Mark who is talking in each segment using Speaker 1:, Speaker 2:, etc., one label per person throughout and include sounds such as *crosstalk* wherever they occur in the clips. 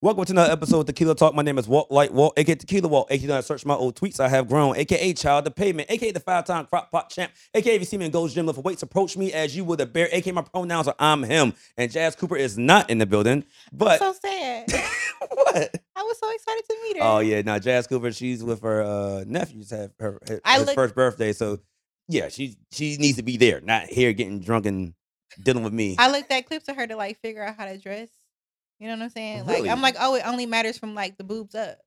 Speaker 1: Welcome to another episode of Tequila Talk. My name is Walt Light Walt, aka Tequila Walt, aka I search my old tweets. I have grown, aka Child the Payment, aka the five time crop pot champ, aka if you see me in Gold's Gym Lift for weights, approach me as you would a bear, aka my pronouns are I'm him. And Jazz Cooper is not in the building, but
Speaker 2: so sad.
Speaker 1: *laughs*
Speaker 2: *laughs*
Speaker 1: what?
Speaker 2: I was so excited to meet her.
Speaker 1: Oh yeah, now Jazz Cooper, she's with her uh, nephews have her his,
Speaker 2: I
Speaker 1: his
Speaker 2: look-
Speaker 1: first birthday, so yeah, she she needs to be there, not here getting drunk and dealing with me.
Speaker 2: I looked at clips of her to like figure out how to dress. You know what I'm saying?
Speaker 1: Really?
Speaker 2: Like I'm like, oh, it only matters from like the boobs up.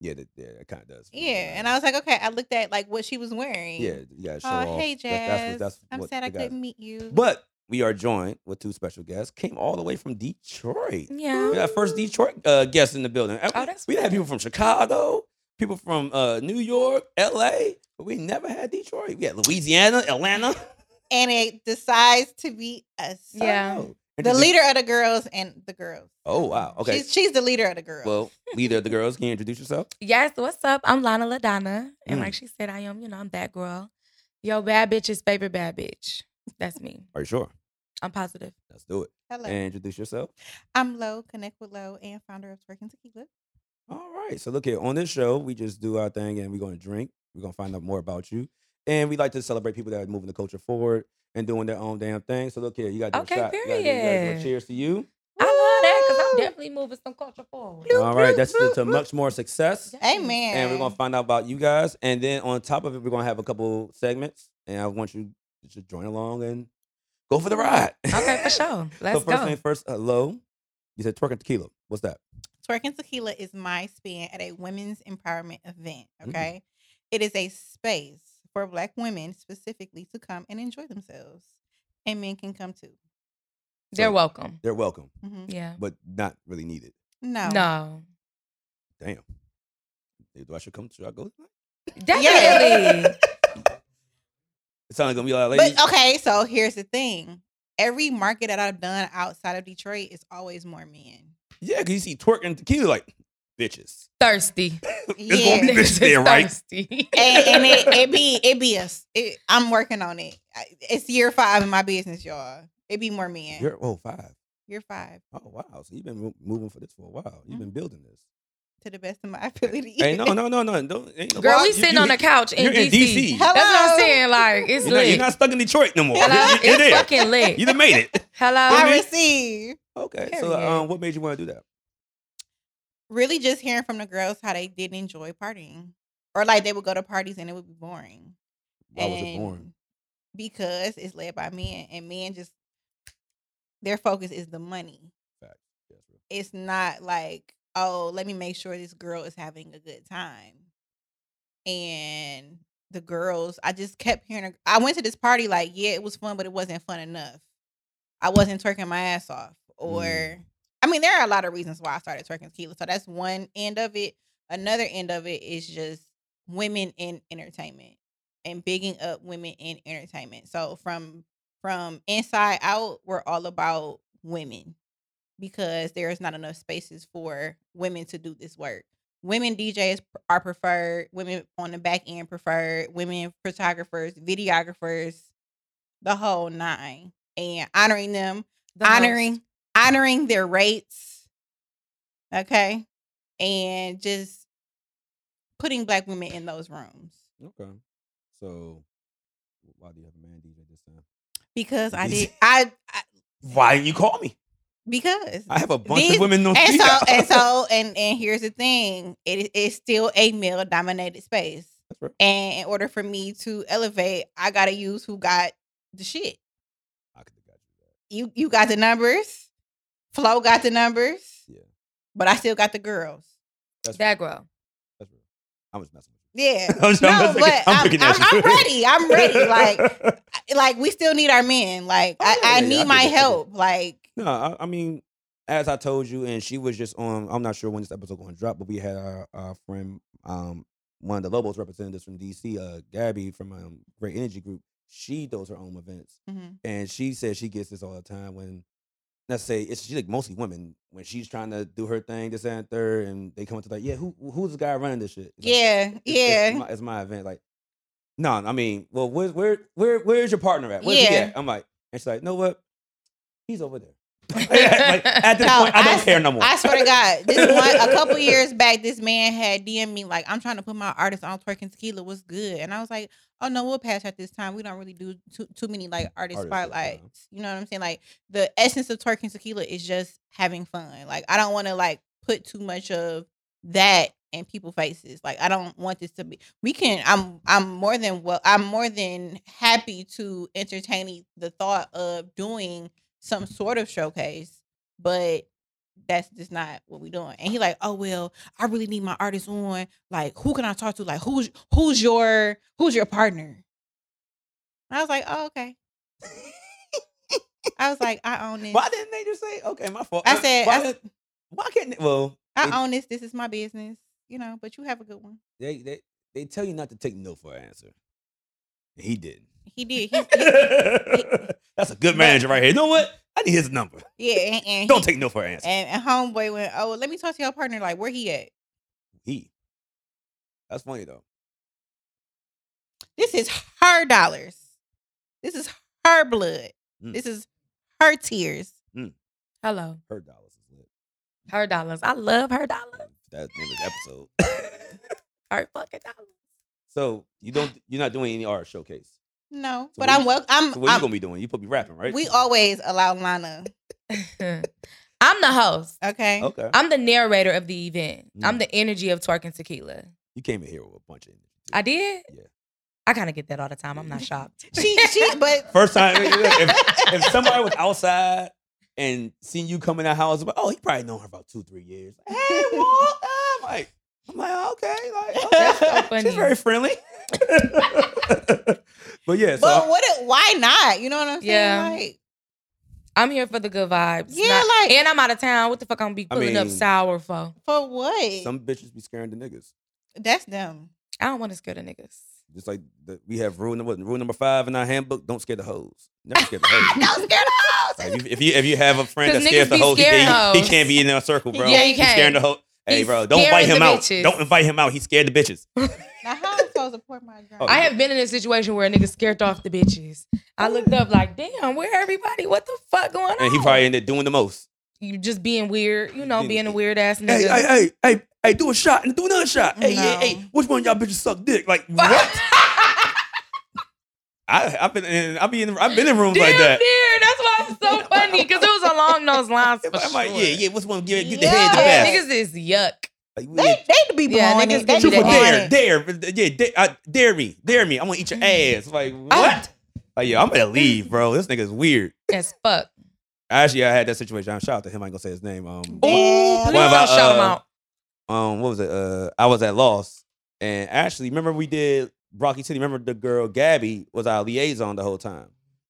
Speaker 1: yeah, that, yeah, that kind of does.
Speaker 2: Yeah. And I was like, okay. I looked at like what she was wearing.
Speaker 1: yeah, you gotta show
Speaker 2: Oh,
Speaker 1: off.
Speaker 2: hey,
Speaker 1: That- that's
Speaker 2: Jazz.
Speaker 1: what- that's
Speaker 2: I'm
Speaker 1: what
Speaker 2: sad
Speaker 1: they
Speaker 2: I
Speaker 1: gotta-
Speaker 2: couldn't meet you.
Speaker 1: But we are joined with two special guests. Came all the way from Detroit. We
Speaker 3: Yeah.
Speaker 1: got first Detroit uh, guest in the building. And
Speaker 3: Oh,
Speaker 1: we-
Speaker 3: that's
Speaker 1: we had people from Chicago, people from uh, New York, L.A., but we never had Detroit. We had Louisiana, Atlanta.
Speaker 2: and it decides to be us.
Speaker 1: I
Speaker 3: Yeah.
Speaker 1: know. Oh, And
Speaker 2: The
Speaker 1: just-
Speaker 2: leader of the girls and the girls.
Speaker 1: Oh wow. Okay.
Speaker 2: She's she's the leader of the girls.
Speaker 1: well, leader of the girls, can you introduce yourself?
Speaker 3: Yes, what's up? I'm Lana Ladonna. And
Speaker 1: Mm.
Speaker 3: like she said, I am, you know, I'm that girl. Yo, bad bitch is favorite bad bitch. That's me.
Speaker 1: Are you sure?
Speaker 3: I'm positive.
Speaker 1: Let's do it.
Speaker 2: Hello.
Speaker 1: And introduce yourself.
Speaker 2: I'm Lo, connect with Lo and founder of Twerking Tequila.
Speaker 1: All right. So look here. On this show, we just do our thing and we're gonna drink. We're gonna find out more about you. And we like to celebrate people that are moving the culture forward and doing their own damn thing. So look here, you gotta do
Speaker 3: Okay,
Speaker 1: a shot. You gotta do- you gotta do a
Speaker 3: period.
Speaker 1: cheers to you.
Speaker 3: I love that because I'm
Speaker 2: Woo!
Speaker 3: definitely moving some culture forward.
Speaker 2: Bloop,
Speaker 1: All right, that's to,
Speaker 2: bloop,
Speaker 1: to
Speaker 2: bloop.
Speaker 1: much more success.
Speaker 3: Yes.
Speaker 2: Amen.
Speaker 1: And we're gonna find out about you guys. And then on top of it, we're gonna have a couple segments. And I want you to join along and go for the ride.
Speaker 3: Okay, for sure.
Speaker 1: *laughs*
Speaker 3: Let's
Speaker 1: so first
Speaker 3: go.
Speaker 1: thing first, hello. You said twerking tequila. What's that?
Speaker 2: Twerking Tequila is my spin at a women's empowerment event.
Speaker 1: Mm.
Speaker 2: Okay. It is a space for black women specifically to come and enjoy themselves. And men can come too.
Speaker 3: They're welcome.
Speaker 1: They're welcome,
Speaker 2: Mhm.
Speaker 3: Yeah.
Speaker 1: but not really needed.
Speaker 2: No.
Speaker 3: No.
Speaker 1: Damn. Do I should come? Should I go? tonight?
Speaker 3: Definitely.
Speaker 1: It sounds like gonna be like, ladies.
Speaker 2: But okay, so here's the thing. Every market that I've done outside of Detroit is always more men.
Speaker 1: Yeah, cause you see twerking tequila like bitches.
Speaker 3: Thirsty.
Speaker 1: *laughs* It's gonna
Speaker 3: *laughs*
Speaker 1: be
Speaker 2: Yeah.
Speaker 1: bitches there, right?
Speaker 3: Thirsty.
Speaker 2: and, and
Speaker 1: *laughs*
Speaker 2: it, it be it be us. It, I'm working on it. I- It's year five in my business, y'all. It be more men.
Speaker 1: You're oh five.
Speaker 2: year five,
Speaker 1: Oh wow. So you've been mo- moving for this for a while. You've been building this.
Speaker 2: to the best of my *laughs* ability.
Speaker 1: Hey, no, no, no, no. Don't, ain't no-
Speaker 3: *laughs* Girl,
Speaker 1: Well,
Speaker 3: we
Speaker 1: you-
Speaker 3: sitting
Speaker 1: you-
Speaker 3: on the couch in
Speaker 1: You're in DC.
Speaker 3: That's what I'm saying. Like, it's
Speaker 1: You're not, you're
Speaker 3: lit.
Speaker 1: not stuck in Detroit no more. You're,
Speaker 3: Hello?
Speaker 1: you're
Speaker 3: it's
Speaker 1: there.
Speaker 3: fucking lit.
Speaker 1: You done made
Speaker 3: *laughs*
Speaker 1: it.
Speaker 3: Hello?
Speaker 2: I
Speaker 1: Women?
Speaker 2: receive.
Speaker 1: Okay. So,
Speaker 3: Period.
Speaker 1: um, what made you want to do that?
Speaker 2: Really, just hearing from the girls how they didn't enjoy partying, or like they would go to parties and it would be boring.
Speaker 1: Why was it
Speaker 2: And
Speaker 1: born?
Speaker 2: Because it's led by men, and men just their focus is the money. It's not like oh, let me make sure this girl is having a good time, and the girls. I just kept hearing. I went to this party like, yeah, it was fun, but it wasn't fun enough. I wasn't twerking my ass off, or
Speaker 1: Mm.
Speaker 2: I mean, there are a lot of reasons why I started twerking tequila. So that's one end of it. Another end of it is just women in entertainment and bigging up women in entertainment. So from from inside out, we're all about women because there is not enough spaces for women to do this work. Women DJs p- are preferred, women on the back end preferred, women photographers, videographers, the whole nine. And honoring them,
Speaker 3: The host.
Speaker 2: honoring honoring their rates. Okay? And just putting black women in those rooms.
Speaker 1: Okay. So, why do you have a man DJ this time?
Speaker 2: Because I
Speaker 1: These-
Speaker 2: did I, I
Speaker 1: Why didn't you call me?
Speaker 2: because
Speaker 1: I have a bunch of
Speaker 2: These-
Speaker 1: women on
Speaker 2: and so
Speaker 1: *laughs* speaker.
Speaker 2: and so and and here's the thing it is it's still a male dominated space
Speaker 1: That's right.
Speaker 2: and in order for me to elevate i gotta use who got the shit
Speaker 1: I could have got you that.
Speaker 2: you you got the numbers flo got the numbers
Speaker 1: Yeah.
Speaker 2: but i still got the girls
Speaker 1: That's
Speaker 3: That girl.
Speaker 1: That's real. I'm just messing with you.
Speaker 2: yeah
Speaker 1: *laughs* I'm just- I'm
Speaker 2: no
Speaker 1: just
Speaker 2: but
Speaker 1: looking-
Speaker 2: i'm,
Speaker 1: looking
Speaker 2: I'm,
Speaker 1: at you.
Speaker 2: I'm ready
Speaker 1: *laughs*
Speaker 2: i'm ready like I- like we still need our men like
Speaker 1: Oh,
Speaker 2: i,
Speaker 1: yeah, yeah,
Speaker 2: I
Speaker 1: yeah, I
Speaker 2: need
Speaker 1: get
Speaker 2: my
Speaker 1: it, I get it.
Speaker 2: help like
Speaker 1: No, I, I mean, as I told you, and she was just on. I'm not sure when this episode going to drop, but we had our, our friend, um, one of the Lobos representatives from DC, uh, Gabby from um, Great Energy Group. She does her own events,
Speaker 2: mhm,
Speaker 1: and she says she gets this all the time when, let's say, it's she's like mostly women when she's trying to do her thing, this and third, and they come up to like, yeah, who who's the guy running this shit? It's like,
Speaker 2: yeah
Speaker 1: it's- it's
Speaker 2: yeah
Speaker 1: my- it's my event. Like, no, I mean, well, where's where where where's your partner at? Where's he
Speaker 2: Yeah. *laughs*
Speaker 1: at? I'm like, and she's like, no what? He's over there. *laughs* like, at this
Speaker 2: No,
Speaker 1: point, I don't
Speaker 2: I-
Speaker 1: care no more.
Speaker 2: I
Speaker 1: *laughs*
Speaker 2: swear to God, this one a couple years back, this man had DM me like, "I'm trying to put my artist on twerking tequila. What's good?" And I was like, "Oh no, we'll pass at this time. We don't really do too too many like
Speaker 1: Artist,
Speaker 2: artist
Speaker 1: yeah.
Speaker 2: spotlights. You know what I'm saying? Like the essence of twerking tequila is just having fun. Like I don't want to like put too much of that in people faces. Like I don't want this to be. We can. I'm. I'm more than well. I'm more than happy to entertain the thought of doing some sort of showcase, but that's just not what we're doing. And he like, oh well, I really need my artist on. Like, who can I talk to? Like, who's who's your who's your partner? And I was like, oh okay. I was like,
Speaker 1: *laughs*
Speaker 2: I own this.
Speaker 1: Why didn't they just say, okay, my fault? Uh,
Speaker 2: I said-
Speaker 1: why,
Speaker 2: I-
Speaker 1: didn't- why can't they? Well, they,
Speaker 2: I own this. This is my business. You know, but you have a good one.
Speaker 1: they, they, they tell you not to take no for an answer. And he didn't.
Speaker 2: *laughs* He did. He's,
Speaker 1: *laughs* That's a good manager right here. You know what? I need his number.
Speaker 2: yeah, and, and
Speaker 1: Don't take no for an answer.
Speaker 2: And, and homeboy went, oh, let me talk to your partner. Like, where he at?
Speaker 1: He. That's funny though.
Speaker 2: This is her dollars. This is her blood.
Speaker 1: Mm.
Speaker 2: This is her tears.
Speaker 3: Hello.
Speaker 1: Her dollars is lit.
Speaker 3: Her dollars. I love her dollars.
Speaker 1: That's the name of the episode.
Speaker 3: Her fucking dollars.
Speaker 1: so you don't you're not doing any art showcase.
Speaker 2: No,
Speaker 1: So
Speaker 2: but
Speaker 1: what
Speaker 2: I'm
Speaker 1: you-
Speaker 2: welcome. I'm.
Speaker 1: So what
Speaker 2: Um, I'm-
Speaker 1: you gonna be doing? You supposed to be rapping, right?
Speaker 2: We always allow Lana.
Speaker 3: *laughs* I'm the host.
Speaker 2: Okay.
Speaker 1: Okay.
Speaker 3: I'm the narrator of the event. I'm
Speaker 1: Mm.
Speaker 3: the energy of twerking tequila.
Speaker 1: you came in here with a bunch of energy. too.
Speaker 3: I did.
Speaker 1: Yeah.
Speaker 3: I kind of get that all the time.
Speaker 1: *laughs*
Speaker 3: I'm not shocked.
Speaker 2: She. She. But
Speaker 1: First time if, if somebody was outside and seen you coming out house, but oh, he probably known her about two, three years. Hey, Walt. I'm like, I'm like, okay, like
Speaker 3: That's so
Speaker 1: okay.
Speaker 3: funny.
Speaker 1: she's very friendly. *laughs* but yeah, so
Speaker 2: but what? it- Why not? You know what I'm saying?
Speaker 3: Yeah.
Speaker 2: Like,
Speaker 3: I'm here for the good vibes.
Speaker 2: Yeah,
Speaker 3: Not-
Speaker 2: like-
Speaker 3: and I'm out of town. What the fuck I'm gonna be
Speaker 1: I
Speaker 3: pulling up
Speaker 1: mean-
Speaker 3: sour for?
Speaker 2: for what?
Speaker 1: some bitches be scaring the niggas.
Speaker 2: That's them.
Speaker 3: I don't want to scare the niggas.
Speaker 1: Just like the, we have rule number what, rule number five in our handbook: don't scare the hoes. Never scare the
Speaker 2: *laughs*
Speaker 1: hoes.
Speaker 2: Don't scare the hoes.
Speaker 1: Like, if, you- if you if you have a friend that
Speaker 3: 'Cause
Speaker 1: scares
Speaker 3: niggas
Speaker 1: the
Speaker 3: be
Speaker 1: hoes, he,
Speaker 3: scaring
Speaker 1: can't- he
Speaker 3: hoes.
Speaker 1: can't be in our circle, bro.
Speaker 3: Yeah, he
Speaker 1: He's scaring
Speaker 3: can.
Speaker 1: the hoe. Hey,
Speaker 3: He
Speaker 1: bro, don't
Speaker 3: scares
Speaker 1: invite him
Speaker 3: the
Speaker 1: out.
Speaker 3: bitches.
Speaker 1: Don't invite him out. He scared the bitches.
Speaker 2: *laughs* Now how am I supposed to pour my drink?
Speaker 1: Oh,
Speaker 3: I have been in a situation where a nigga scared off the bitches. I looked up like, damn, where everybody? What the fuck going on?
Speaker 1: And he probably ended up doing the
Speaker 3: *laughs*
Speaker 1: most.
Speaker 3: you just being weird, you know,
Speaker 1: Being-
Speaker 3: being a weird ass nigga. *laughs*
Speaker 1: hey, hey, hey, do a shot and do another shot.
Speaker 2: No.
Speaker 1: which one of y'all bitches suck dick? Like
Speaker 3: *laughs*
Speaker 1: what? I, I've been in, I've been in, I've been in rooms
Speaker 3: Damn
Speaker 1: like that.
Speaker 3: near. That's why it's so funny because it was along those lines. For
Speaker 1: I'm like,
Speaker 3: sure.
Speaker 1: yeah, yeah, which one? Give, give the
Speaker 2: Yeah.
Speaker 1: head the
Speaker 3: Yeah,
Speaker 1: best.
Speaker 2: best.
Speaker 3: niggas is yuck.
Speaker 1: Like, we
Speaker 2: They, they be
Speaker 3: Yeah,
Speaker 2: blowing
Speaker 3: niggas
Speaker 2: it.
Speaker 3: can
Speaker 2: They
Speaker 3: do
Speaker 1: Shoot
Speaker 2: be
Speaker 1: for
Speaker 3: that.
Speaker 2: blowing
Speaker 1: dare,
Speaker 2: it.
Speaker 1: dare, yeah, dare, I, dare me, dare me. I'm gonna eat your
Speaker 3: Mm.
Speaker 1: ass. Like what? Like yeah, I'm gonna leave, bro. This nigga's weird.
Speaker 3: As fuck.
Speaker 1: Actually, I had that situation. Shout out to him. I ain't gonna say his name. Um,
Speaker 3: Ooh,
Speaker 2: Yeah.
Speaker 3: please
Speaker 2: What
Speaker 3: don't
Speaker 1: about,
Speaker 3: shout 'em
Speaker 1: uh,
Speaker 3: out.
Speaker 1: um, what was it? Uh, I was at loss, and actually, remember we did Rocky City. Remember the girl Gabby was our liaison the whole time,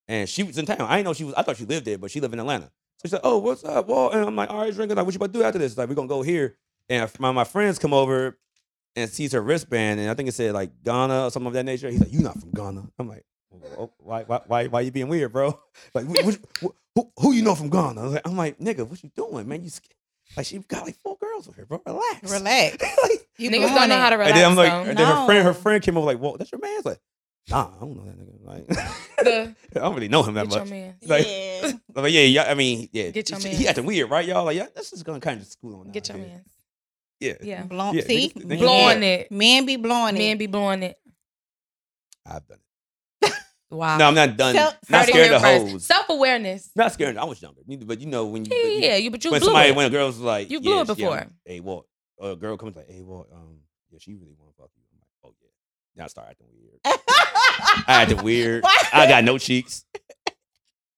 Speaker 1: and she was in town. I didn't know she was. I thought she lived there, but she lived in Atlanta. So she said, "Oh, what's up, Walt?" And I'm like, "All right, drinking. Like, what you about to do after this? Like, we're gonna go here." And if my my friends come over and sees her wristband, and I think it said like Ghana or something of that nature. He's like, "You not from Ghana?" I'm like, "Oh, "Why why why why you being weird, bro? *laughs* Like, wh- which- wh- who who you know from Ghana?" I was like, I'm like, "Nigga, what you doing, man? You scared. like she got like four girls with her, bro. Relax,
Speaker 2: Relax.
Speaker 1: *laughs* Like-
Speaker 2: You
Speaker 3: Niggas don't know how to relax.
Speaker 1: and then I'm like,
Speaker 3: though.
Speaker 1: and then her friend, her
Speaker 2: No.
Speaker 1: friend came over like, "Whoa, that's your man's like." Nah, I don't know that nigga. Like,
Speaker 3: The-
Speaker 1: *laughs* I don't really know him that
Speaker 3: Get your
Speaker 1: much.
Speaker 3: man.
Speaker 1: *laughs* Like-
Speaker 2: yeah.
Speaker 1: But yeah, yeah, I mean, yeah.
Speaker 3: Get your
Speaker 1: he,
Speaker 3: man.
Speaker 1: he acting weird, right, y'all? Like, yeah, this is going kind of school on
Speaker 3: Get your
Speaker 1: nowadays.
Speaker 3: man.
Speaker 1: Yeah,
Speaker 3: *laughs* Yeah.
Speaker 2: Blown,
Speaker 1: Yeah,
Speaker 2: see,
Speaker 1: niggas- niggas
Speaker 3: Blowing
Speaker 1: do
Speaker 3: it.
Speaker 2: Men be blowing
Speaker 3: Men
Speaker 2: it. *laughs*
Speaker 3: be blowing it.
Speaker 1: I've done it.
Speaker 3: Wow.
Speaker 1: No, I'm not done.
Speaker 2: Self-
Speaker 1: not
Speaker 2: Starting
Speaker 1: scared of hoes.
Speaker 3: Self awareness.
Speaker 1: Not scared. I was younger, Neither- but you know when you,
Speaker 3: Yeah,
Speaker 1: but you-
Speaker 3: yeah, you but you
Speaker 1: when
Speaker 3: blew
Speaker 1: somebody
Speaker 3: it.
Speaker 1: when a girl's like,
Speaker 3: You blew
Speaker 1: yeah,
Speaker 3: it
Speaker 1: she- yeah,
Speaker 3: before.
Speaker 1: Hey, Walt, or a girl comes like, hey, Walt, um, yeah, she really want to fuck you. I'm like, oh yeah. Now I start acting weird. I acted
Speaker 3: *laughs*
Speaker 1: weird.
Speaker 2: Why?
Speaker 1: I got no cheeks.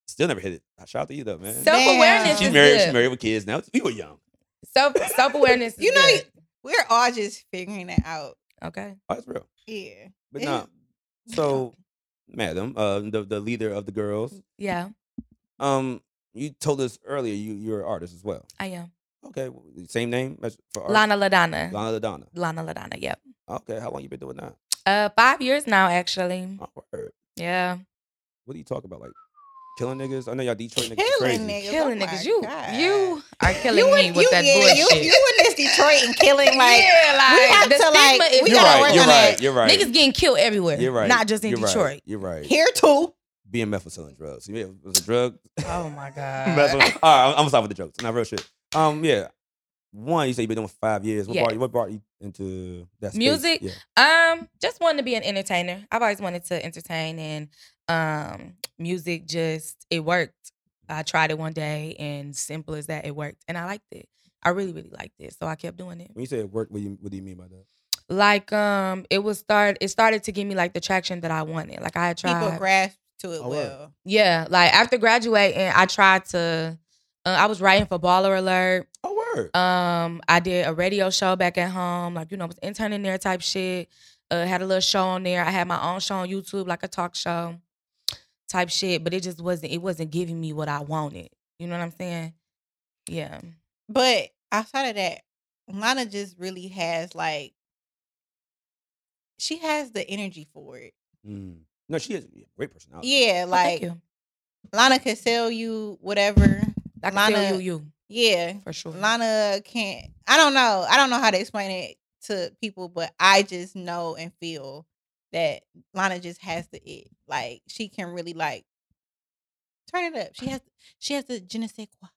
Speaker 1: Still never hit it. Shout out to you though, man.
Speaker 3: Self awareness.
Speaker 1: She's
Speaker 3: is
Speaker 1: married.
Speaker 3: good.
Speaker 1: She's married with kids now. We were young.
Speaker 3: Self self awareness.
Speaker 2: You know- We're all just figuring it out.
Speaker 3: Okay.
Speaker 1: Oh, that's real.
Speaker 2: Yeah.
Speaker 1: But
Speaker 2: It-
Speaker 1: no. So, madam, uh, the the leader of the girls,
Speaker 3: Yeah,
Speaker 1: um, you told us earlier you you're an artist as well.
Speaker 3: I am.
Speaker 1: Okay, well, same name as for art?
Speaker 3: Lana Ladonna.
Speaker 1: Lana Donna.
Speaker 3: Lana Ladonna. Yep.
Speaker 1: Okay, how long you been doing that?
Speaker 3: Uh, five years now actually.
Speaker 1: Oh, word.
Speaker 3: Yeah.
Speaker 1: What are you talking about? Like killing niggas? I know y'all Detroit niggas
Speaker 2: Killing
Speaker 1: are crazy.
Speaker 2: niggas.
Speaker 3: killing
Speaker 2: oh
Speaker 3: niggas.
Speaker 2: my
Speaker 3: You
Speaker 2: God.
Speaker 3: you are killing
Speaker 2: You
Speaker 3: me
Speaker 2: in-
Speaker 3: with
Speaker 2: you-
Speaker 3: that
Speaker 2: yeah,
Speaker 3: bullshit.
Speaker 2: You, you in this Detroit and killing like
Speaker 3: *laughs* yeah, like,
Speaker 2: we have
Speaker 3: the
Speaker 2: to
Speaker 3: stigma
Speaker 2: like
Speaker 3: is
Speaker 2: we
Speaker 1: You're
Speaker 2: gotta
Speaker 1: right.
Speaker 2: work
Speaker 1: You're
Speaker 2: on
Speaker 1: right.
Speaker 2: that.
Speaker 1: You're right.
Speaker 3: niggas getting killed everywhere.
Speaker 1: You're right.
Speaker 3: Not just in
Speaker 1: you're right,
Speaker 3: Detroit.
Speaker 1: You're right.
Speaker 2: Here too.
Speaker 1: BMF was selling drugs. Yeah, it was a drug.
Speaker 3: Oh my
Speaker 1: That's
Speaker 3: god.
Speaker 1: what- *laughs* all right, I'm, I'm gonna stop with the jokes. Not real shit. Um, yeah. One, you say you've been doing it for five years. What
Speaker 3: Yeah.
Speaker 1: brought you? What brought you into that? space?
Speaker 3: Music?
Speaker 1: Yeah.
Speaker 3: Um, just wanted to be an entertainer. I've always wanted to entertain, and um, music just it worked. I tried it one day, and simple as that, it worked, and I liked it. I really, really liked it, so I kept doing it.
Speaker 1: When you say it worked, what do you, what do you mean by that?
Speaker 3: Like, um, it was start. It started to give me like the traction that I wanted. Like I had tried.
Speaker 2: People grasp to it
Speaker 1: Oh, wow.
Speaker 2: well.
Speaker 3: yeah, like after graduating, I tried to. Uh, I was writing for Baller Alert.
Speaker 1: Oh, word.
Speaker 3: Um, I did a radio show back at home, like you know, was interning there type shit. Uh, had a little show on there. I had my own show on YouTube, like a talk show type shit. But it just wasn't. It wasn't giving me what I wanted. You know what I'm saying? Yeah.
Speaker 2: But outside of that, Lana just really has like she has the energy for it.
Speaker 1: Mm. No, she has a great personality.
Speaker 2: Yeah,
Speaker 3: Oh,
Speaker 2: like
Speaker 3: thank you.
Speaker 2: Lana could sell you whatever.
Speaker 3: I can tell
Speaker 2: Lana-
Speaker 3: you, you
Speaker 2: Yeah.
Speaker 3: for sure.
Speaker 2: Lana can't I don't know. I don't know how to explain it to people, but I just know and feel that Lana just has the it. Like she can really like turn it up. She has she has the je ne sais quoi.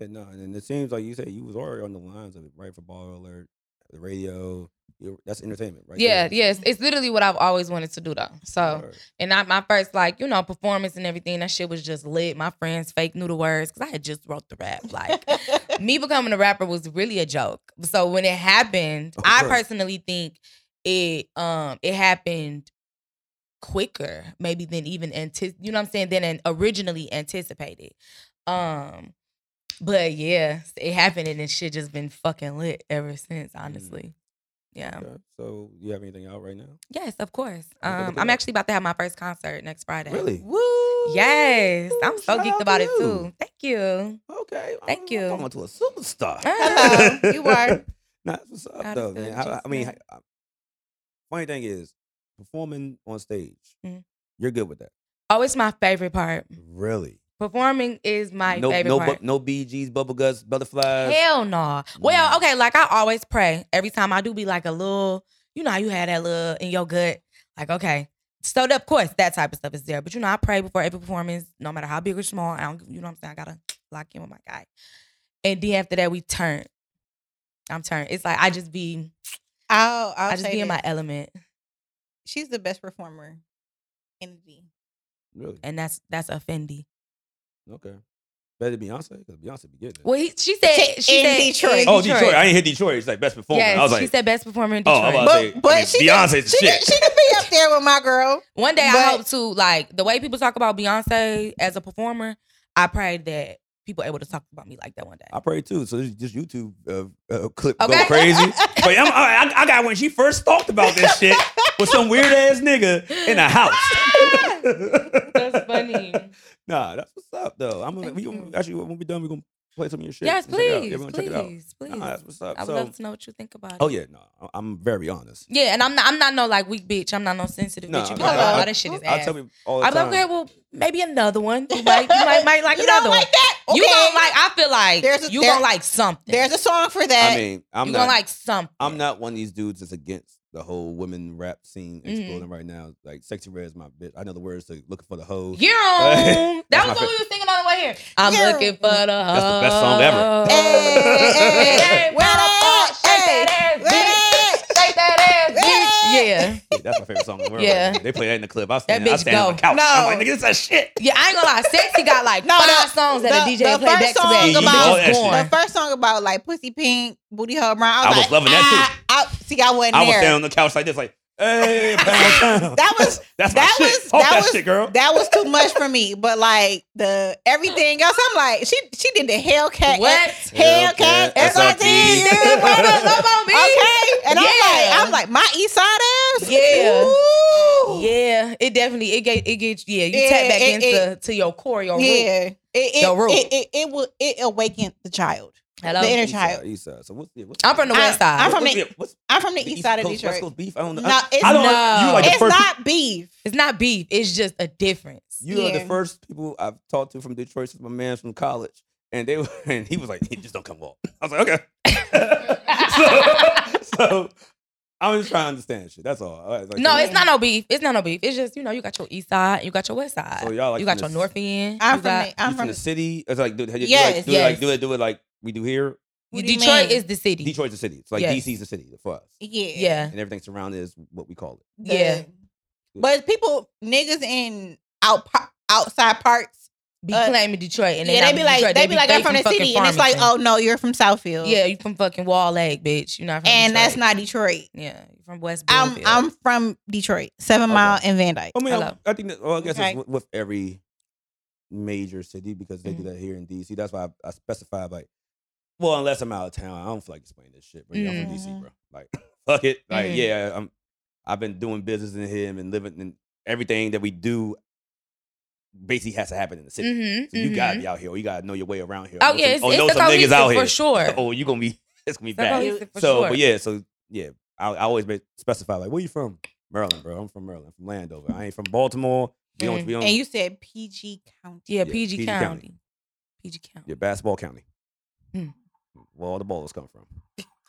Speaker 1: Yeah, no, and it seems like you said you was already on the lines of it, right? For ball alert, the radio. you- That's entertainment, right?
Speaker 3: yeah,
Speaker 1: there.
Speaker 3: yes. It's literally what I've always wanted to do though. So
Speaker 1: Word.
Speaker 3: And I, my first, like, you know, performance and everything, that shit was just lit. My friends fake knew the words because I had just wrote the rap.
Speaker 1: *laughs*
Speaker 3: Like,
Speaker 2: *laughs*
Speaker 3: me becoming a rapper was really a joke. So when it happened,
Speaker 1: Of
Speaker 3: I
Speaker 1: course.
Speaker 3: personally think it um it happened quicker, maybe than even anti- you know what I'm saying, than an originally anticipated. Um, but yeah, it happened and this shit just been fucking lit ever
Speaker 1: Mm.
Speaker 3: since, honestly. Yeah.
Speaker 1: Okay, So you have anything out right now?
Speaker 3: Yes, of course.
Speaker 1: Okay, look
Speaker 3: Um,
Speaker 1: it
Speaker 3: I'm
Speaker 1: up.
Speaker 3: actually about to have my first concert next Friday.
Speaker 1: Really?
Speaker 2: Woo
Speaker 3: Yes, I'm so
Speaker 1: Shout out
Speaker 3: geeked
Speaker 1: to
Speaker 3: about it
Speaker 1: you.
Speaker 3: too. Thank you.
Speaker 1: Okay. I'm-
Speaker 3: Thank
Speaker 1: I'm
Speaker 3: you.
Speaker 1: talking to a superstar. *laughs*
Speaker 3: Hello,
Speaker 2: you are.
Speaker 1: Nah, that's what's up
Speaker 3: Gotta
Speaker 1: though,
Speaker 3: feel
Speaker 1: man.
Speaker 3: the
Speaker 1: I, I
Speaker 3: juice,
Speaker 1: mean,
Speaker 3: man.
Speaker 1: I- I- funny thing is, performing on stage,
Speaker 3: Mhm.
Speaker 1: you're good with that.
Speaker 3: Oh, it's my favorite part.
Speaker 1: Really?
Speaker 3: Performing is my
Speaker 1: no,
Speaker 3: favorite
Speaker 1: no,
Speaker 3: part.
Speaker 1: bu- no BGs, bubble guts, butterflies.
Speaker 3: Hell no.
Speaker 1: Mm.
Speaker 3: Well, okay, like I always pray. Every time I do be like a little, you know, how you had that little in your gut. Like, okay. So of course that type of stuff is there. But you know, I pray before every performance, no matter how big or small. I don't you know what I'm saying? I gotta lock in with my guy. And then after that we turn. I'm turned. It's like I just be
Speaker 2: I'll I'll
Speaker 3: i just
Speaker 2: say
Speaker 3: be in
Speaker 2: this.
Speaker 3: my element.
Speaker 2: she's the best performer in the
Speaker 1: Really?
Speaker 3: And that's that's offendy.
Speaker 1: Okay. Better than Beyonce because Beyonce be getting it.
Speaker 3: Well, he, she said she
Speaker 2: In
Speaker 3: said
Speaker 2: Detroit.
Speaker 3: in
Speaker 1: oh, Detroit. I ain't hit Detroit. It's like best performer.
Speaker 3: Yes,
Speaker 1: I was like,
Speaker 3: she said best performer in
Speaker 1: Oh,
Speaker 3: Detroit.
Speaker 1: I'm about to say, I
Speaker 2: But,
Speaker 1: mean,
Speaker 2: but she
Speaker 1: Beyonce's
Speaker 2: could, she
Speaker 1: shit.
Speaker 2: Could, she could be up there with my girl.
Speaker 3: One day
Speaker 2: But-
Speaker 3: I hope to like the way people talk about Beyonce as a performer. I pray that people able to talk about me like that one day.
Speaker 1: I pray too. So this, this YouTube uh, uh, *laughs* clip go
Speaker 3: Okay.
Speaker 1: crazy. but I'm, I, I got when she first talked about this shit with some weird ass nigga in a house.
Speaker 3: *laughs* That's
Speaker 1: *laughs*
Speaker 3: funny.
Speaker 1: Nah, that's what's up though. I'm gonna
Speaker 3: Thank
Speaker 1: we,
Speaker 3: you.
Speaker 1: actually when we done, we gonna play some of your shit.
Speaker 3: yes,
Speaker 1: and check it out.
Speaker 3: please,
Speaker 1: Everyone check it out.
Speaker 3: please, please.
Speaker 1: Nah, that's what's up.
Speaker 3: I would
Speaker 1: so,
Speaker 3: love to know what you think about it.
Speaker 1: oh yeah, no, I- I'm very honest.
Speaker 3: Yeah, and I'm not. I'm not no like weak bitch. I'm not no sensitive
Speaker 1: No,
Speaker 3: bitch. You
Speaker 1: I-
Speaker 3: know, like,
Speaker 2: I-
Speaker 3: all that shit is
Speaker 1: I
Speaker 3: ass.
Speaker 1: tell me all the
Speaker 3: I'm like,
Speaker 1: time.
Speaker 3: okay, well, maybe another one. You might, you might, might
Speaker 2: *laughs*
Speaker 3: like
Speaker 2: you
Speaker 3: another
Speaker 2: don't
Speaker 3: one.
Speaker 2: like that? Okay.
Speaker 3: You gonna like? I feel like
Speaker 2: There's a-
Speaker 3: you
Speaker 2: there-
Speaker 3: gonna like something.
Speaker 2: There's a song for that.
Speaker 1: I mean, I'm
Speaker 3: you
Speaker 1: not.
Speaker 3: gonna like something.
Speaker 1: I'm not one of these dudes that's against the whole women rap scene
Speaker 3: Mhm.
Speaker 1: exploding right now. Like, sexy red is my bitch. I know the words to looking for the hoes.
Speaker 3: Yeah,
Speaker 1: That's
Speaker 3: *laughs* that
Speaker 1: my
Speaker 3: was what
Speaker 1: fa-
Speaker 3: we were singing on the way here. I'm
Speaker 2: Yeah.
Speaker 3: looking for the
Speaker 1: That's the best song ever.
Speaker 3: hoe.
Speaker 2: Hey, hey,
Speaker 3: Hey,
Speaker 2: hey,
Speaker 3: where the fuck? Shake
Speaker 2: hey,
Speaker 3: that ass, bitch.
Speaker 2: Hey,
Speaker 3: Shake that ass, bitch.
Speaker 2: Hey.
Speaker 3: Yeah,
Speaker 1: That's my favorite song in the world.
Speaker 3: Yeah.
Speaker 1: They play that in the clip. I stand, I
Speaker 3: bitch
Speaker 1: stand on the
Speaker 3: go.
Speaker 1: couch. I'm
Speaker 2: No.
Speaker 1: like, nigga, this is that shit.
Speaker 3: yeah. I ain't gonna lie. Sexy got like
Speaker 2: No,
Speaker 3: five
Speaker 2: the-
Speaker 3: songs that
Speaker 2: the-
Speaker 3: a DJ
Speaker 2: the
Speaker 3: played
Speaker 2: first
Speaker 3: back to
Speaker 2: song
Speaker 3: back. You
Speaker 2: about-
Speaker 1: All that
Speaker 3: just
Speaker 1: shit.
Speaker 3: going.
Speaker 2: the first song about like pussy pink, booty hole brown. I was,
Speaker 1: I was
Speaker 2: like,
Speaker 1: loving that,
Speaker 2: ah, I, see, I wasn't
Speaker 1: I was
Speaker 2: there.
Speaker 1: standing on the couch like this, like,
Speaker 2: *laughs*
Speaker 1: hey, pound, pound.
Speaker 2: That was
Speaker 1: *laughs* That's
Speaker 2: that
Speaker 1: my
Speaker 2: was
Speaker 1: shit. Talk that,
Speaker 2: was
Speaker 1: shit, girl.
Speaker 2: that was too much for me. But like the everything else, I'm like she she did the Hellcat.
Speaker 3: What?
Speaker 2: Hellcat,
Speaker 1: Hellcat,
Speaker 2: SRT.
Speaker 1: *laughs* SRT.
Speaker 2: nigga,
Speaker 3: Hold
Speaker 2: brother,
Speaker 3: up,
Speaker 2: love
Speaker 3: love on me.
Speaker 2: Okay, and I'm
Speaker 3: Yeah.
Speaker 2: like, I'm like my East Side ass.
Speaker 3: Yeah.
Speaker 2: Ooh.
Speaker 3: Yeah, it definitely it gave it gets yeah. You
Speaker 2: Yeah,
Speaker 3: tap back
Speaker 2: it-
Speaker 3: into to your core, your root.
Speaker 2: yeah. It it,
Speaker 3: Yo, Rue.
Speaker 2: it it it will it awakened the child.
Speaker 3: Hello.
Speaker 2: The inner
Speaker 1: East
Speaker 2: child.
Speaker 1: side, East side. So what's the what's
Speaker 3: I'm from the
Speaker 2: I-
Speaker 3: west side.
Speaker 2: I'm from
Speaker 1: what's
Speaker 2: the-
Speaker 1: what's
Speaker 2: I'm from the,
Speaker 1: the
Speaker 2: east, side of
Speaker 1: Coast,
Speaker 2: Detroit.
Speaker 1: West Coast beef. I don't know.
Speaker 2: No,
Speaker 1: I-
Speaker 2: it's
Speaker 1: I don't.
Speaker 3: not.
Speaker 1: You like the
Speaker 2: it's
Speaker 1: first.
Speaker 2: not beef.
Speaker 3: it's not beef. It's just a difference.
Speaker 1: You are the
Speaker 2: Yeah.
Speaker 1: first people I've talked to from Detroit since my man's from college. And they were, *laughs* and *laughs*
Speaker 3: *laughs*
Speaker 1: he was like, he just don't come walk. I was like, okay. so, so I'm just trying to understand shit. That's all. All right, like-
Speaker 3: No, it's not no beef. It's not no beef. It's just you know you got your east side, you got your west side,
Speaker 1: So y'all like
Speaker 3: you got
Speaker 1: from
Speaker 3: your
Speaker 1: the-
Speaker 3: north end.
Speaker 2: I'm
Speaker 3: you
Speaker 2: from
Speaker 3: got,
Speaker 2: the,
Speaker 1: you
Speaker 2: I'm
Speaker 1: from
Speaker 2: from
Speaker 1: the city. It's like do, do, like,
Speaker 2: Yes,
Speaker 1: do it like
Speaker 3: yes.
Speaker 1: do it do it like we do here.
Speaker 2: What do you
Speaker 3: Detroit
Speaker 2: mean?
Speaker 3: is the city.
Speaker 1: Detroit's the city. It's like
Speaker 3: Yes.
Speaker 1: DC's the city for us,
Speaker 2: yeah
Speaker 3: Yeah,
Speaker 1: and everything surrounding is what we call it.
Speaker 2: the-
Speaker 3: Yeah.
Speaker 2: But people niggas in out outside parts.
Speaker 3: be
Speaker 2: Uh,
Speaker 3: claiming Detroit, and
Speaker 2: yeah, they be like
Speaker 3: Detroit.
Speaker 2: they be like I'm from the
Speaker 3: fucking
Speaker 2: city, and it's like
Speaker 3: Farmington.
Speaker 2: oh no, you're from Southfield.
Speaker 3: yeah, you from fucking Wall Lake, bitch. You're not from
Speaker 2: and that's
Speaker 3: Detroit.
Speaker 2: not Detroit.
Speaker 3: yeah, you from West.
Speaker 2: I'm
Speaker 3: Bloomfield.
Speaker 2: I'm from Detroit, Seven
Speaker 1: Okay.
Speaker 2: Mile and Van Dyke.
Speaker 1: I mean, I,
Speaker 3: Hello.
Speaker 1: I think. That, well, I guess
Speaker 2: Okay.
Speaker 1: it's with, with every major city because they do
Speaker 3: Mhm.
Speaker 1: that here in DC. That's why I, I specify like, well, unless I'm out of town, I don't feel like explaining this shit. But yeah, I'm from
Speaker 2: Mhm.
Speaker 3: Mm-hmm.
Speaker 1: DC, bro. Like, *laughs* fuck it. Like,
Speaker 3: Mhm.
Speaker 1: yeah, I'm. I've been doing business in him and living in everything that we do. Basically, has to happen in the city.
Speaker 2: mm-hmm,
Speaker 3: Mhm,
Speaker 1: So you gotta
Speaker 3: mhm.
Speaker 1: be out here. Or you gotta know your way around here.
Speaker 3: Oh
Speaker 1: Know
Speaker 3: yeah,
Speaker 1: some-
Speaker 3: it's,
Speaker 1: or
Speaker 3: it's
Speaker 1: know
Speaker 3: the
Speaker 1: some niggas
Speaker 3: police
Speaker 1: out here.
Speaker 3: for sure.
Speaker 1: *laughs* Oh, you gonna be. It's gonna be
Speaker 3: It's the
Speaker 1: bad.
Speaker 3: police for
Speaker 1: So,
Speaker 3: sure.
Speaker 1: but yeah, so yeah, I, I always been specify like, where you from? Maryland, bro. I'm from Maryland, from Landover. I ain't from Baltimore. We
Speaker 3: Mm,
Speaker 1: don't, we don't,
Speaker 2: And you said PG County.
Speaker 3: Yeah,
Speaker 1: Yeah,
Speaker 3: PG,
Speaker 1: PG
Speaker 3: County.
Speaker 1: County.
Speaker 3: PG County.
Speaker 1: yeah, basketball county.
Speaker 3: Hmm.
Speaker 1: Where all the ballers come from.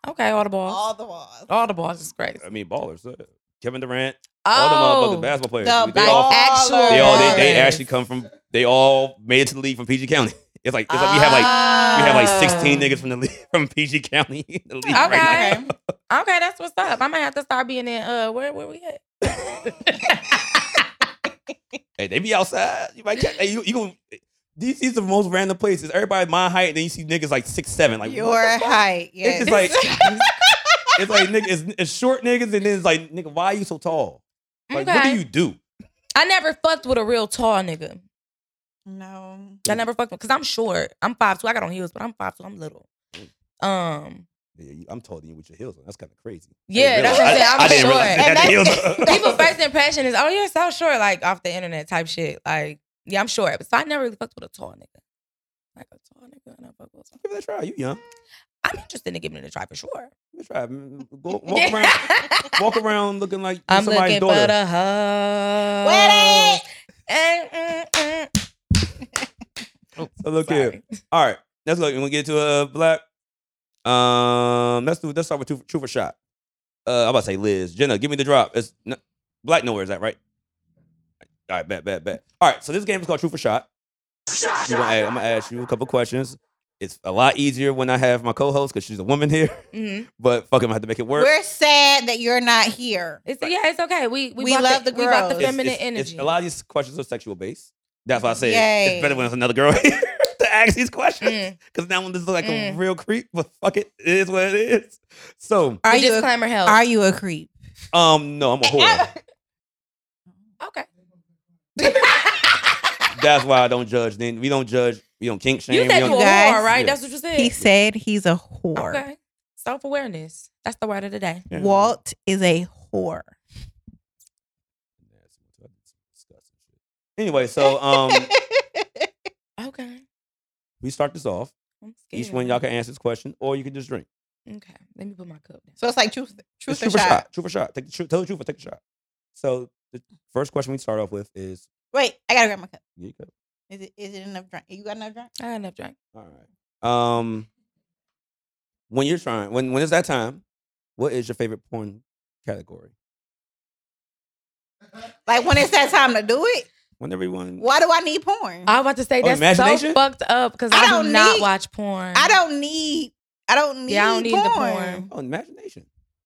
Speaker 3: Okay, all the balls. All,
Speaker 2: All the walls.
Speaker 3: the balls is great.
Speaker 1: I mean, ballers. uh, Kevin Durant, all the motherfucking
Speaker 3: Oh,
Speaker 1: basketball players.
Speaker 2: the
Speaker 1: they, all,
Speaker 2: ball-
Speaker 3: actual.
Speaker 1: they all, they, they
Speaker 3: ballers.
Speaker 1: actually come from. They all made it to the league from PG County. *laughs* It's like it's like we have like we have like 16
Speaker 2: Ah.
Speaker 1: niggas from the league, *laughs* from PG County. In the league
Speaker 3: Ah. Okay.
Speaker 1: right *laughs* now.
Speaker 3: Okay, that's what's up. I might have to start being in. Uh, where where we at?
Speaker 1: *laughs* Hey, they be outside. You might catch. Hey, you, you gonna. DC's the most random places. Everybody my height, and then you see niggas like six seven. Like
Speaker 2: Your
Speaker 1: what the fuck?
Speaker 2: height. Yes.
Speaker 1: It's just like it's like nigga, it's, it's short niggas, and then it's like nigga, why are you so tall? Like what
Speaker 3: Okay.
Speaker 1: do you do?
Speaker 3: I never fucked with a real tall nigga.
Speaker 2: *laughs* no.
Speaker 3: I never fucked with because I'm short. I'm five two. I got on heels, but I'm five two. I'm little. Um,
Speaker 1: Yeah, you- I'm taller than you with your heels on. That's kind of crazy. I
Speaker 3: Yeah,
Speaker 1: didn't
Speaker 3: that's what I'm saying.
Speaker 1: realize-
Speaker 3: I'm
Speaker 1: I, I didn't realize they
Speaker 3: short.
Speaker 1: had the heels
Speaker 2: And
Speaker 3: *laughs*
Speaker 1: on.
Speaker 3: people first impression is oh yeah, so short like off the internet type shit. Like yeah, I'm short, so I never really fucked with a tall nigga. Like a tall nigga, I never fucked with. a tall-
Speaker 1: Give it a try. You young.
Speaker 3: I'm interested in giving it a try for sure.
Speaker 1: Give
Speaker 3: *laughs*
Speaker 1: it a try. Mm, Go, walk around. Walk around looking like you
Speaker 3: I'm
Speaker 1: somebody's
Speaker 3: looking
Speaker 1: daughter.
Speaker 3: for the
Speaker 1: Oh.
Speaker 3: hoe.
Speaker 2: With
Speaker 3: Mm,
Speaker 1: So look here. All right, let's look. You want to get to a black? Um, let's do. Let's start with two, true for shot. Uh, I'm about to say Liz, Jenna, give me the drop. It's n- black nowhere. Is that right? All right, bet, bet, bet. All right, so this game is called True for Shot. You gonna add- I'm gonna ask you a couple questions. It's a lot easier when I have my co-host because she's a woman here. *laughs*
Speaker 3: Mm-hmm.
Speaker 1: But fuck, I'm gonna have to make it work.
Speaker 2: We're sad that you're not here.
Speaker 3: It's yeah, it's okay. We we,
Speaker 2: We
Speaker 3: bought
Speaker 2: love the
Speaker 3: We bought
Speaker 2: girls.
Speaker 3: the
Speaker 2: It's-
Speaker 3: feminine
Speaker 1: it's,
Speaker 3: energy.
Speaker 1: it's- a lot of these questions are sexual based. That's why I say
Speaker 2: Yay.
Speaker 1: it's better when it's another girl *laughs* here to ask these questions.
Speaker 3: Mm.
Speaker 1: Because now this looks like a
Speaker 3: Mm.
Speaker 1: real creep, but fuck it, it is what it is. So,
Speaker 2: Are
Speaker 3: The
Speaker 2: you a,
Speaker 3: disclaimer helps.
Speaker 2: are you a
Speaker 1: *laughs*
Speaker 2: creep? *laughs*
Speaker 1: um, no, I'm a whore.
Speaker 3: *laughs* okay.
Speaker 1: That's why I don't judge. Then we don't judge. We don't kink shame.
Speaker 3: you said
Speaker 1: we
Speaker 3: you
Speaker 1: don't,
Speaker 3: were
Speaker 2: Guys,
Speaker 3: whore, right?
Speaker 1: yeah.
Speaker 3: That's what you said.
Speaker 2: He said he's a whore.
Speaker 3: okay. Self awareness. That's the word of the day.
Speaker 1: Yeah.
Speaker 2: Walt is a whore.
Speaker 1: Anyway, so um,
Speaker 3: *laughs* Okay.
Speaker 1: we start this off.
Speaker 3: I'm scared.
Speaker 1: Each one y'all can answer this question, or you can just drink.
Speaker 3: Okay. Let me put my cup down.
Speaker 2: *laughs* So it's like truth,
Speaker 1: It's
Speaker 2: truth or shot.
Speaker 1: Truth or shot. Take the truth. Tell the truth or take the shot. So the first question we start off with is.
Speaker 2: Wait, I gotta grab my cup.
Speaker 1: Yeah, you could.
Speaker 2: Is it is it enough drink? You got enough drink?
Speaker 3: I had enough drink.
Speaker 1: All right. Um, when you're trying, when when it's that time, what is your favorite porn category?
Speaker 2: Like when it's that time to do it?
Speaker 1: Whenever you want.
Speaker 2: Why do I need porn?
Speaker 3: I was about to say
Speaker 1: Oh,
Speaker 3: that's so
Speaker 1: imagination?
Speaker 3: fucked up because
Speaker 2: Mm. I
Speaker 3: I, do
Speaker 2: don't
Speaker 3: not
Speaker 2: need-
Speaker 3: watch porn.
Speaker 2: I don't need. I don't need.
Speaker 3: Yeah, I don't need the
Speaker 2: porn.
Speaker 3: porn.
Speaker 1: Oh, imagination.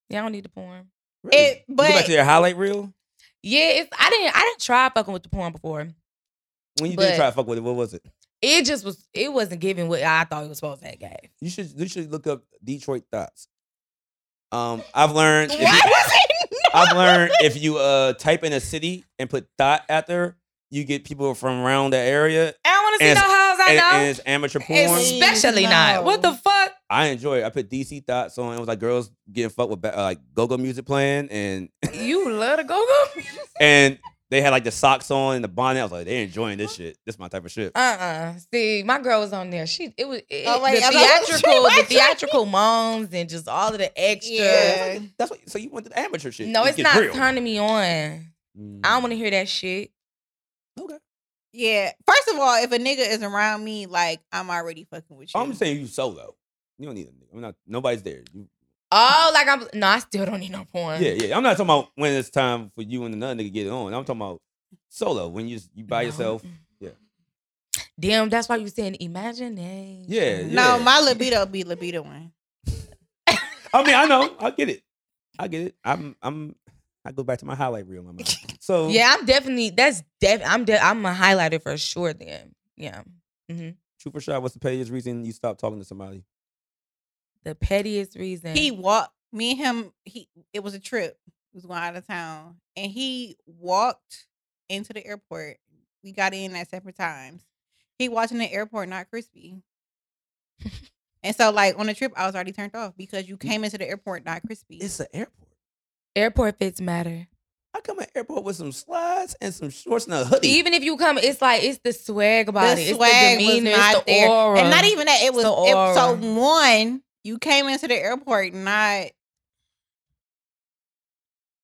Speaker 3: Yeah, I don't need the porn.
Speaker 1: Really?
Speaker 2: It-
Speaker 1: You go back
Speaker 2: but-
Speaker 1: to your highlight reel.
Speaker 3: Yeah, it's I didn't I didn't try fucking with the porn before.
Speaker 1: When you
Speaker 3: But-
Speaker 1: did try to fuck with it, what was it?
Speaker 3: It just was it wasn't giving what I thought it was supposed to have gave.
Speaker 1: You should you should look up Detroit thoughts. Um, I've learned. If
Speaker 2: Why
Speaker 1: you,
Speaker 3: *laughs*
Speaker 2: was
Speaker 1: *laughs*
Speaker 2: it?
Speaker 1: I've learned if you uh type in a city and put thought after, you get people from around the area,
Speaker 3: I don't want to see
Speaker 1: And-
Speaker 3: no hoes I
Speaker 1: and, and
Speaker 3: know.
Speaker 1: it's amateur porn.
Speaker 2: It's-
Speaker 3: Especially
Speaker 2: Please,
Speaker 3: not. What the
Speaker 2: no.
Speaker 3: fuck?
Speaker 1: I enjoy it. I put DC thoughts on. It was like girls getting fucked with ba- uh, like go-go music playing, and
Speaker 3: You love to go go.
Speaker 1: and they had like the socks on and the bonnet. I was like, they enjoying this shit. This my type of shit.
Speaker 3: Uh uh See, my girl was on there. She it was it,
Speaker 2: Oh, wait,
Speaker 3: the
Speaker 2: I'm *laughs* like,
Speaker 3: theatrical,
Speaker 2: what
Speaker 3: the
Speaker 2: you-
Speaker 3: theatrical moans and just all of the extra.
Speaker 2: Yeah.
Speaker 1: That's what. So you went to the amateur shit.
Speaker 3: No,
Speaker 1: You
Speaker 3: it's
Speaker 1: get
Speaker 3: not
Speaker 1: real.
Speaker 3: turning me on.
Speaker 1: Mm.
Speaker 3: I don't want to hear that shit.
Speaker 1: Okay.
Speaker 2: Yeah. First of all, if a nigga is around me, like I'm already fucking with you.
Speaker 1: I'm saying you solo. You don't need a nigga. I'm not. Nobody's there. You
Speaker 2: Mm-hmm.
Speaker 3: Oh, like I'm no, I still don't need no porn.
Speaker 1: Yeah, yeah. I'm not talking about when it's time for you and another nigga get it on. I'm talking about solo when you you by
Speaker 3: No.
Speaker 1: yourself.
Speaker 3: Damn, that's why you saying imagination.
Speaker 1: Yeah, yeah.
Speaker 2: No, my libido be libido one.
Speaker 1: I mean, I know. I get it. I get it. I'm I'm I go back to my highlight reel, my
Speaker 3: *laughs*
Speaker 1: man. So
Speaker 3: Yeah, I'm definitely that's def I'm de- I'm a highlighter for sure then. Yeah.
Speaker 1: true for sure. What's the pettiest reason you stopped talking to somebody?
Speaker 3: The pettiest reason.
Speaker 2: He walked me and him. He it was a trip. We was going out of town, and he walked into the airport. We got in at separate times. He walked in the airport, not
Speaker 3: *laughs*
Speaker 2: crispy. and so, like on the trip, I was already turned off because you came into the airport not crispy.
Speaker 1: It's an airport.
Speaker 3: airport fits matter.
Speaker 1: I come at airport with some slides and some shorts and a hoodie.
Speaker 3: Even if you come, it's like it's the swag about it.
Speaker 2: the swag
Speaker 3: it's the
Speaker 2: was
Speaker 3: demeanor,
Speaker 2: not
Speaker 3: it's the
Speaker 2: there,
Speaker 3: aura.
Speaker 2: and not even that. It was
Speaker 3: the
Speaker 2: it, so
Speaker 3: aura.
Speaker 2: one. You came into the airport not.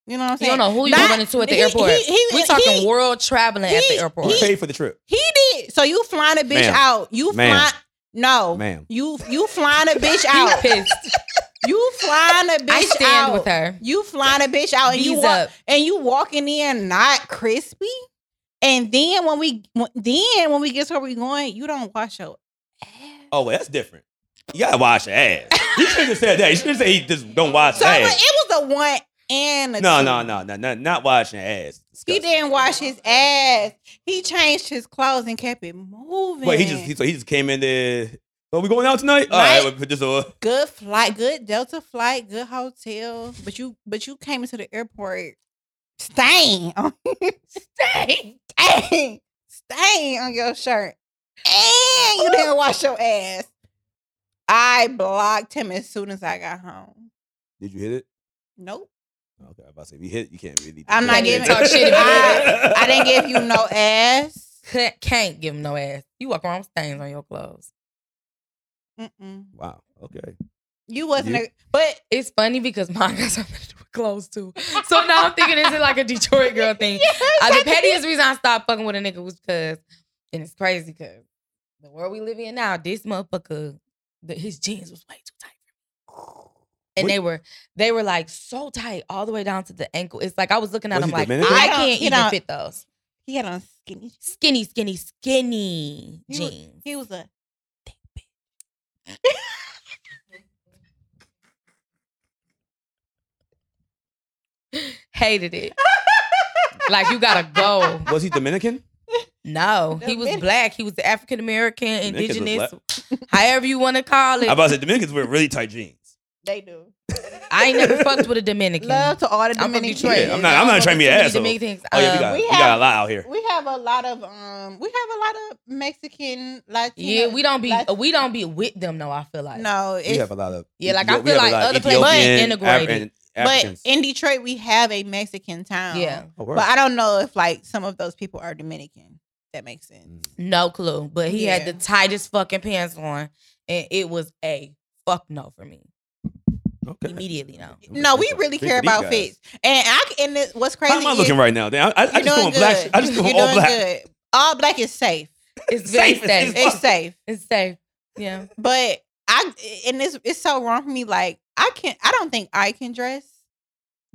Speaker 2: You know what I'm
Speaker 3: you
Speaker 2: saying?
Speaker 3: don't know who you
Speaker 2: Not-
Speaker 3: running into at the
Speaker 2: he-
Speaker 3: airport.
Speaker 2: he- he-
Speaker 3: we talking
Speaker 2: he-
Speaker 3: world traveling at
Speaker 2: he-
Speaker 3: the airport.
Speaker 1: you
Speaker 2: he-
Speaker 1: paid for the trip,
Speaker 2: He did. So you flying a bitch
Speaker 1: Ma'am.
Speaker 2: out. You
Speaker 1: Ma'am.
Speaker 2: flying
Speaker 3: Oh.
Speaker 2: no.
Speaker 1: ma'am.
Speaker 2: You you flying a bitch
Speaker 3: *laughs* *laughs* You
Speaker 2: out.
Speaker 3: pissed.
Speaker 2: you flying a bitch
Speaker 3: I stand
Speaker 2: out.
Speaker 3: with her.
Speaker 2: You flying a bitch out and you
Speaker 3: Bees
Speaker 2: walk,
Speaker 3: up.
Speaker 2: and you walking in not crispy. And then when we when- then when we get to where we going, you don't wash your
Speaker 1: Oh, well, that's different. You gotta wash your ass. You shouldn't have said that. You should have said he just don't wash
Speaker 2: So
Speaker 1: his
Speaker 2: it was,
Speaker 1: ass.
Speaker 2: it was a one and a
Speaker 1: No,
Speaker 2: two.
Speaker 1: no, no, no, no, not washing your ass.
Speaker 2: He
Speaker 1: Disgusting.
Speaker 2: didn't wash his ass. He changed his clothes and kept it moving.
Speaker 1: Wait, he just he, so he just came in there. Are we going out tonight? All
Speaker 2: Right.
Speaker 1: right, uh, we'll put this on.
Speaker 2: good flight, good Delta flight, good hotel. But you but you came into the airport stain *laughs* on stain stain stain on your shirt. And you
Speaker 3: *laughs*
Speaker 2: didn't wash your ass. I blocked him as soon as I got home.
Speaker 1: Did you hit it?
Speaker 2: Nope.
Speaker 1: Okay, I was about to say if you hit, you can't really.
Speaker 2: I'm not
Speaker 3: giving-
Speaker 1: talk
Speaker 3: Talk shit if
Speaker 2: you I didn't give you
Speaker 3: *laughs*
Speaker 2: no ass.
Speaker 3: Can't- Can't give him no ass. You walk around with stains on your clothes.
Speaker 2: Mm-mm.
Speaker 1: *laughs* Wow. Okay.
Speaker 2: You wasn't,
Speaker 1: You-
Speaker 2: a,
Speaker 3: *laughs*
Speaker 2: but *laughs*
Speaker 3: It's funny because mine got something to do with clothes too. So now I'm thinking this is like a Detroit girl
Speaker 2: *laughs*
Speaker 3: thing. Uh, the pettiest reason I stopped fucking with a nigga was because, and it's crazy because the world we live in now, this motherfucker, the, his jeans was way too tight. And
Speaker 1: What-
Speaker 3: they were they were like so tight all the way down to the ankle. It's like I was looking at
Speaker 1: Was
Speaker 3: them
Speaker 1: he
Speaker 3: like
Speaker 1: diminished?
Speaker 3: I
Speaker 2: He don't-
Speaker 3: can't
Speaker 2: he
Speaker 3: even
Speaker 2: don't-
Speaker 3: fit those
Speaker 2: he had on skinny.
Speaker 3: skinny, skinny, skinny
Speaker 2: He was-
Speaker 3: jeans.
Speaker 2: He was a *laughs*
Speaker 3: Hated it. *laughs* like you gotta
Speaker 2: *laughs*
Speaker 3: go.
Speaker 1: Was he Dominican?
Speaker 3: No, he was
Speaker 2: Dominican.
Speaker 3: black. He was African American,
Speaker 1: Dominicans was
Speaker 3: indigenous, however you want to call
Speaker 1: I
Speaker 3: it.
Speaker 1: about to say Dominicans wear really tight jeans.
Speaker 2: they do.
Speaker 3: I ain't never fucked
Speaker 2: *laughs*
Speaker 3: with a Dominican.
Speaker 2: Love to all the
Speaker 3: I'm from
Speaker 2: Dominicans.
Speaker 3: Detroit.
Speaker 1: Yeah, I'm not- I'm not trying to be an
Speaker 3: Too many
Speaker 1: asshole.
Speaker 3: Dominicans.
Speaker 1: Oh yeah, we got
Speaker 3: Um,
Speaker 1: we,
Speaker 2: Uh, we
Speaker 1: got
Speaker 2: have-
Speaker 1: a lot out here.
Speaker 2: We have a lot of um. We have a lot of Mexican Latino.
Speaker 3: yeah, we don't be
Speaker 2: Lat-
Speaker 3: we don't be with them though. I feel like
Speaker 2: no,
Speaker 1: we
Speaker 2: it's,
Speaker 1: have a lot of
Speaker 3: Yeah, like,
Speaker 1: Ethio-
Speaker 3: I
Speaker 1: we
Speaker 3: feel
Speaker 1: have a
Speaker 3: like
Speaker 1: lot of
Speaker 3: other places
Speaker 1: Ethiopian,
Speaker 3: ain't integrated.
Speaker 1: Af- and
Speaker 2: but
Speaker 1: Africans.
Speaker 2: in Detroit we have a Mexican town.
Speaker 3: yeah,
Speaker 1: Oh, word.
Speaker 2: but I don't know if like some of those people are Dominican. That makes
Speaker 1: Mm,
Speaker 2: sense.
Speaker 3: no clue. But he had
Speaker 2: Yeah.
Speaker 3: the tightest fucking pants on, and it was a fuck no for me
Speaker 1: okay.
Speaker 3: immediately. No,
Speaker 2: No, we really
Speaker 1: Think
Speaker 2: care
Speaker 1: of these
Speaker 2: about
Speaker 1: guys.
Speaker 2: fits, and I c- and it, what's crazy?
Speaker 1: How am I
Speaker 2: is
Speaker 1: looking right now? Damn, I, I, I
Speaker 2: you're
Speaker 1: just
Speaker 2: doing
Speaker 1: want black.
Speaker 2: good.
Speaker 1: shit. I just
Speaker 2: You're
Speaker 1: want
Speaker 2: doing
Speaker 1: all black.
Speaker 2: Good. All black is safe.
Speaker 3: it's very
Speaker 1: Safe
Speaker 3: safe.
Speaker 1: as- *laughs* it's- *laughs*
Speaker 2: It's safe.
Speaker 3: It's safe. Yeah,
Speaker 2: But I and it's it's so wrong for me. Like I can't. I don't think I can dress.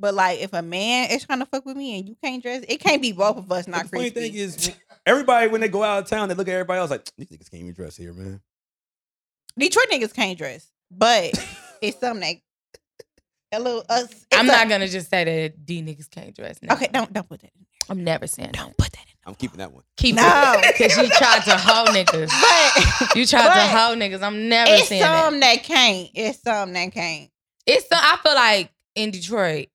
Speaker 2: But like, if a man is trying to fuck with me and you can't dress, it can't be both of us
Speaker 1: But
Speaker 2: not
Speaker 1: the funny thing
Speaker 2: creepy.
Speaker 1: is, everybody when they go out of town, they look at everybody else like these niggas can't even dress here, man.
Speaker 2: Detroit niggas can't dress,
Speaker 1: *laughs*
Speaker 2: but it's something that a little us. it's
Speaker 3: I'm
Speaker 2: a-
Speaker 3: not gonna just say that D niggas can't dress. No.
Speaker 2: Okay, don't don't put that. in
Speaker 3: I'm never saying that.
Speaker 2: Put that
Speaker 1: I'm keeping that one.
Speaker 3: Keep
Speaker 2: No.
Speaker 3: *laughs* it, cause you tried to hoe niggas.
Speaker 2: in. But
Speaker 3: You tried
Speaker 2: But
Speaker 3: to hoe niggas. I'm never
Speaker 2: it's
Speaker 3: saying that.
Speaker 2: some that can't. It's some that can't.
Speaker 3: It's the, I feel like in Detroit,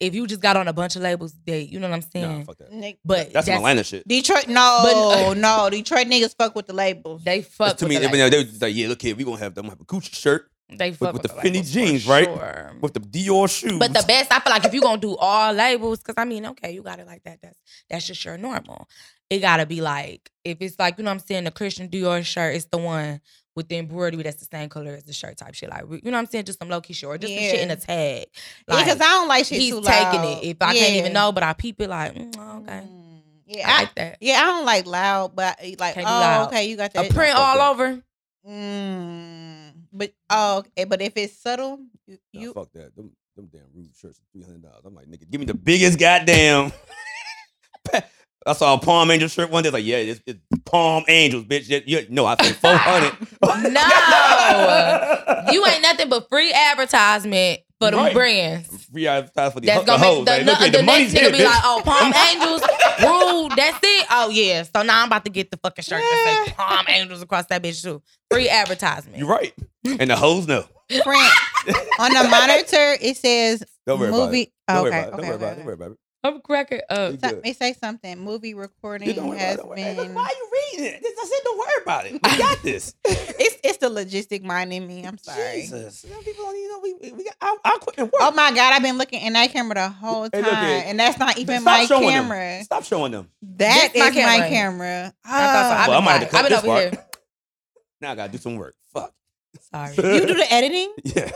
Speaker 3: if you just got on a bunch of labels, they you know what I'm saying.
Speaker 1: Nah, fuck that.
Speaker 2: Nick-
Speaker 3: but
Speaker 1: That's
Speaker 3: that's,
Speaker 1: some Atlanta shit.
Speaker 2: Detroit, no,
Speaker 3: But- uh,
Speaker 2: no. Detroit niggas fuck with the labels.
Speaker 3: they fuck
Speaker 1: That's to
Speaker 3: with
Speaker 1: me,
Speaker 3: the
Speaker 1: they,
Speaker 3: labels.
Speaker 1: they was just like, yeah, look here, we gonna have them have a Gucci shirt
Speaker 3: They fuck
Speaker 1: with
Speaker 3: with,
Speaker 1: the
Speaker 3: labels
Speaker 1: Fendi
Speaker 3: for
Speaker 1: jeans, right?
Speaker 3: sure.
Speaker 1: with the Dior shoes.
Speaker 3: But the best, I feel like if you gonna do all labels, because I mean, okay, you got it like that. That's that's just your normal. It gotta be like if it's like you know what I'm saying the Christian Dior shirt, it's the one with the embroidery that's the same color as the shirt type shit. Like you know what I'm saying, just some low key shit or just some shit
Speaker 2: Yeah.
Speaker 3: in a tag. Like,
Speaker 2: Because I don't like shit
Speaker 3: he's
Speaker 2: too
Speaker 3: taking
Speaker 2: loud.
Speaker 3: it. If I can't
Speaker 2: Yeah.
Speaker 3: even know, but I peep it. Like mm, oh, okay,
Speaker 2: Mm, Yeah,
Speaker 3: I
Speaker 2: I,
Speaker 3: like that.
Speaker 2: yeah, I don't like loud, but I- like,
Speaker 3: Can't be
Speaker 2: oh,
Speaker 3: loud.
Speaker 2: okay, you got
Speaker 3: A
Speaker 2: that.
Speaker 3: print
Speaker 1: fuck
Speaker 3: all
Speaker 1: that.
Speaker 3: over.
Speaker 2: Mm, But oh, okay, but if it's subtle, you,
Speaker 1: Nah,
Speaker 2: you
Speaker 1: fuck that. Them, them damn rude shirts, three hundred dollars. I'm like, nigga, give me the biggest goddamn. *laughs* I saw a Palm Angels shirt one day. Like, yeah, it's, it's Palm Angels, bitch. Yeah, yeah, no, I said four
Speaker 3: *laughs*
Speaker 1: hundred. *laughs*
Speaker 3: No. You ain't nothing but free advertisement for them
Speaker 1: Right.
Speaker 3: brands.
Speaker 1: free advertising for the,
Speaker 3: That's
Speaker 1: ho- the
Speaker 3: gonna
Speaker 1: hoes.
Speaker 3: make the,
Speaker 1: Like,
Speaker 3: no-
Speaker 1: look, here,
Speaker 3: the
Speaker 1: the money's
Speaker 3: next
Speaker 1: here,
Speaker 3: nigga be
Speaker 1: bitch.
Speaker 3: like, oh,
Speaker 1: *laughs*
Speaker 3: Palm Angels, rude, that's it. Oh yeah. So now I'm about to get the fucking shirt that say
Speaker 2: Yeah.
Speaker 3: Palm Angels across that bitch too. Free advertisement.
Speaker 1: You're right. And the hoes know. *laughs*
Speaker 2: print on the monitor. It says
Speaker 1: Don't worry about it.
Speaker 2: movie.
Speaker 1: Don't
Speaker 2: Oh,
Speaker 1: worry about
Speaker 2: okay,
Speaker 1: it. Don't
Speaker 2: okay,
Speaker 1: worry about it.
Speaker 2: okay,
Speaker 1: Don't worry about it.
Speaker 3: I'm cracking
Speaker 1: *laughs*
Speaker 3: up.
Speaker 1: You
Speaker 2: okay. So-
Speaker 1: good.
Speaker 2: It say something. Movie recording
Speaker 1: You don't worry about
Speaker 2: has
Speaker 1: it. Don't worry. Hey, look,
Speaker 2: been.
Speaker 1: Why are you reading it? This- I said don't worry about it. We got this.
Speaker 2: *laughs* It's it's the logistic mind in me. *laughs* I'm sorry.
Speaker 1: Jesus. You know, people don't even know we, we, we got our, our equipment work.
Speaker 2: Oh my God! I've been looking in that camera the whole
Speaker 1: Hey,
Speaker 2: time,
Speaker 1: look here.
Speaker 2: and that's not even
Speaker 1: Stop
Speaker 2: my
Speaker 1: showing them.
Speaker 2: camera.
Speaker 1: Stop showing them.
Speaker 2: That
Speaker 3: This
Speaker 2: is
Speaker 3: my
Speaker 2: my camera.
Speaker 3: camera. I thought so.
Speaker 2: Ah.
Speaker 3: I've
Speaker 1: Well, I
Speaker 3: been,
Speaker 1: might have to
Speaker 3: quiet.
Speaker 1: cut
Speaker 3: I've been
Speaker 1: this
Speaker 3: over
Speaker 1: part.
Speaker 3: here.
Speaker 1: *laughs* Now I gotta do some work. Fuck. *laughs*
Speaker 3: Sorry.
Speaker 2: Oh, you do the editing.
Speaker 1: Yeah.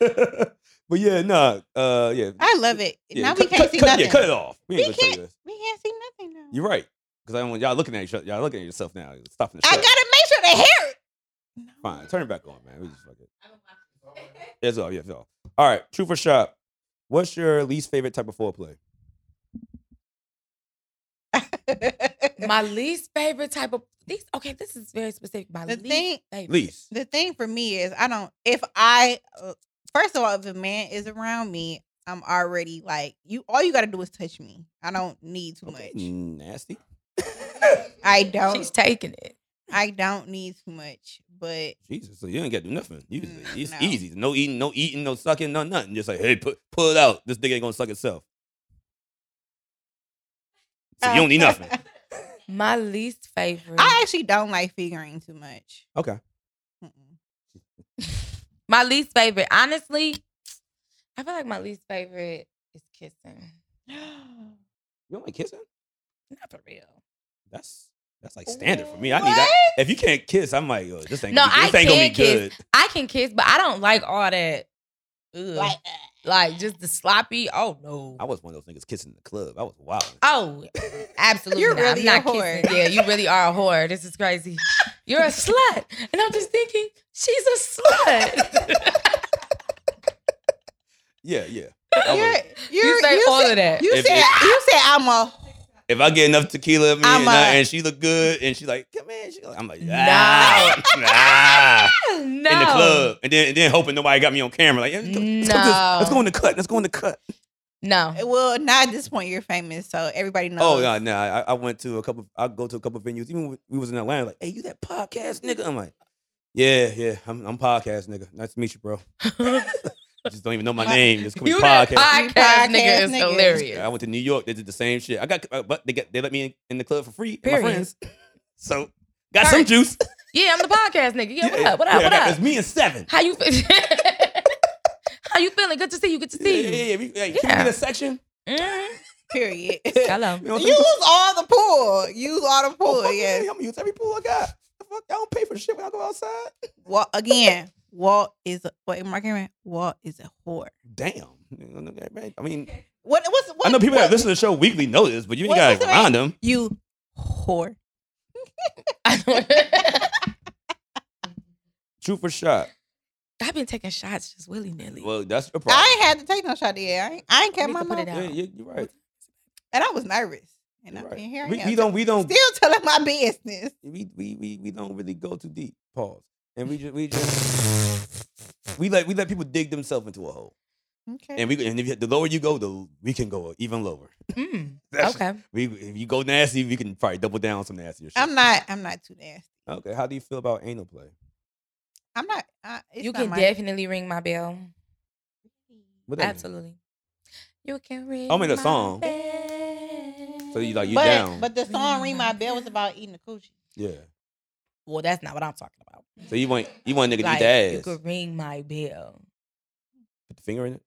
Speaker 1: *laughs* but yeah, nah. Uh, yeah.
Speaker 2: I love it.
Speaker 1: yeah.
Speaker 2: Now
Speaker 1: cut,
Speaker 2: we can't
Speaker 1: cut,
Speaker 2: see
Speaker 1: cut,
Speaker 2: nothing.
Speaker 1: Yeah, cut it off. We
Speaker 2: We
Speaker 1: ain't gonna show you
Speaker 2: can't-
Speaker 1: this.
Speaker 2: We can't see nothing now.
Speaker 1: You're right. Because I don't want y'all looking at each other. Y'all looking at yourself now. Stopping the
Speaker 2: I
Speaker 1: show.
Speaker 2: gotta make sure they hear it.
Speaker 1: Fine. Turn it back on, man. We just fuck it.
Speaker 3: *laughs*
Speaker 1: It's all. Yeah, it's all. All right. True for shop. What's your least favorite type of foreplay?
Speaker 3: My least favorite type of these. Okay, this is very specific. My
Speaker 2: *laughs* The
Speaker 3: least
Speaker 2: thing-
Speaker 3: favorite.
Speaker 1: Least.
Speaker 2: the thing for me is I don't. If I uh, first of all, if a man is around me, I'm already like you. All you gotta do is touch me. I don't need too
Speaker 1: Okay, Mm.
Speaker 2: much.
Speaker 3: *laughs*
Speaker 1: Nasty.
Speaker 2: I don't.
Speaker 3: She's taking it.
Speaker 2: I don't need too much. But
Speaker 1: Jesus. So you ain't got to do nothing. You just,
Speaker 2: Mm,
Speaker 1: it's
Speaker 2: no.
Speaker 1: easy. No eating, no eating, no sucking, no nothing. Just like, hey, put, pull it out. This nigga ain't gonna suck itself. *laughs* So
Speaker 3: Uh,
Speaker 1: you don't
Speaker 2: *laughs*
Speaker 1: need
Speaker 3: *laughs*
Speaker 1: nothing.
Speaker 3: My least favorite.
Speaker 2: I actually don't like figuring too much.
Speaker 1: Okay.
Speaker 2: Mm-mm.
Speaker 3: *laughs* my least favorite. Honestly, I feel like my least favorite is
Speaker 1: *gasps*
Speaker 3: kissing.
Speaker 1: You don't like kissing?
Speaker 3: Not for real.
Speaker 1: That's that's like standard for me. I need that. If you can't kiss, I'm like, yo, this ain't
Speaker 3: No,
Speaker 1: gonna be, this
Speaker 3: I
Speaker 1: ain't gonna be
Speaker 3: can kiss.
Speaker 1: good.
Speaker 3: I can kiss, but I don't like all that. Ugh. Like,
Speaker 2: Like,
Speaker 3: just the sloppy. Oh no.
Speaker 1: I was one of those niggas kissing in the club. I was wild.
Speaker 2: *laughs*
Speaker 3: Oh,
Speaker 1: *laughs*
Speaker 3: absolutely.
Speaker 2: You're
Speaker 3: not.
Speaker 2: really
Speaker 3: I'm
Speaker 2: a
Speaker 3: not
Speaker 2: whore.
Speaker 3: Kissing. Yeah, you really are a whore. This is crazy. You're a slut. And I'm just thinking, she's
Speaker 2: *laughs*
Speaker 3: a slut.
Speaker 1: Yeah, yeah.
Speaker 2: you're,
Speaker 1: I was-
Speaker 2: you're,
Speaker 3: you say all
Speaker 2: said,
Speaker 3: of that.
Speaker 2: You
Speaker 1: If
Speaker 2: said
Speaker 1: it-
Speaker 2: you said I'm a
Speaker 1: if I get enough tequila in me
Speaker 2: I'm
Speaker 1: and, I-
Speaker 2: a-
Speaker 1: and she look good and she like, come in, she like, I'm like,
Speaker 3: No.
Speaker 1: ah, ah,
Speaker 3: no.
Speaker 1: in the club. And then and then hoping nobody got me on camera. Like, yeah, let's, go, let's, go,
Speaker 3: No.
Speaker 1: let's go in the cut. Let's go in the cut.
Speaker 3: No.
Speaker 2: well. Not at this point, you're famous, so everybody knows.
Speaker 1: Oh no, no. I, I went to a couple I go to a couple venues. Even when we was in Atlanta, like, hey, you that podcast nigga? I'm like, yeah, yeah, I'm, I'm podcast nigga. Nice to meet you, bro. *laughs* Just don't even know my name. Just call me
Speaker 3: you that
Speaker 1: podcast.
Speaker 3: podcast,
Speaker 2: Podcast
Speaker 3: nigga is
Speaker 2: nigga.
Speaker 3: hilarious.
Speaker 1: I went to New York. They did the same shit. I got, uh, but they got they let me in, in the club for free. and
Speaker 3: Period.
Speaker 1: My friends, *laughs* so got some
Speaker 3: Sorry.
Speaker 1: juice.
Speaker 3: Yeah, I'm the podcast nigga. Yeah, what up? What
Speaker 1: Yeah,
Speaker 3: up?
Speaker 1: I
Speaker 3: What
Speaker 1: got-
Speaker 3: up?
Speaker 1: It's me and seven.
Speaker 3: How you feel? *laughs* How you feeling? Good to see you. Good to
Speaker 1: Yeah, yeah,
Speaker 3: see you.
Speaker 1: yeah. We- hey, Can we
Speaker 3: Yeah.
Speaker 1: get a section?
Speaker 3: Mhm.
Speaker 1: *laughs*
Speaker 2: Period.
Speaker 3: Hello. *laughs*
Speaker 1: You know,
Speaker 2: Use all the pool. Use all
Speaker 1: oh,
Speaker 2: the pool.
Speaker 1: fuck
Speaker 2: yes.
Speaker 1: yeah, I'm gonna use every pool I got. The fuck, I don't pay for shit when I go outside.
Speaker 2: Walt again. Walt is a, what Mark Cameron. Walt is a whore.
Speaker 1: Damn. I mean,
Speaker 2: What? What's? What,
Speaker 1: I know people
Speaker 2: what,
Speaker 1: that listen to the show weekly know this, but you ain't
Speaker 2: What-
Speaker 1: gotta
Speaker 2: what's the
Speaker 1: remind them.
Speaker 2: You whore.
Speaker 1: Shoot for shot.
Speaker 3: I've been taking shots just willy nilly.
Speaker 1: Well, that's your problem.
Speaker 2: I ain't had to take no shot yet. I ain't, I ain't kept
Speaker 3: We
Speaker 2: my
Speaker 3: can put
Speaker 2: mouth,
Speaker 3: it
Speaker 2: and
Speaker 1: yeah, yeah, you're right.
Speaker 2: I was nervous. And
Speaker 1: You're
Speaker 2: I'm
Speaker 1: right.
Speaker 2: in here. I
Speaker 1: We,
Speaker 2: am
Speaker 1: we don't. We don't.
Speaker 2: *laughs* still telling my business.
Speaker 1: we we we we don't really go too deep. Pause. And we
Speaker 3: *laughs*
Speaker 1: just we just we let we let people dig themselves into a hole.
Speaker 2: Okay.
Speaker 1: And we and if you, the lower you go, the we can go even lower.
Speaker 3: Mm,
Speaker 1: That's-
Speaker 3: okay.
Speaker 1: We if you go nasty, we can probably double down on some nastier shit.
Speaker 2: I'm not. I'm not too nasty.
Speaker 1: okay, how do you feel about anal play?
Speaker 2: I'm not. I, it's
Speaker 3: you
Speaker 2: not
Speaker 3: can
Speaker 2: my,
Speaker 3: definitely ring my bell.
Speaker 1: What that mean?
Speaker 3: Absolutely. You can ring.
Speaker 1: Oh, I mean, the
Speaker 3: my
Speaker 1: song.
Speaker 3: bell.
Speaker 1: So you like you
Speaker 2: But
Speaker 1: down?
Speaker 2: but the song "Ring My Bell" was about eating a coochie.
Speaker 1: yeah.
Speaker 3: Well, that's not what I'm talking about.
Speaker 1: So you want you want a nigga to eat
Speaker 3: Like,
Speaker 1: the
Speaker 3: you
Speaker 1: ass?
Speaker 3: could ring my bell.
Speaker 1: Put the finger in it.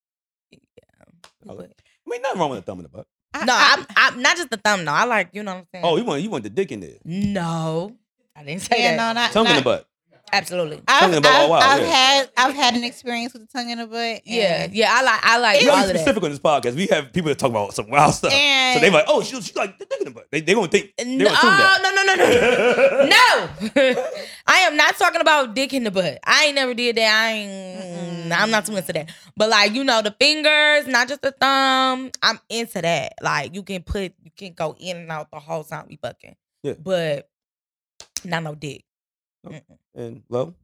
Speaker 1: Okay.
Speaker 3: But-
Speaker 1: I mean, nothing wrong with a thumb in the butt.
Speaker 2: I,
Speaker 3: No,
Speaker 2: I,
Speaker 3: I'm, I'm not just the thumbnail. I like, you know what I'm saying?
Speaker 1: Oh, you want you want the dick in there?
Speaker 3: no. I didn't say
Speaker 2: yeah,
Speaker 3: that.
Speaker 2: no, not
Speaker 1: Tongue in the
Speaker 2: not-
Speaker 1: butt.
Speaker 3: Absolutely.
Speaker 1: Tongue
Speaker 2: I've,
Speaker 1: in the butt all
Speaker 2: I've-
Speaker 1: wild,
Speaker 2: I've
Speaker 1: yeah.
Speaker 2: had I've had an experience with the tongue in the butt. and-
Speaker 3: Yeah. Yeah. I like. I like
Speaker 1: We
Speaker 3: all
Speaker 1: gotta be
Speaker 3: of that.
Speaker 1: specific on this podcast. We have people that talk about some wild stuff.
Speaker 2: And
Speaker 1: So they like, oh, she, she like the dick in the butt. They they gonna think they
Speaker 3: No,
Speaker 1: gonna assume that.
Speaker 3: oh, no, no, no, *laughs* no, no. *laughs* I am not talking about dick in the butt. I ain't never did that. I ain't. I'm not too into that. But like you know, the fingers, not just the thumb. I'm into that. Like you can put, you can go in and out the whole time we fucking.
Speaker 1: Yeah.
Speaker 3: But not no dick.
Speaker 1: *laughs* and low.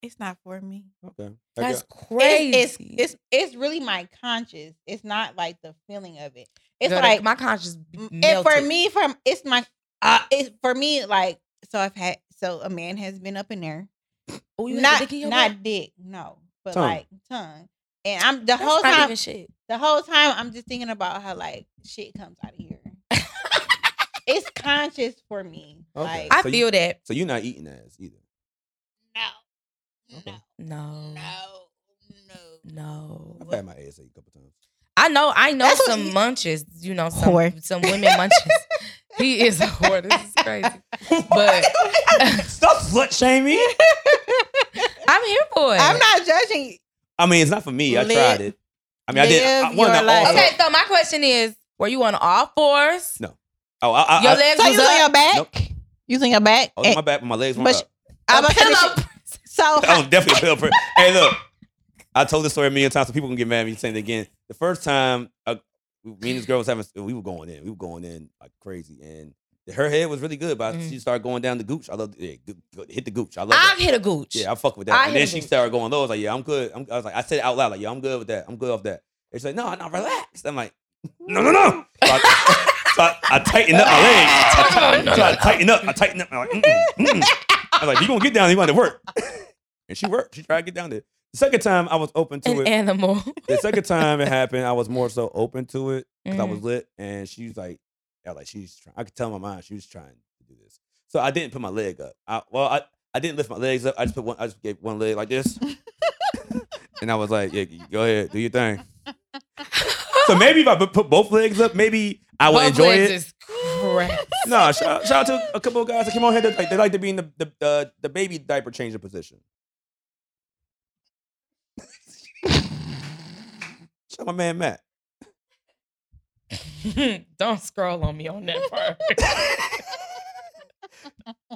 Speaker 2: it's not for me.
Speaker 1: Okay. I
Speaker 3: That's
Speaker 1: got-
Speaker 3: crazy.
Speaker 2: It's, it's it's it's really my conscious. It's not like the feeling of it. It's
Speaker 3: Girl,
Speaker 2: like
Speaker 3: my conscience.
Speaker 2: m- and
Speaker 3: melted.
Speaker 2: for me, from it's my uh, it's for me like so. I've had so a man has been up in there,
Speaker 3: oh, you had
Speaker 2: not
Speaker 3: the dick in your
Speaker 2: not
Speaker 3: butt?
Speaker 2: dick, no, but
Speaker 1: Tongue.
Speaker 2: like tongue. And I'm the
Speaker 3: That's
Speaker 2: whole
Speaker 3: not
Speaker 2: time.
Speaker 3: even shit.
Speaker 2: the whole time I'm just thinking about how like shit comes out of
Speaker 3: *laughs*
Speaker 2: here. it's conscious for me.
Speaker 1: Okay.
Speaker 2: Like
Speaker 3: I
Speaker 1: So you-
Speaker 3: feel that.
Speaker 1: So you're not eating ass either.
Speaker 2: no, no,
Speaker 1: Um,
Speaker 3: No,
Speaker 2: no, no.
Speaker 3: no.
Speaker 1: I've had my ass ate a couple times.
Speaker 3: I know, I know
Speaker 2: That's what
Speaker 3: some
Speaker 2: you-
Speaker 3: munches. You know, some
Speaker 2: Whore.
Speaker 3: some
Speaker 2: *laughs*
Speaker 3: women munches. he is a whore. This is crazy, but
Speaker 1: Stop slut shaming.
Speaker 3: I'm here for it.
Speaker 2: *laughs* I'm not judging.
Speaker 1: I mean, it's not for me. I
Speaker 2: Live-
Speaker 1: tried it. I mean, I did. I oh,
Speaker 2: live
Speaker 1: wanted
Speaker 2: your
Speaker 1: to
Speaker 2: life.
Speaker 1: also.
Speaker 3: okay, so my question is: Were you on all fours?
Speaker 1: No. Oh, I, I,
Speaker 3: Your
Speaker 1: I,
Speaker 3: legs
Speaker 2: So
Speaker 3: was
Speaker 2: you on
Speaker 3: up.
Speaker 2: your back?
Speaker 1: Nope.
Speaker 2: Using your back?
Speaker 1: I was on
Speaker 2: And-
Speaker 1: my back, but my legs
Speaker 2: But
Speaker 1: weren't
Speaker 2: sh-
Speaker 1: up.
Speaker 2: I'm
Speaker 3: a
Speaker 2: about to say that
Speaker 3: pillow.
Speaker 2: you- So
Speaker 1: *laughs* I'm definitely a pillow person. Hey, look, I told this story a million times, so people can get mad at me saying it again. The first time, uh, me and this girl was having, we were going in, we were going in like crazy, and her head was really good, but
Speaker 3: Mhm.
Speaker 2: Mm.
Speaker 1: she started going down the gooch. I love, yeah, go- go- hit the gooch. I love. that.
Speaker 3: I hit a gooch.
Speaker 1: Yeah, I fuck with
Speaker 3: I
Speaker 1: that. and then
Speaker 3: hit
Speaker 1: she
Speaker 3: it.
Speaker 1: started going low. I was like, yeah, I'm good. I'm, I was like, I said it out loud, like, yeah, I'm good with that. I'm good off that. And she's like, no, no, relax. I'm like, no, no, no. So I,
Speaker 3: *laughs*
Speaker 1: so I, I tightened up my legs. I,
Speaker 3: No, no,
Speaker 1: tightened I tightened up. I tightened up. I'm like, mm-mm, mm-mm. I was like, you gonna get down? there, You want to work? And she worked. She tried to get down there. The second time I was open to
Speaker 3: An
Speaker 1: it.
Speaker 3: animal.
Speaker 1: the second time it happened, I was more so open to it because I
Speaker 3: Mhm.
Speaker 1: was lit, and she was like, I was like she's trying. I could tell in my mind she was trying to do this. So I didn't put my leg up. I, well, I, I didn't lift my legs up. I just put one. I just gave one leg like
Speaker 3: *laughs*
Speaker 1: this, and I was like, yeah, go ahead, do your thing. So maybe if I bu- put both legs up, maybe I would
Speaker 3: Both
Speaker 1: enjoy
Speaker 3: legs
Speaker 1: it.
Speaker 3: is crazy.
Speaker 1: No, uh, shout, shout out to a couple of guys that came on here that like, they like to be in the the, the, the baby diaper changing
Speaker 3: *laughs*
Speaker 1: position. shout out my man
Speaker 3: *laughs*
Speaker 1: Matt.
Speaker 3: Don't scroll on me on that
Speaker 2: *laughs*
Speaker 3: part.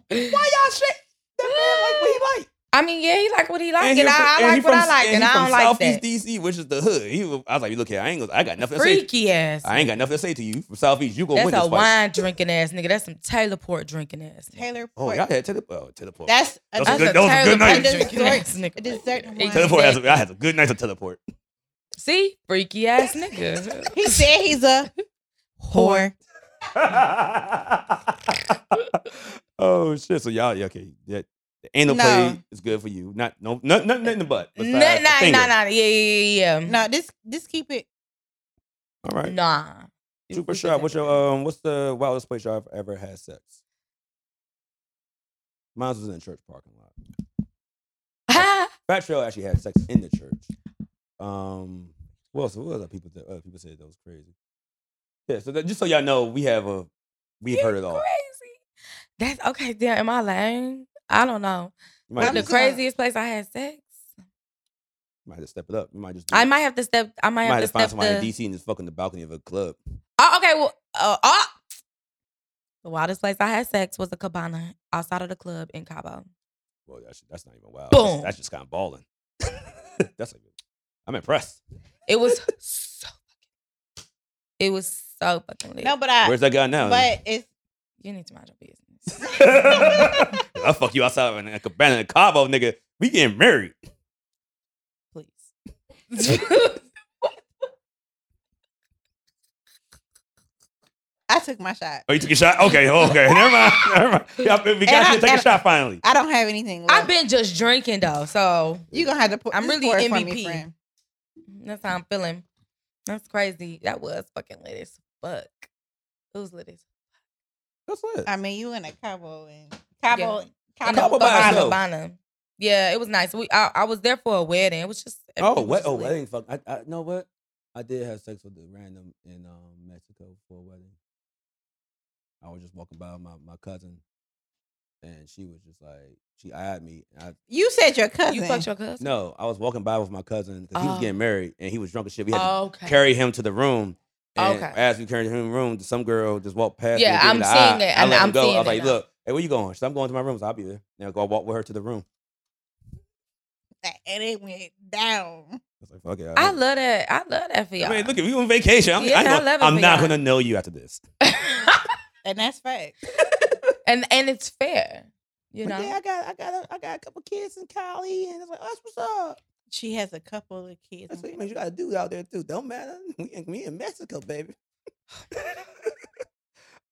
Speaker 1: Why y'all shit? That man like what he like.
Speaker 3: I mean, yeah, he like what he like, and,
Speaker 1: he from-
Speaker 3: I, I
Speaker 1: and he
Speaker 3: like what
Speaker 1: from-
Speaker 3: I like, and,
Speaker 1: he
Speaker 3: I
Speaker 1: from
Speaker 3: don't like
Speaker 1: Southeast
Speaker 3: that.
Speaker 1: DC, which is the hood. He was, I was like, look here, I ain't gonna, I got nothing to say.
Speaker 3: Freaky ass.
Speaker 1: I ain't got nothing to say to you from Southeast. You gonna
Speaker 3: That's
Speaker 1: win this
Speaker 3: a
Speaker 1: fight.
Speaker 3: wine drinking ass nigga. That's some Taylor Port drinking ass.
Speaker 2: *laughs*
Speaker 3: nigga.
Speaker 2: Taylor
Speaker 1: Oh,
Speaker 2: Port.
Speaker 1: y'all had teleport. Oh, teleport.
Speaker 2: That's a,
Speaker 1: That's a
Speaker 3: That's
Speaker 1: good-
Speaker 3: a
Speaker 1: that was a good
Speaker 3: Taylor
Speaker 1: night.
Speaker 3: Port drinking
Speaker 2: Dessert-
Speaker 3: ass nigga.
Speaker 2: a dessert
Speaker 3: right
Speaker 2: wine.
Speaker 3: there.
Speaker 1: *laughs* teleport has. A, I had a good night of teleport. *laughs*
Speaker 3: See, freaky ass
Speaker 2: *laughs*
Speaker 3: nigga.
Speaker 2: he said
Speaker 1: *laughs*
Speaker 2: he's a whore.
Speaker 1: oh shit! So y'all, yeah, okay? That, the anal
Speaker 2: No.
Speaker 1: play is good for you. Not no, no, no nothing but.
Speaker 3: Nah,
Speaker 1: besides
Speaker 3: nah,
Speaker 1: a
Speaker 3: nah,
Speaker 1: finger.
Speaker 3: nah, nah. Yeah, yeah, yeah, yeah.
Speaker 1: Mm-hmm.
Speaker 2: No, this this keep it.
Speaker 1: All right.
Speaker 3: Nah.
Speaker 1: Super shot. What's your um? What's the wildest place y'all have ever had sex? Mine was in a church parking lot.
Speaker 3: Ha!
Speaker 1: Fat Trail actually had sex in the church. Um, what else? What other people? That, uh, people said that was crazy. Yeah. So that, just so y'all know, we have a we've heard it all.
Speaker 3: Crazy. That's okay. Damn, am I lame? I don't know.
Speaker 1: You
Speaker 2: Well,
Speaker 1: might,
Speaker 3: But the
Speaker 1: just,
Speaker 2: just- gonna-
Speaker 3: craziest place I had sex.
Speaker 1: might just step it up. You might just. do
Speaker 3: I
Speaker 1: it.
Speaker 3: might have to step. I might
Speaker 1: You
Speaker 3: have
Speaker 1: might
Speaker 3: to
Speaker 1: just find
Speaker 3: step.
Speaker 1: somebody in
Speaker 3: the-
Speaker 1: DC and just fucking the balcony of a club.
Speaker 3: Oh, okay. Well, uh, oh. The wildest place I had sex was a cabana outside of the club in Cabo.
Speaker 1: Well, that's, that's not even wild. That's-
Speaker 3: Boom.
Speaker 1: That's, just kind of balling. *laughs* that's like, I'm impressed.
Speaker 3: It was *laughs* so. It was so fucking lit.
Speaker 2: No, but I.
Speaker 1: Eh, Where's that guy now?
Speaker 2: but it's
Speaker 3: You need to mind your business.
Speaker 1: I fuck you outside in a cabana in Cabo, nigga. We getting married.
Speaker 3: please.
Speaker 2: I took my shot.
Speaker 1: Oh, you took a shot? Okay, okay. *laughs* Never mind. Never mind. Yeah, we
Speaker 2: And
Speaker 1: got
Speaker 2: I-
Speaker 1: you to take
Speaker 2: and
Speaker 1: a shot finally.
Speaker 2: I don't have anything. Left.
Speaker 3: *laughs* I've been just drinking though, so
Speaker 2: You gonna have to. Put,
Speaker 3: I'm
Speaker 2: just
Speaker 3: really
Speaker 2: pour it for me,
Speaker 3: MVP.
Speaker 2: friend.
Speaker 3: that's how I'm feeling. That's crazy. That was fucking lit as fuck. It was lit as
Speaker 1: That's it.
Speaker 2: I mean, you in a Cabo and Cabo,
Speaker 3: and
Speaker 2: Cabo,
Speaker 1: Cabo by
Speaker 3: Cabana,
Speaker 1: itself.
Speaker 3: Cabana. Yeah, it was nice. We I, I was there for a wedding. It was just
Speaker 1: Oh,
Speaker 3: everything was
Speaker 1: what?
Speaker 3: just
Speaker 1: Oh,
Speaker 3: lit.
Speaker 1: wedding. Fuck. I, I know what. I did have sex with a random in um, Mexico for a wedding. I was just walking by my, my cousin, and she was just like, she eyed me. And I,
Speaker 2: You said your cousin.
Speaker 3: You fucked your cousin?
Speaker 1: no, I was walking by with my cousin because he was
Speaker 3: Oh.
Speaker 1: getting married and he was drunk as shit. We had to
Speaker 3: Okay.
Speaker 1: carry him to the room. And
Speaker 3: Okay.
Speaker 1: As we carried him to the room, some girl just walked past.
Speaker 3: Yeah,
Speaker 1: me and gave
Speaker 3: I'm
Speaker 1: me the
Speaker 3: seeing
Speaker 1: eye.
Speaker 3: it,
Speaker 1: I
Speaker 3: and
Speaker 1: let him
Speaker 3: I'm
Speaker 1: go. I was
Speaker 3: seeing it
Speaker 1: like,
Speaker 3: now.
Speaker 1: look, hey, where you going? She said, I'm going to my room. So I'll be there. Now go walk with her to the room.
Speaker 2: and it went down.
Speaker 1: I was like, fuck it.
Speaker 3: I love that. I love that for y'all. *laughs*
Speaker 1: I mean, look, if we on vacation, I'm,
Speaker 3: Yeah,
Speaker 1: I know,
Speaker 3: I love it
Speaker 1: I'm
Speaker 3: for
Speaker 1: not
Speaker 3: y'all.
Speaker 1: going to know you after this.
Speaker 2: And that's fact.
Speaker 3: and and it's fair. You know,
Speaker 1: But yeah, I got, I got, a, I got a couple kids in Cali, and it's like, oh, that's what's up.
Speaker 2: She has a couple of kids.
Speaker 1: That's what you, mean, you got to do out there too. Don't matter. *laughs* We in, we in Mexico,
Speaker 3: *sighs*
Speaker 1: baby. *laughs*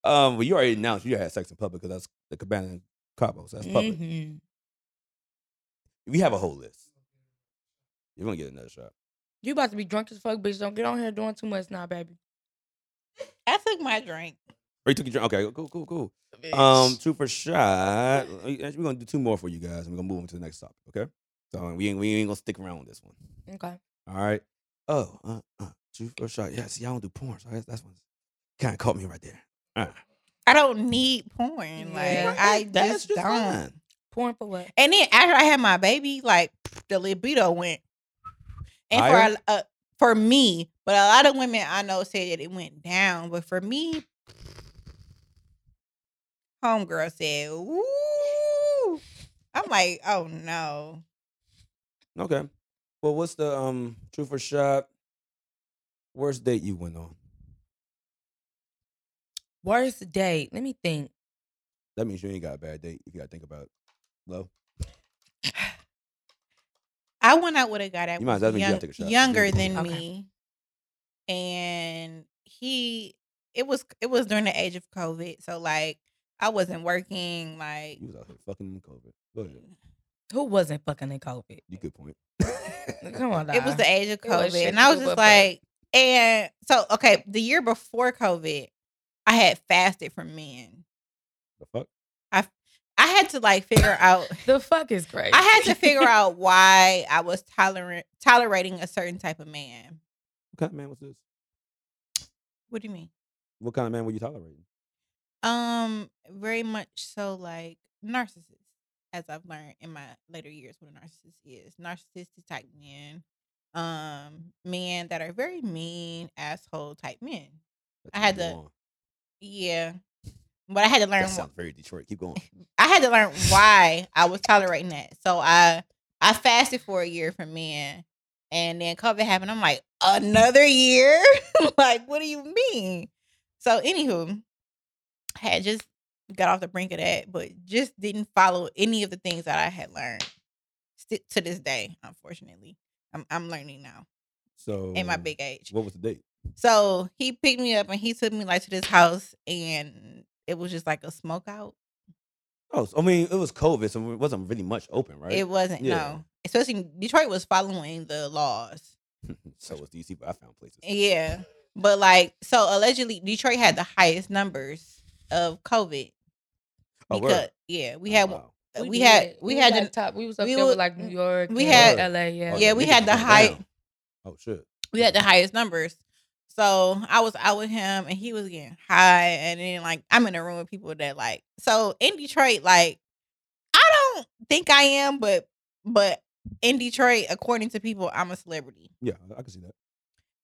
Speaker 1: um, well, you already announced you had sex in public because that's the Cabana and Cabos. That's public.
Speaker 3: Mhm.
Speaker 1: We have a whole list. You're gonna get another shot.
Speaker 3: you about to be drunk as fuck, bitch. Don't get on here doing too much now, baby.
Speaker 2: I took my drink.
Speaker 1: Or you took your drink. Okay, cool, cool, cool. Um, two for shot. We're gonna do two more for you guys, and we're gonna move on to the next topic. Okay. So we ain't, we ain't gonna stick around with this one.
Speaker 3: okay.
Speaker 1: All right. Oh, uh, uh, two for shot. Yeah. See, I don't do porn, so that's, that's one. Kind of caught me right there. All right.
Speaker 2: I don't need porn. Like
Speaker 3: Yeah.
Speaker 2: I
Speaker 1: That- that's
Speaker 2: just, don't.
Speaker 1: fine.
Speaker 3: Porn for what?
Speaker 2: And then after I had my baby, like the libido went. And
Speaker 1: Higher?
Speaker 2: for a, uh, for me, but a lot of women I know said that it went down. But for me, homegirl said, "Woo!" I'm like, "Oh no!"
Speaker 1: Okay. Well, what's the um truth or shot? Worst date you went on?
Speaker 3: Worst date. Let me think.
Speaker 1: That means you ain't got a bad date if you gotta think about it. Low.
Speaker 2: I went out with a guy that
Speaker 1: You might
Speaker 2: was
Speaker 1: as well
Speaker 2: young-
Speaker 1: take a shot. *laughs*
Speaker 2: younger than
Speaker 3: Okay.
Speaker 2: me, and he it was it was during the age of COVID, so like I wasn't working. Like
Speaker 1: You was out here fucking in COVID. Go ahead.
Speaker 3: Who wasn't fucking in COVID?
Speaker 1: You good point. *laughs*
Speaker 3: Come on,
Speaker 2: It was the age of
Speaker 3: *laughs* It was
Speaker 2: COVID.
Speaker 3: shit
Speaker 2: and I
Speaker 3: to
Speaker 2: was
Speaker 3: do
Speaker 2: just
Speaker 3: but that.
Speaker 2: like, and so, okay, the year before COVID, I had fasted from men.
Speaker 1: The fuck?
Speaker 2: I had to like
Speaker 3: *laughs*
Speaker 2: figure out,
Speaker 3: the fuck is crazy.
Speaker 2: I had to
Speaker 3: *laughs*
Speaker 2: figure out why I was tolerant, tolerating a certain type of man.
Speaker 1: What kind of man was this?
Speaker 2: What do you mean?
Speaker 1: What kind of man were you tolerating?
Speaker 2: Um, very much so like narcissist, as I've learned in my later years what a narcissist is. Narcissistic type men. Um, men that are very mean, asshole type men.
Speaker 1: That
Speaker 2: I
Speaker 1: you
Speaker 2: had
Speaker 1: knew
Speaker 2: to
Speaker 1: on.
Speaker 2: Yeah. But I had to learn
Speaker 1: That
Speaker 2: wh-
Speaker 1: sounds very Detroit. Keep
Speaker 2: *laughs*
Speaker 1: going.
Speaker 2: I had to learn why I was tolerating that. So I I fasted for a year from men, and then COVID happened. I'm like, another year? *laughs* like, what do you mean? So anywho, I had just got off the brink of that, but just didn't follow any of the things that I had learned. Sti- to this day, unfortunately, I'm I'm learning now
Speaker 1: So
Speaker 2: in my big age.
Speaker 1: What was the date?
Speaker 2: So he picked me up and he took me like to this house, and it was just like a smoke out.
Speaker 1: Oh, so, I mean, it was COVID, so it wasn't really much open, right?
Speaker 2: It wasn't
Speaker 1: Yeah.
Speaker 2: no, especially Detroit was following the laws.
Speaker 1: so was DC, but I found places.
Speaker 2: Yeah,
Speaker 1: *laughs*
Speaker 2: but like so allegedly Detroit had the highest numbers of COVID.
Speaker 1: Oh, word.
Speaker 2: because- yeah, we
Speaker 1: Oh,
Speaker 2: had
Speaker 1: wow.
Speaker 2: we, had
Speaker 3: did.
Speaker 2: we, had
Speaker 3: was
Speaker 2: the,
Speaker 3: like top. We was up
Speaker 2: we
Speaker 3: there
Speaker 2: were-
Speaker 3: with like New York.
Speaker 2: we
Speaker 3: and
Speaker 1: had-
Speaker 3: LA. Yeah.
Speaker 1: Oh,
Speaker 2: yeah, we
Speaker 1: niggas
Speaker 2: had the
Speaker 1: was
Speaker 2: height-
Speaker 1: down. Oh shit.
Speaker 2: we had the highest numbers. So I was out with him and he was getting high, and then like I'm in a room with people that like so in Detroit like I don't think I am, but but in Detroit according to people I'm a celebrity.
Speaker 1: Yeah, I- I can see that.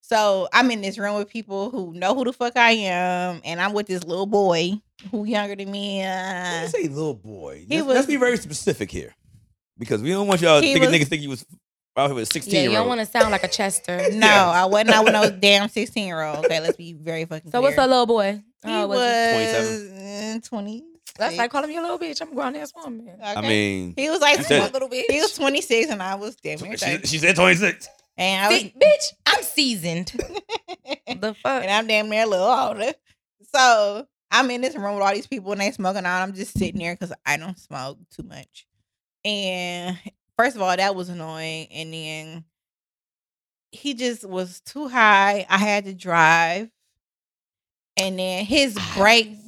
Speaker 2: So I'm in this room with people who know who the fuck I am, and I'm with this little boy who younger than me.
Speaker 1: When
Speaker 2: Uh,
Speaker 1: you say little boy,
Speaker 2: he
Speaker 1: let's, let's
Speaker 2: was-
Speaker 1: be very specific here, because we don't want y'all
Speaker 2: He
Speaker 1: thinking
Speaker 2: was-
Speaker 1: niggas think you was out here with a sixteen
Speaker 3: Yeah, you
Speaker 1: year
Speaker 3: don't
Speaker 1: old.
Speaker 3: want to sound like a *laughs* Chester.
Speaker 2: no, I wasn't. I
Speaker 1: *laughs*
Speaker 2: was no damn sixteen year old. Okay, let's be very fucking.
Speaker 3: so what's
Speaker 2: clear.
Speaker 3: that little boy?
Speaker 2: He
Speaker 3: How old was he?
Speaker 2: was twenty.
Speaker 3: That's like calling me a little bitch. I'm a grown ass woman.
Speaker 1: I mean,
Speaker 2: he was like
Speaker 1: you
Speaker 2: twen-
Speaker 1: said-
Speaker 3: little bitch.
Speaker 2: he was twenty six, and I was damn near
Speaker 1: she, she-
Speaker 2: 30.
Speaker 1: she said twenty six.
Speaker 2: and I was
Speaker 3: See, bitch, I'm *laughs* seasoned.
Speaker 2: *laughs*
Speaker 3: *laughs* the
Speaker 2: and
Speaker 3: fuck?
Speaker 2: I'm damn near a little older. So I'm in this room with all these people and they smoking out. I'm just sitting there because I don't smoke too much. And first of all, that was annoying. And then he just was too high. I had to drive. And then his brakes,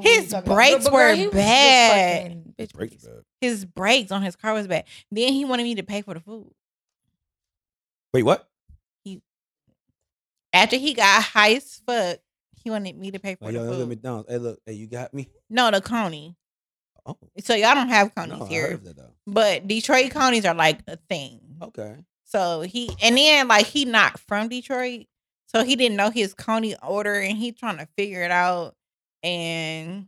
Speaker 2: his brakes were bad.
Speaker 3: Bitch,
Speaker 1: Breaks bad.
Speaker 2: his brakes on his car was bad. Then he wanted me to pay for the food.
Speaker 1: Wait, what?
Speaker 2: After he got high as fuck, he wanted me to pay
Speaker 1: Oh,
Speaker 2: for
Speaker 1: y'all
Speaker 2: the
Speaker 1: let me
Speaker 2: food.
Speaker 1: down. Hey, look, hey, you got me.
Speaker 2: No, the Coney.
Speaker 1: Oh,
Speaker 2: So y'all don't have
Speaker 1: no,
Speaker 2: counties
Speaker 1: I
Speaker 2: here,
Speaker 1: heard of that though.
Speaker 2: but Detroit counties are like a thing.
Speaker 1: Okay.
Speaker 2: *laughs* So he and then like he not from Detroit, so he didn't know his county order, and he trying to figure it out. And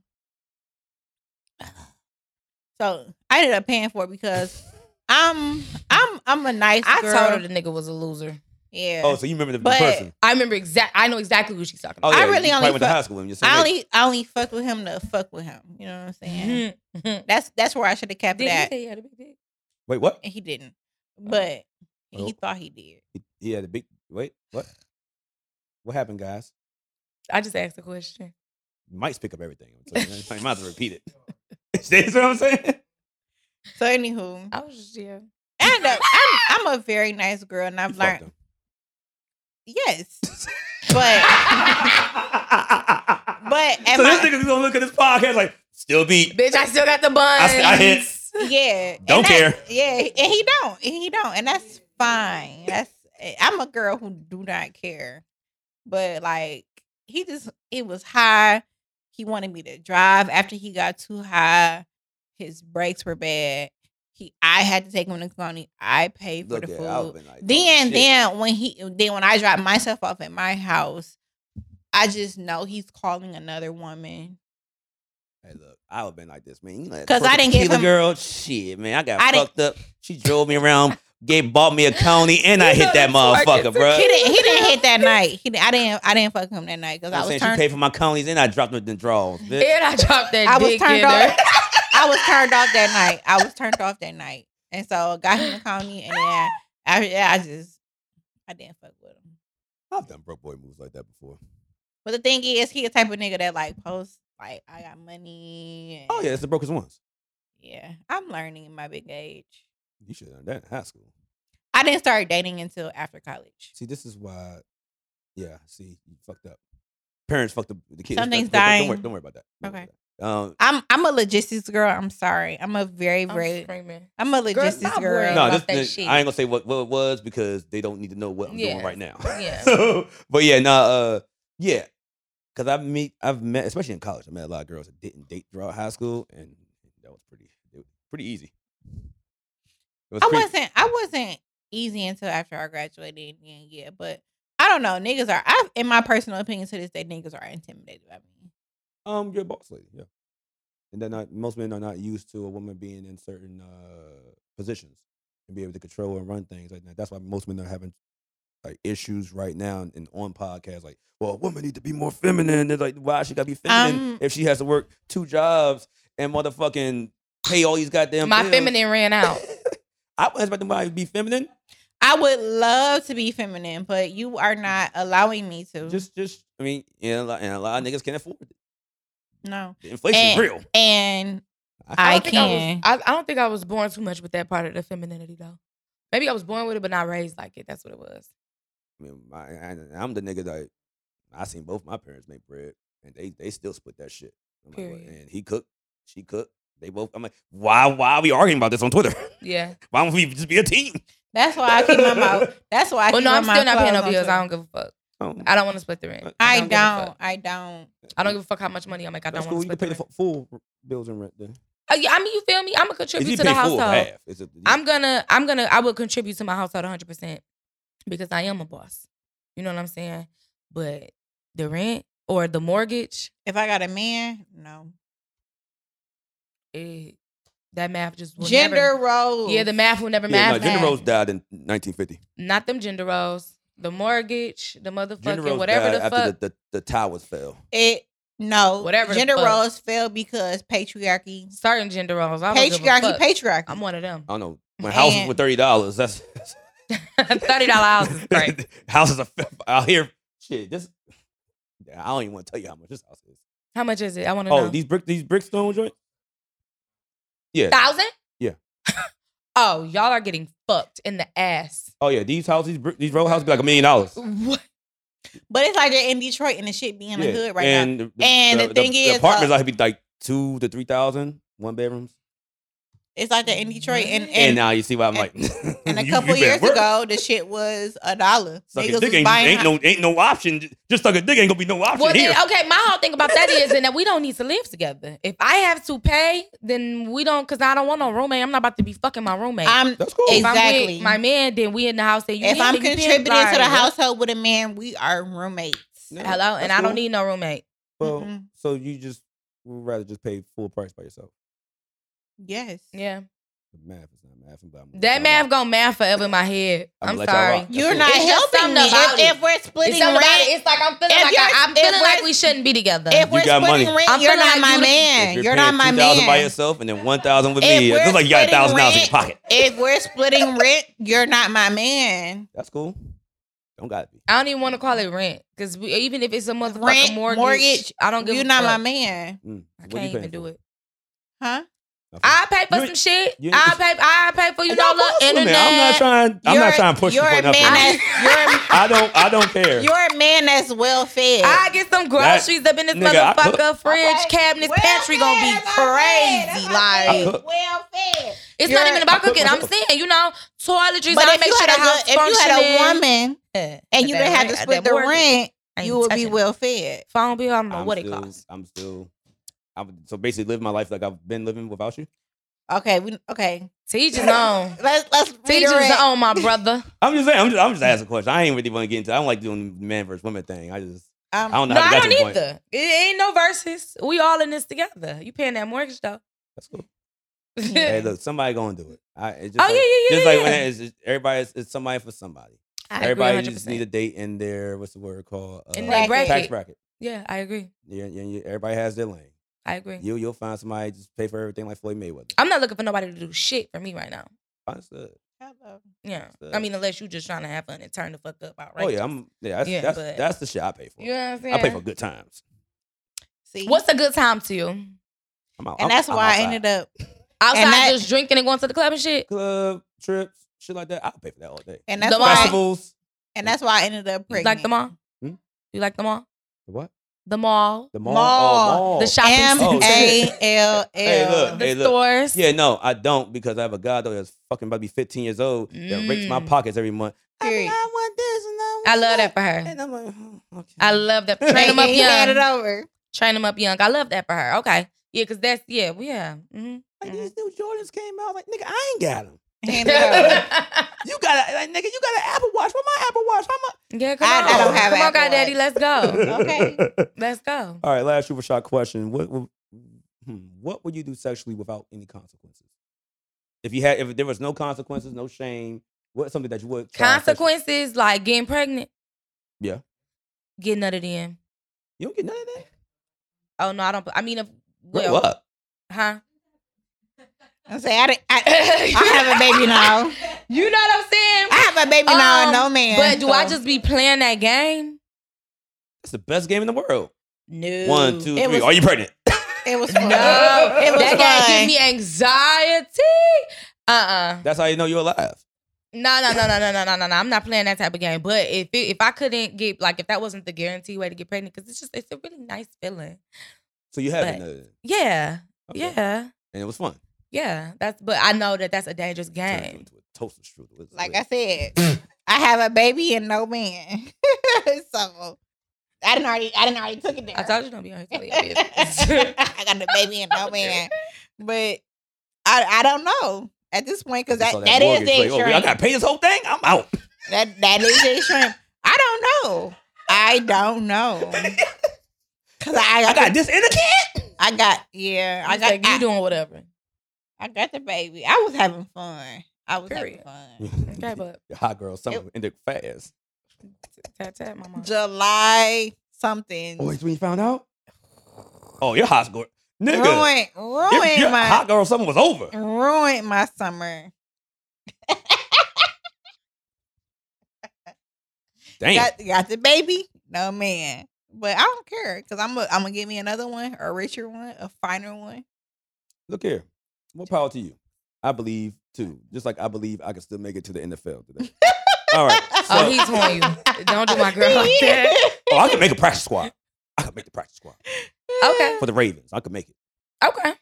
Speaker 2: *sighs* so I ended up paying for it because I'm I'm I'm a nice.
Speaker 3: I
Speaker 2: girl.
Speaker 3: told her the nigga was a loser.
Speaker 2: yeah.
Speaker 1: *laughs* Oh, so you remember the, the
Speaker 2: But-
Speaker 1: person?
Speaker 3: I remember exact. I know exactly who she's talking
Speaker 1: Oh,
Speaker 3: about.
Speaker 1: yeah,
Speaker 2: I really
Speaker 1: you
Speaker 2: only
Speaker 1: probably went to
Speaker 2: fuck-
Speaker 1: high school with him. You're saying,
Speaker 2: I
Speaker 1: hey,
Speaker 2: only I only fuck with him to fuck with him. You know what I'm saying?
Speaker 3: Did
Speaker 2: That's that's where I should have kept
Speaker 3: Mm-hmm. he
Speaker 2: that.
Speaker 3: say Oh. he had a big dick?
Speaker 1: wait,
Speaker 2: *laughs*
Speaker 1: what?
Speaker 2: And he didn't, but he
Speaker 1: Well-
Speaker 2: thought he did.
Speaker 1: He- He had a big. Wait, what? What happened, guys?
Speaker 3: I just asked the question.
Speaker 1: Mics pick up everything. I'm telling you. I might have to repeat it. *laughs* That's what I'm saying.
Speaker 2: So anywho,
Speaker 3: I was just yeah.
Speaker 2: and uh, I'm I'm a very nice girl, and I've
Speaker 1: You
Speaker 2: learned
Speaker 1: fucked him. *laughs*
Speaker 2: yes, but but at
Speaker 1: so this
Speaker 2: my,
Speaker 1: nigga's gonna look at this podcast like still beat.
Speaker 3: Bitch, I still got the buns.
Speaker 1: I hit.
Speaker 2: yeah, and
Speaker 1: Don't
Speaker 2: that's-
Speaker 1: care.
Speaker 2: yeah, and he don't, and he don't, and that's fine. That's eh, I'm a girl who do not care, but like he just it was high. He wanted me to drive after he got too high. His brakes were bad. He, I had to take him to Coney. I paid for
Speaker 1: Look
Speaker 2: the
Speaker 1: at
Speaker 2: food.
Speaker 1: it. I would've been like, oh, *laughs*
Speaker 2: Then,
Speaker 1: shit.
Speaker 2: then when he, then when I drop myself off at my house, I just know he's calling another woman.
Speaker 1: Hey, look, I would have been like this, man. You know that
Speaker 2: 'Cause I
Speaker 1: fucking
Speaker 2: didn't give
Speaker 1: Keela
Speaker 2: him-
Speaker 1: girl. Shit, man, I got
Speaker 2: I didn't-
Speaker 1: fucked up. She drove me around, gave bought me a county, and I
Speaker 3: You
Speaker 1: hit
Speaker 3: know
Speaker 1: that
Speaker 3: the twerk
Speaker 1: motherfucker,
Speaker 3: is-
Speaker 1: bro.
Speaker 2: He didn't, he didn't hit that night. He, didn't- I didn't, I didn't fuck him that night because
Speaker 1: I'm
Speaker 2: I was
Speaker 1: saying she
Speaker 2: turned,
Speaker 1: paid for my counties, and I dropped her the draws. Bitch.
Speaker 3: And I dropped that
Speaker 2: I was
Speaker 3: dick
Speaker 2: turned
Speaker 3: in there.
Speaker 2: off. *laughs*
Speaker 1: *laughs*
Speaker 2: I was turned off that night. I was turned off that night, and so got him to Coney, and then I, yeah, I just, I didn't fuck with him.
Speaker 1: I've done broke boy moves like that before.
Speaker 2: But the thing is, he a type of nigga that like posts like I got money. and-
Speaker 1: Oh yeah, it's the brokest ones.
Speaker 2: yeah. I'm learning in my big age.
Speaker 1: You should have done that in high school.
Speaker 2: I didn't start dating until after college.
Speaker 1: See, this is why. Yeah, see, you fucked up. Parents fucked up the kids.
Speaker 2: Something's
Speaker 1: Don't- don't- Don't worry,
Speaker 2: dying.
Speaker 1: don't worry about that. Don't worry
Speaker 2: Okay.
Speaker 1: about that. Um,
Speaker 2: I'm I'm a logistics girl. I'm sorry. I'm a very
Speaker 3: I'm
Speaker 2: very.
Speaker 3: screaming.
Speaker 2: I'm a logistics
Speaker 3: stop
Speaker 2: girl.
Speaker 3: worrying.
Speaker 1: no,
Speaker 3: about
Speaker 1: this,
Speaker 3: that
Speaker 1: this-
Speaker 3: shit.
Speaker 1: I ain't gonna say what, what it was because they don't need to know what I'm doing
Speaker 3: Yeah.
Speaker 1: right now. *laughs*
Speaker 3: Yeah.
Speaker 1: so, but yeah, nah, uh, yeah, because I've meet, I've met, especially in college, I met a lot of girls that didn't date throughout high school, and that was pretty, it was pretty easy. It was
Speaker 2: I
Speaker 1: pretty-
Speaker 2: wasn't. I wasn't easy until after I graduated. Yeah, yeah. But I don't know. Niggas are. I, in my personal opinion, to this day, niggas are intimidated by me.
Speaker 1: um, you're a boss lady, yeah, and they're not. Most men are not used to a woman being in certain uh positions and be able to control and run things like that. That's why most men are having like issues right now and on podcasts. Like, well, a woman need to be more feminine. It's like, why she gotta be feminine
Speaker 2: Um,
Speaker 1: if she has to work two jobs and motherfucking pay all these goddamn
Speaker 3: My
Speaker 1: bills?
Speaker 3: feminine ran out.
Speaker 1: *laughs* I wasn't expecting nobody to be feminine.
Speaker 2: I would love to be feminine, but you are not allowing me to.
Speaker 1: Just, just, I mean, and a lot, and a lot of niggas can't afford it.
Speaker 2: no.
Speaker 1: The Inflation is
Speaker 2: And-
Speaker 1: real.
Speaker 2: And I
Speaker 3: don't think I was-
Speaker 2: can.
Speaker 3: I, I don't think I was born too much with that part of the femininity though. Maybe I was born with it, but not raised like it. That's what it was.
Speaker 1: I mean, my, I, I'm the nigga that I seen both my parents make bread, and they they still split that shit. I'm like, "What?"
Speaker 3: Period.
Speaker 1: and he cooked, she cooked. They both. I'm like, why? Why are we arguing about this on Twitter? *laughs*
Speaker 3: Yeah.
Speaker 1: Why don't we just be a team?
Speaker 2: that's why I keep
Speaker 1: *laughs*
Speaker 2: my mouth. That's why I
Speaker 3: well,
Speaker 2: keep
Speaker 3: no,
Speaker 2: my
Speaker 3: I'm still
Speaker 2: mouth
Speaker 3: not paying no
Speaker 2: closed on
Speaker 3: bills. I
Speaker 2: Twitter.
Speaker 3: don't give a fuck.
Speaker 1: Um,
Speaker 3: I don't want to split the rent.
Speaker 2: I
Speaker 3: give a fuck.
Speaker 2: don't. I don't.
Speaker 3: I don't give a fuck how much money I make. I
Speaker 1: That's
Speaker 3: don't
Speaker 1: cool.
Speaker 3: want
Speaker 1: You
Speaker 3: to
Speaker 1: can pay
Speaker 3: split
Speaker 1: the
Speaker 3: the
Speaker 1: fu-
Speaker 3: rent.
Speaker 1: full r- bills and rent then.
Speaker 3: Uh, yeah, I mean, you feel me? I'm gonna
Speaker 1: If
Speaker 3: contribute
Speaker 1: you
Speaker 3: to the
Speaker 1: pay full or
Speaker 3: household.
Speaker 1: half, it's a,
Speaker 3: I'm gonna, I'm gonna, I will contribute to my household 100 percent because I am a boss. You know what I'm saying? But the rent or the mortgage,
Speaker 2: If I got a man, no.
Speaker 3: it, eh, that math just will
Speaker 2: Gender
Speaker 3: never-
Speaker 2: roles.
Speaker 3: Yeah, the math will never
Speaker 1: yeah, no,
Speaker 3: math.
Speaker 1: Ginger
Speaker 2: math.
Speaker 1: Rose died in 1950.
Speaker 3: Not them gender roles. The mortgage, the
Speaker 1: Ginger
Speaker 3: motherfucking
Speaker 1: Rose
Speaker 3: whatever
Speaker 1: died
Speaker 3: the
Speaker 1: after
Speaker 3: fuck.
Speaker 1: the, the, the towers fell.
Speaker 2: It no
Speaker 3: Whatever the
Speaker 2: gender
Speaker 3: fuck.
Speaker 2: roles fail because patriarchy.
Speaker 3: certain gender roles. I don't give a
Speaker 2: Patriarchy,
Speaker 3: fuck.
Speaker 2: patriarchy.
Speaker 3: I'm one of them. *laughs*
Speaker 1: I don't know. When houses
Speaker 2: And-
Speaker 1: were thirty dollars, that's *laughs*
Speaker 3: Thirty dollar houses, right?
Speaker 1: houses are f- out here. Shit, this. I don't even want to tell you how much this house is.
Speaker 3: How much is it? I want to
Speaker 1: Oh,
Speaker 3: know.
Speaker 1: these brick these brickstone joints. Yeah.
Speaker 3: thousand?
Speaker 1: Yeah.
Speaker 3: *laughs* oh, y'all are getting fucked in the ass.
Speaker 1: Oh yeah, these houses, these, brick, these row houses, be like a million dollars.
Speaker 3: What?
Speaker 2: but it's like they're in Detroit and the shit being in the
Speaker 1: Yeah,
Speaker 2: hood right now.
Speaker 1: and The,
Speaker 2: And the thing is,
Speaker 1: apartments
Speaker 2: uh,
Speaker 1: out here be like two to three thousand, one bedrooms.
Speaker 2: It's like that in Detroit, and
Speaker 1: And,
Speaker 2: and,
Speaker 1: now you see why I'm
Speaker 2: and-
Speaker 1: like. *laughs*
Speaker 2: and a
Speaker 1: you-
Speaker 2: couple
Speaker 1: you better
Speaker 2: years
Speaker 1: work.
Speaker 2: ago, the shit was a dollar.
Speaker 1: Suck a
Speaker 2: Niggas
Speaker 1: dick
Speaker 2: was
Speaker 1: ain't,
Speaker 2: buying
Speaker 1: ain't no ain't no option. Just suck a dick ain't gonna be no option
Speaker 3: Well,
Speaker 1: here.
Speaker 3: then, okay. My whole thing about that is then that we don't need to live together. If I have to pay, then we don't, because I don't want no roommate. I'm not about to be fucking my roommate.
Speaker 2: I'm
Speaker 1: That's cool.
Speaker 3: if I'm
Speaker 2: exactly.
Speaker 3: with my man, then we in the house. Then you
Speaker 2: if
Speaker 3: in,
Speaker 2: I'm
Speaker 3: then you in,
Speaker 2: contributing to the
Speaker 3: like-
Speaker 2: household with a man, we are roommates.
Speaker 1: Yeah,
Speaker 3: Hello,
Speaker 1: that's
Speaker 3: and I
Speaker 1: cool.
Speaker 3: don't need no roommate.
Speaker 1: Well,
Speaker 2: Mhm.
Speaker 1: so you just would rather just pay full price by yourself.
Speaker 2: Yes.
Speaker 3: Yeah,
Speaker 1: The math is not math, but I'm gonna let
Speaker 3: that
Speaker 1: y'all
Speaker 3: math
Speaker 1: rock.
Speaker 3: gonna math forever in my head.
Speaker 1: I'ma
Speaker 3: I'm
Speaker 1: let y'all
Speaker 3: sorry.
Speaker 1: rock.
Speaker 2: You're
Speaker 1: That's
Speaker 2: not
Speaker 3: It's just
Speaker 2: helping me.
Speaker 3: something about
Speaker 2: If,
Speaker 3: it.
Speaker 2: if we're
Speaker 3: It's,
Speaker 2: splitting
Speaker 3: something about it.
Speaker 2: rent,
Speaker 3: It's like I'm feeling
Speaker 2: If
Speaker 3: like
Speaker 2: you're-
Speaker 3: I, am
Speaker 2: if
Speaker 3: feeling like
Speaker 2: we're-
Speaker 3: we shouldn't be together.
Speaker 2: if we're
Speaker 1: got
Speaker 2: splitting
Speaker 1: money.
Speaker 2: rent,
Speaker 3: I'm
Speaker 2: you're
Speaker 3: feeling
Speaker 2: not
Speaker 3: like
Speaker 2: my
Speaker 3: you-
Speaker 1: If
Speaker 2: man.
Speaker 1: you're,
Speaker 2: You're not
Speaker 1: paying
Speaker 2: my
Speaker 1: 2000 by
Speaker 2: man.
Speaker 1: yourself and then 1000 with
Speaker 2: If
Speaker 1: me, it's
Speaker 2: we're
Speaker 1: just like you got
Speaker 2: splitting
Speaker 1: $1,000 in your
Speaker 2: rent-
Speaker 1: pocket.
Speaker 2: If we're splitting rent, you're not my man.
Speaker 1: That's cool. Don't got to be.
Speaker 3: I don't even want to call it rent because even if it's a motherfucking
Speaker 2: Rent,
Speaker 3: mortgage,
Speaker 2: mortgage,
Speaker 3: I don't give.
Speaker 2: You're
Speaker 3: a
Speaker 2: not my
Speaker 3: fuck.
Speaker 2: man.
Speaker 1: Mm. What are
Speaker 3: I
Speaker 1: you
Speaker 3: can't even
Speaker 1: paying
Speaker 3: do
Speaker 1: for?
Speaker 3: it.
Speaker 2: Huh?
Speaker 1: Nothing.
Speaker 3: I pay for
Speaker 1: You-
Speaker 3: some shit.
Speaker 1: you-
Speaker 3: I pay. I pay for you know
Speaker 1: Y'all
Speaker 3: look,
Speaker 1: boss women.
Speaker 3: internet.
Speaker 1: I'm not trying. I'm
Speaker 2: You're-
Speaker 1: not trying to push you
Speaker 2: you're
Speaker 1: for
Speaker 2: a man
Speaker 1: nothing. *laughs*
Speaker 2: that's- you're a-
Speaker 1: I don't. I don't care.
Speaker 2: You're a man that's well fed.
Speaker 3: I get some groceries up in this
Speaker 1: nigga, I cook.
Speaker 3: motherfucker. Fridge,
Speaker 2: Okay.
Speaker 3: cabinets,
Speaker 2: Well
Speaker 3: pantry gonna be
Speaker 2: fed, that's what I said.
Speaker 3: crazy.
Speaker 2: That's
Speaker 1: I
Speaker 3: Like
Speaker 1: cook.
Speaker 2: what I said. well fed.
Speaker 3: it's
Speaker 2: You're-
Speaker 3: not even
Speaker 1: I
Speaker 3: about
Speaker 1: cook
Speaker 3: cooking. I'm
Speaker 1: myself.
Speaker 3: saying you know toiletries.
Speaker 2: But
Speaker 3: I
Speaker 2: if
Speaker 3: make
Speaker 2: you,
Speaker 3: sure
Speaker 2: had
Speaker 3: the
Speaker 2: a good,
Speaker 3: house
Speaker 2: if you had a woman
Speaker 3: woman
Speaker 2: and you didn't have to split the rent, you would be well fed.
Speaker 3: Phone bill. I don't know
Speaker 1: I'm
Speaker 3: what it
Speaker 1: still,
Speaker 3: costs.
Speaker 1: I'm still. I'm, so basically, live my life like I've been living without you.
Speaker 2: Okay, we okay.
Speaker 3: Teach
Speaker 2: *laughs*
Speaker 3: his own.
Speaker 2: Let's let's Um,
Speaker 3: Teach
Speaker 2: redirect.
Speaker 3: his own,
Speaker 1: *laughs*
Speaker 3: my brother.
Speaker 1: I'm just saying. I'm just. I'm just asking a question. I ain't really want to get into. I don't like doing the man versus women thing. I just.
Speaker 2: Um,
Speaker 1: I don't know
Speaker 3: No,
Speaker 1: how we
Speaker 3: I
Speaker 1: got
Speaker 3: don't
Speaker 1: to this point.
Speaker 3: either. It ain't no verses. We all in this together. You paying that mortgage though.
Speaker 1: That's cool.
Speaker 2: Yeah.
Speaker 3: *laughs*
Speaker 1: Hey, look, somebody gonna do it. I, it's just
Speaker 3: Oh
Speaker 1: like,
Speaker 3: yeah, yeah, yeah.
Speaker 1: Just
Speaker 3: yeah,
Speaker 1: like
Speaker 3: yeah.
Speaker 1: when it's, it's, everybody, it's, it's somebody for somebody.
Speaker 3: I agree
Speaker 1: Everybody
Speaker 3: 100%.
Speaker 1: just need a date in their what's the word called? Uh,
Speaker 3: In
Speaker 2: their
Speaker 1: Tax
Speaker 3: bracket.
Speaker 1: bracket.
Speaker 3: Yeah, I agree.
Speaker 1: Yeah, yeah, yeah, everybody has their lane.
Speaker 3: I agree.
Speaker 1: You you'll find somebody just pay for everything like Floyd Mayweather.
Speaker 3: I'm not looking for nobody to do shit for me right now.
Speaker 1: Understood.
Speaker 3: Yeah.
Speaker 1: Understood.
Speaker 3: I mean, unless you just trying to have fun and turn the fuck up outright.
Speaker 1: Oh yeah, I'm yeah. That's
Speaker 3: Yeah,
Speaker 1: that's,
Speaker 3: but-
Speaker 1: that's the shit I pay for.
Speaker 3: You know what I'm saying?
Speaker 1: I pay for good times.
Speaker 2: See,
Speaker 3: What's a good time to you?
Speaker 1: I'm out.
Speaker 2: and that's why I ended up.
Speaker 3: Outside
Speaker 2: that-
Speaker 3: just drinking and going to the club and shit?
Speaker 1: club trips, shit like that. I'll pay for that all day.
Speaker 2: And that's
Speaker 3: The
Speaker 2: why.
Speaker 1: Festivals.
Speaker 2: And that's why I ended up
Speaker 3: You
Speaker 2: pregnant.
Speaker 3: like the mall?
Speaker 1: Hmm?
Speaker 3: You like the mall?
Speaker 1: What?
Speaker 3: The mall?
Speaker 1: The mall.
Speaker 2: Mall.
Speaker 1: Oh, mall.
Speaker 3: The shopping
Speaker 2: M
Speaker 1: Oh,
Speaker 2: A
Speaker 1: shit.
Speaker 2: L
Speaker 1: Hey,
Speaker 2: L.
Speaker 1: look.
Speaker 3: The
Speaker 1: look.
Speaker 3: stores?
Speaker 1: Yeah, no, I don't because I have a goddaughter that's fucking about to be 15 years old that rakes my
Speaker 3: Mm.
Speaker 1: pockets every month. I-
Speaker 2: Period.
Speaker 1: I, want this and I want
Speaker 3: I love that for her.
Speaker 1: And I'm like, oh, okay.
Speaker 3: I love that. Train them up
Speaker 2: You hand it
Speaker 3: young.
Speaker 2: over.
Speaker 3: Train them up young. I love that for her. Okay. Yeah, because that's, yeah, well, yeah. hmm
Speaker 1: like these new Jordans came out. Like, nigga, I ain't got them.
Speaker 2: Hand it over.
Speaker 1: You got a like, nigga, you got an Apple Watch. Where my Apple Watch? How much?
Speaker 3: *laughs* yeah, come
Speaker 2: I-
Speaker 3: on.
Speaker 2: I don't have
Speaker 3: come on,
Speaker 2: Apple
Speaker 3: God Daddy.
Speaker 1: *laughs*
Speaker 3: Let's go.
Speaker 2: Oh, Okay.
Speaker 3: Let's go.
Speaker 1: All right, last super shot question. What would, hmm, what would you do sexually without any consequences? If you had, if there was no consequences, no shame, what's something that you would try sexually?
Speaker 3: Consequences like getting pregnant.
Speaker 1: Yeah.
Speaker 3: Get none of them.
Speaker 1: You don't get none of that.
Speaker 3: Oh no, I don't. I mean, if
Speaker 1: Grow
Speaker 3: well,
Speaker 1: up.
Speaker 3: huh?
Speaker 2: I say I, didn't- I, I have a baby now.
Speaker 3: You know what I'm saying?
Speaker 2: I have a baby now. and
Speaker 3: Um,
Speaker 2: No man.
Speaker 3: but do I
Speaker 2: so-
Speaker 3: just be playing that game?
Speaker 1: That's the best game in the world.
Speaker 3: No.
Speaker 1: One, two,
Speaker 2: It
Speaker 1: three.
Speaker 2: was-
Speaker 1: Are you pregnant?
Speaker 2: It was fun.
Speaker 3: No, *laughs*
Speaker 2: it was
Speaker 3: that
Speaker 2: fun.
Speaker 3: game give me anxiety. Uh uh
Speaker 1: That's how you know you're alive.
Speaker 3: No, no, no, no, no, no, no, no, no. I'm not playing that type of game. But if it, if I couldn't get like if that wasn't the guarantee way to get pregnant, because it's just it's a really nice feeling.
Speaker 1: So you haven't.
Speaker 3: But-
Speaker 1: none of that.
Speaker 3: Yeah,
Speaker 1: Okay.
Speaker 3: yeah,
Speaker 1: And it was fun.
Speaker 3: yeah. That's but I know that that's a dangerous
Speaker 1: Turned
Speaker 3: game.
Speaker 1: into a toaster strudel. It's
Speaker 2: Like
Speaker 1: lit.
Speaker 2: I said, I have a baby and no man. *laughs* so I didn't already I didn't already took it there.
Speaker 3: I told you don't be on
Speaker 2: *laughs*
Speaker 3: here telling your *laughs* business.
Speaker 2: I got a baby and no
Speaker 3: Told you. *laughs*
Speaker 2: man. But I I don't know at this point because
Speaker 1: I
Speaker 2: that,
Speaker 1: saw
Speaker 2: that is
Speaker 1: mortgage,
Speaker 2: the
Speaker 1: like, oh, I
Speaker 2: extreme.
Speaker 1: gotta pay this whole thing. I'm
Speaker 2: *laughs*
Speaker 1: out.
Speaker 2: that that is the extreme. I don't know. I don't
Speaker 3: *laughs*
Speaker 2: know. Cause I,
Speaker 1: I got this in the kid.
Speaker 2: I got yeah I
Speaker 3: I
Speaker 2: got
Speaker 3: like, you
Speaker 2: I,
Speaker 3: doing whatever.
Speaker 2: I got the baby. I was having fun. I was
Speaker 3: Period.
Speaker 2: having fun.
Speaker 3: Okay, but
Speaker 1: Your hot girl summer
Speaker 2: It-
Speaker 1: ended fast.
Speaker 3: tap tap, my mom.
Speaker 2: July something.
Speaker 1: Oh, it's when you found out. Oh, your hot girl, nigga.
Speaker 2: Ruin,
Speaker 1: your,
Speaker 2: ruin
Speaker 1: your
Speaker 2: my
Speaker 1: hot girl summer was over.
Speaker 2: ruined my summer.
Speaker 1: Damn.
Speaker 2: Got, got the baby, no man. But I don't care because I'm gonna I'm gonna give me another one, a richer one, a finer one.
Speaker 1: Look here. More power to you. I believe too. Just like I believe I can still make it to the NFL
Speaker 2: *laughs*
Speaker 1: today. All right. So,
Speaker 3: Oh, he's on you. Don't do my girl like that.
Speaker 1: oh, I can make a practice squad. I can make the practice squad
Speaker 3: Okay.
Speaker 1: for the Ravens. I can make it.
Speaker 3: Okay.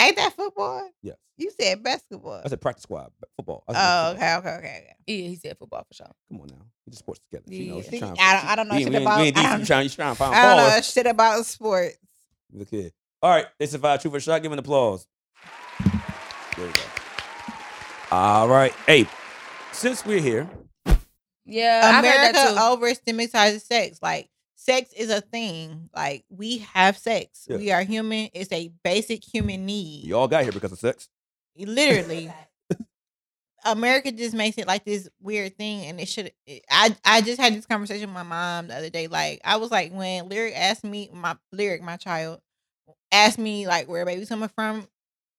Speaker 2: Ain't that football?
Speaker 1: Yes.
Speaker 2: You said basketball.
Speaker 1: I said practice squad, but football. I said
Speaker 2: Oh,
Speaker 1: football.
Speaker 2: okay, okay, okay. okay.
Speaker 3: Yeah, he said football for sure.
Speaker 1: Come on now. We just sports together. She knows she's
Speaker 3: Yeah.
Speaker 2: See,
Speaker 1: trying to-
Speaker 2: I don't, I don't know
Speaker 1: we, ain't-
Speaker 2: shit
Speaker 1: we ain't-
Speaker 2: about.
Speaker 1: we
Speaker 2: I
Speaker 1: ain't decent.
Speaker 2: don't,
Speaker 1: You trying, you trying to find
Speaker 2: I don't know
Speaker 1: pause.
Speaker 2: shit about sports.
Speaker 1: Look here. All right. They survived. Truth or shot. Give them an applause. There we go. All right. Hey, since we're here,
Speaker 3: Yeah, Uh, I heard that
Speaker 2: America
Speaker 3: too.
Speaker 2: overstigmatizes sex. Like sex is a thing. Like we have sex.
Speaker 1: Yeah.
Speaker 2: We are human. It's a basic human need.
Speaker 1: you all got here because of sex.
Speaker 2: Literally.
Speaker 1: *laughs*
Speaker 2: America just makes it like this weird thing, and it should. It, I I just had this conversation with my mom the other day. Like I was like, when lyric asked me, my lyric, my child, asked me like where baby's coming from,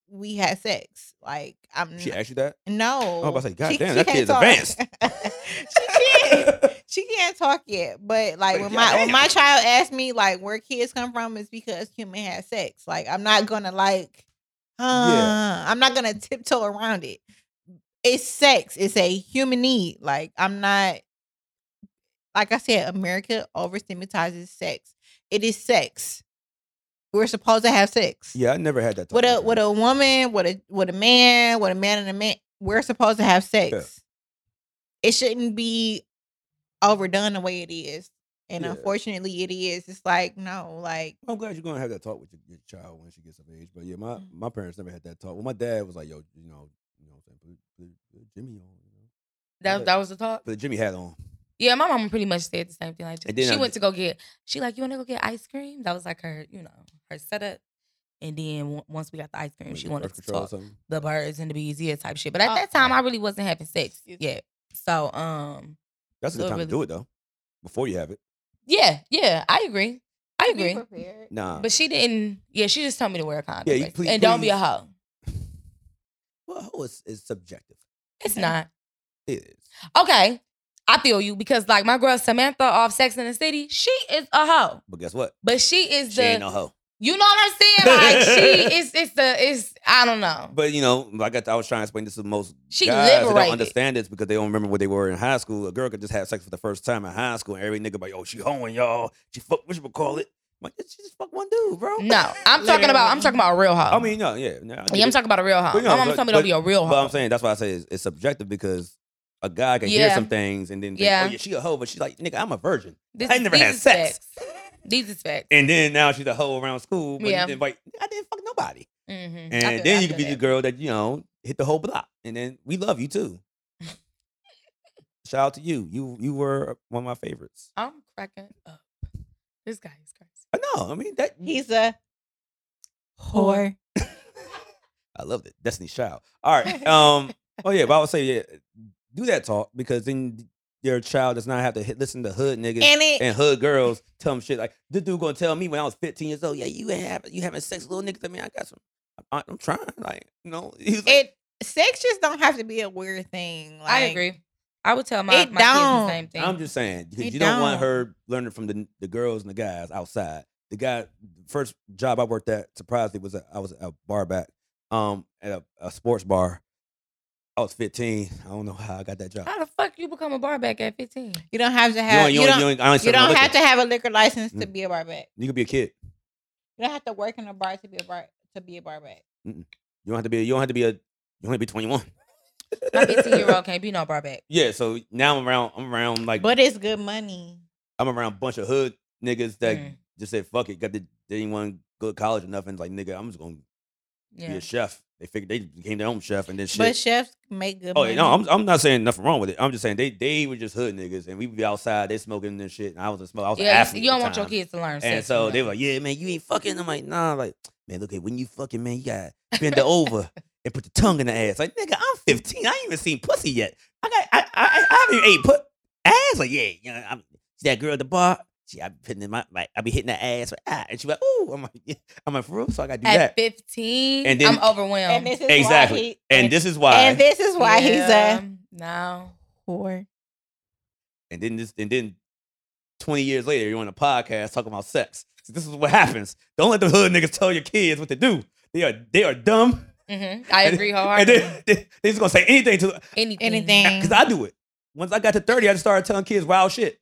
Speaker 2: we had sex. Like I'm
Speaker 1: She
Speaker 3: Mm.
Speaker 2: not-
Speaker 1: asked you
Speaker 3: *laughs*
Speaker 1: that?
Speaker 2: no.
Speaker 1: I was about to say, God
Speaker 2: She-
Speaker 1: damn,
Speaker 2: she
Speaker 1: that
Speaker 2: can't
Speaker 1: kid's
Speaker 2: talk.
Speaker 1: advanced.
Speaker 2: *laughs* she can't *laughs* she can't talk yet, but like when my when my child asked me like where kids come from is because human had sex. Like I'm not gonna like, uh, I'm not gonna tiptoe around it. It's sex. It's a human need. Like I'm not. Like I said, America overstigmatizes sex. It is sex. We're supposed to have sex.
Speaker 1: yeah, I never had that.
Speaker 2: With
Speaker 1: talk
Speaker 2: a
Speaker 1: with
Speaker 2: with
Speaker 1: her.
Speaker 2: a woman, with a with a man, with a man and a man, we're supposed to have sex. It shouldn't be overdone the way it is. And
Speaker 1: Yeah.
Speaker 2: unfortunately it is. It's like, no, like
Speaker 1: I'm glad you're gonna have that talk with your, your child when she gets of age. But yeah, my,
Speaker 3: Mm.
Speaker 1: my parents never had that talk. Well, my dad was like, "Yo, you know, you know, what I'm saying, put, put, put Jimmy on, you know,
Speaker 3: that, that was the talk.
Speaker 1: put the Jimmy hat on."
Speaker 3: Yeah, my mama pretty much said the same thing. Like
Speaker 1: And then
Speaker 3: she
Speaker 1: I-
Speaker 3: went to go get. She like, you want to go get ice cream? That was like her, you know, her setup. And then on- once we got the ice cream,
Speaker 1: Like
Speaker 3: she
Speaker 1: the
Speaker 3: wanted
Speaker 1: birth
Speaker 3: to
Speaker 1: control or
Speaker 3: talk
Speaker 1: something.
Speaker 3: the birds and the bees, yeah, type shit. But at
Speaker 2: Oh.
Speaker 3: that time, I really wasn't having sex
Speaker 2: Excuse me.
Speaker 3: yet. So, um,
Speaker 1: That's a good
Speaker 3: Little
Speaker 1: time to
Speaker 3: really-
Speaker 1: do it though, before you have it.
Speaker 3: yeah, yeah, I agree.
Speaker 2: be
Speaker 3: I agree.
Speaker 2: prepared.
Speaker 1: Nah,
Speaker 3: But she didn't. Yeah, she just told me to wear a condom.
Speaker 1: Yeah, you
Speaker 3: basically.
Speaker 1: please-
Speaker 3: and don't be a
Speaker 1: please.
Speaker 3: hoe.
Speaker 1: well, hoe is, is subjective.
Speaker 3: It's
Speaker 2: Okay.
Speaker 3: not
Speaker 1: It is.
Speaker 3: okay. I feel you because like my girl Samantha off Sex in the City, she is a hoe,
Speaker 1: But guess what?
Speaker 3: but she is
Speaker 1: She
Speaker 3: the
Speaker 1: ain't no hoe.
Speaker 3: You know what I'm saying? Like
Speaker 1: *laughs*
Speaker 3: she is it's the it's I don't know.
Speaker 1: But you know, like I, I was trying to explain this to most
Speaker 3: She
Speaker 1: guys that don't
Speaker 3: liberated.
Speaker 1: understand this because they don't remember what they were in high school. A girl could just have sex for the first time in high school, and every nigga like, "Oh, she hoeing y'all. She fuck what you would call it." I'm like, she just fuck one dude, bro.
Speaker 3: no, I'm talking about I'm talking about a real hoe.
Speaker 1: I mean, no, yeah, no, I get
Speaker 3: yeah, I'm
Speaker 1: it.
Speaker 3: talking about a real hoe.
Speaker 1: But no,
Speaker 3: My mama
Speaker 1: but-
Speaker 3: told me don't
Speaker 1: but-
Speaker 3: be a real hoe.
Speaker 1: But I'm saying that's why I say it's, it's subjective because a guy can hear
Speaker 3: Yeah.
Speaker 1: some things and then think,
Speaker 3: Yeah.
Speaker 1: "Oh yeah, she a hoe," but she's like, "Nigga, I'm a virgin,"
Speaker 3: This
Speaker 1: I
Speaker 3: is-
Speaker 1: never
Speaker 3: these
Speaker 1: had
Speaker 3: is
Speaker 1: sex.
Speaker 3: facts. These is facts.
Speaker 1: and then now she's a hoe around school. But
Speaker 3: Yeah.
Speaker 1: then, like, I didn't fuck nobody.
Speaker 3: Mm-hmm.
Speaker 1: And then you could be the girl that, you know, hit the whole block. And then we love you too. Shout out to you. You you were one of my favorites.
Speaker 3: I'm cracking up. This guy is crazy.
Speaker 1: I know. I mean that
Speaker 2: He's a whore.
Speaker 1: I loved it. Destiny's Child. All *laughs* right. Um oh yeah, but I would say yeah, do that talk because then your child does not have to hit, listen to hood niggas and,
Speaker 2: And it
Speaker 1: hood girls tell them shit like this dude gonna tell me when I was 15 years old, yeah, you ain't have you having sex with little niggas. I mean, I got some I, I'm trying, like, you know, *laughs* he was like,
Speaker 2: it sex just don't have to be a weird thing. Like
Speaker 3: I agree. I would tell my,
Speaker 2: It
Speaker 3: my kids the
Speaker 2: don't.
Speaker 3: same thing.
Speaker 1: I'm just saying 'cause
Speaker 2: You
Speaker 1: you don't want
Speaker 2: don't.
Speaker 1: her learning from the the girls and the guys outside. The guy first job I worked at surprisingly was a, I was a bar back um at a, a sports bar. I was 15. I don't know how I got that job.
Speaker 3: How the fuck you become a bar back at 15?
Speaker 2: You don't have to have you
Speaker 1: you
Speaker 2: don't
Speaker 1: you I ain't
Speaker 2: you
Speaker 1: serving no
Speaker 2: don't have to
Speaker 1: liquor.
Speaker 2: have a liquor license to
Speaker 1: Mm.
Speaker 2: be a barback.
Speaker 1: You could be a kid.
Speaker 2: You don't have to work in a bar to be a bar to be a barback.
Speaker 1: You don't have to be. You don't have to be a. You only be 21.
Speaker 3: My 15 year old can't be no bar back.
Speaker 1: *laughs* Yeah. So now I'm around. I'm around like
Speaker 2: But it's good money.
Speaker 1: I'm around a bunch of hood niggas that
Speaker 3: Mm.
Speaker 1: just said fuck it. Got the they didn't want to go to college or nothing. It's like nigga, I'm just gonna be
Speaker 3: Yeah.
Speaker 1: a chef. They figured they became their own chef and then shit.
Speaker 2: But chefs make good
Speaker 1: Oh
Speaker 2: money.
Speaker 1: yeah, no, I'm I'm not saying nothing wrong with it. I'm just saying they they were just hood niggas, and we would be outside, they smoking and shit, and I was a smoker. I was an
Speaker 3: Yeah, you,
Speaker 1: athlete
Speaker 3: you
Speaker 1: at
Speaker 3: don't
Speaker 1: the
Speaker 3: want your
Speaker 1: time.
Speaker 3: kids to learn
Speaker 1: And
Speaker 3: sex.
Speaker 1: so
Speaker 3: you
Speaker 1: they
Speaker 3: know.
Speaker 1: were like, "Yeah, man, you ain't fucking." I'm like, "Nah, like, man, look, hey, when you fucking, man, you gotta bend it over and put the tongue in the ass." Like, nigga, I'm 15. I ain't even seen pussy yet. I got, I, I, I haven't even ate put ass. Like, yeah, you know, I'm see that girl at the bar. She, I be putting in my, like, I be hitting the ass, like, ah, and she like, "Ooh," I'm like, *laughs* yeah. "I'm like, for real?" So I gotta do
Speaker 3: at
Speaker 1: that.
Speaker 3: 15,
Speaker 1: And then-
Speaker 3: I'm
Speaker 2: and
Speaker 3: overwhelmed.
Speaker 2: this is
Speaker 1: Exactly.
Speaker 2: Why he,
Speaker 1: and this is why.
Speaker 2: and this is why
Speaker 3: Yeah,
Speaker 2: he's
Speaker 3: no.
Speaker 2: a whore.
Speaker 1: and then this and then 20 years later you're on a podcast talking about sex so this is what happens don't let the hood niggas tell your kids what to do they are they are dumb
Speaker 3: hmm I
Speaker 1: *laughs*
Speaker 3: agree
Speaker 1: and
Speaker 3: wholeheartedly. Mm.
Speaker 1: they, they, they just gonna say anything to
Speaker 3: Anything.
Speaker 2: Anything.
Speaker 1: because i do it once i got to 30 i just started telling kids wild shit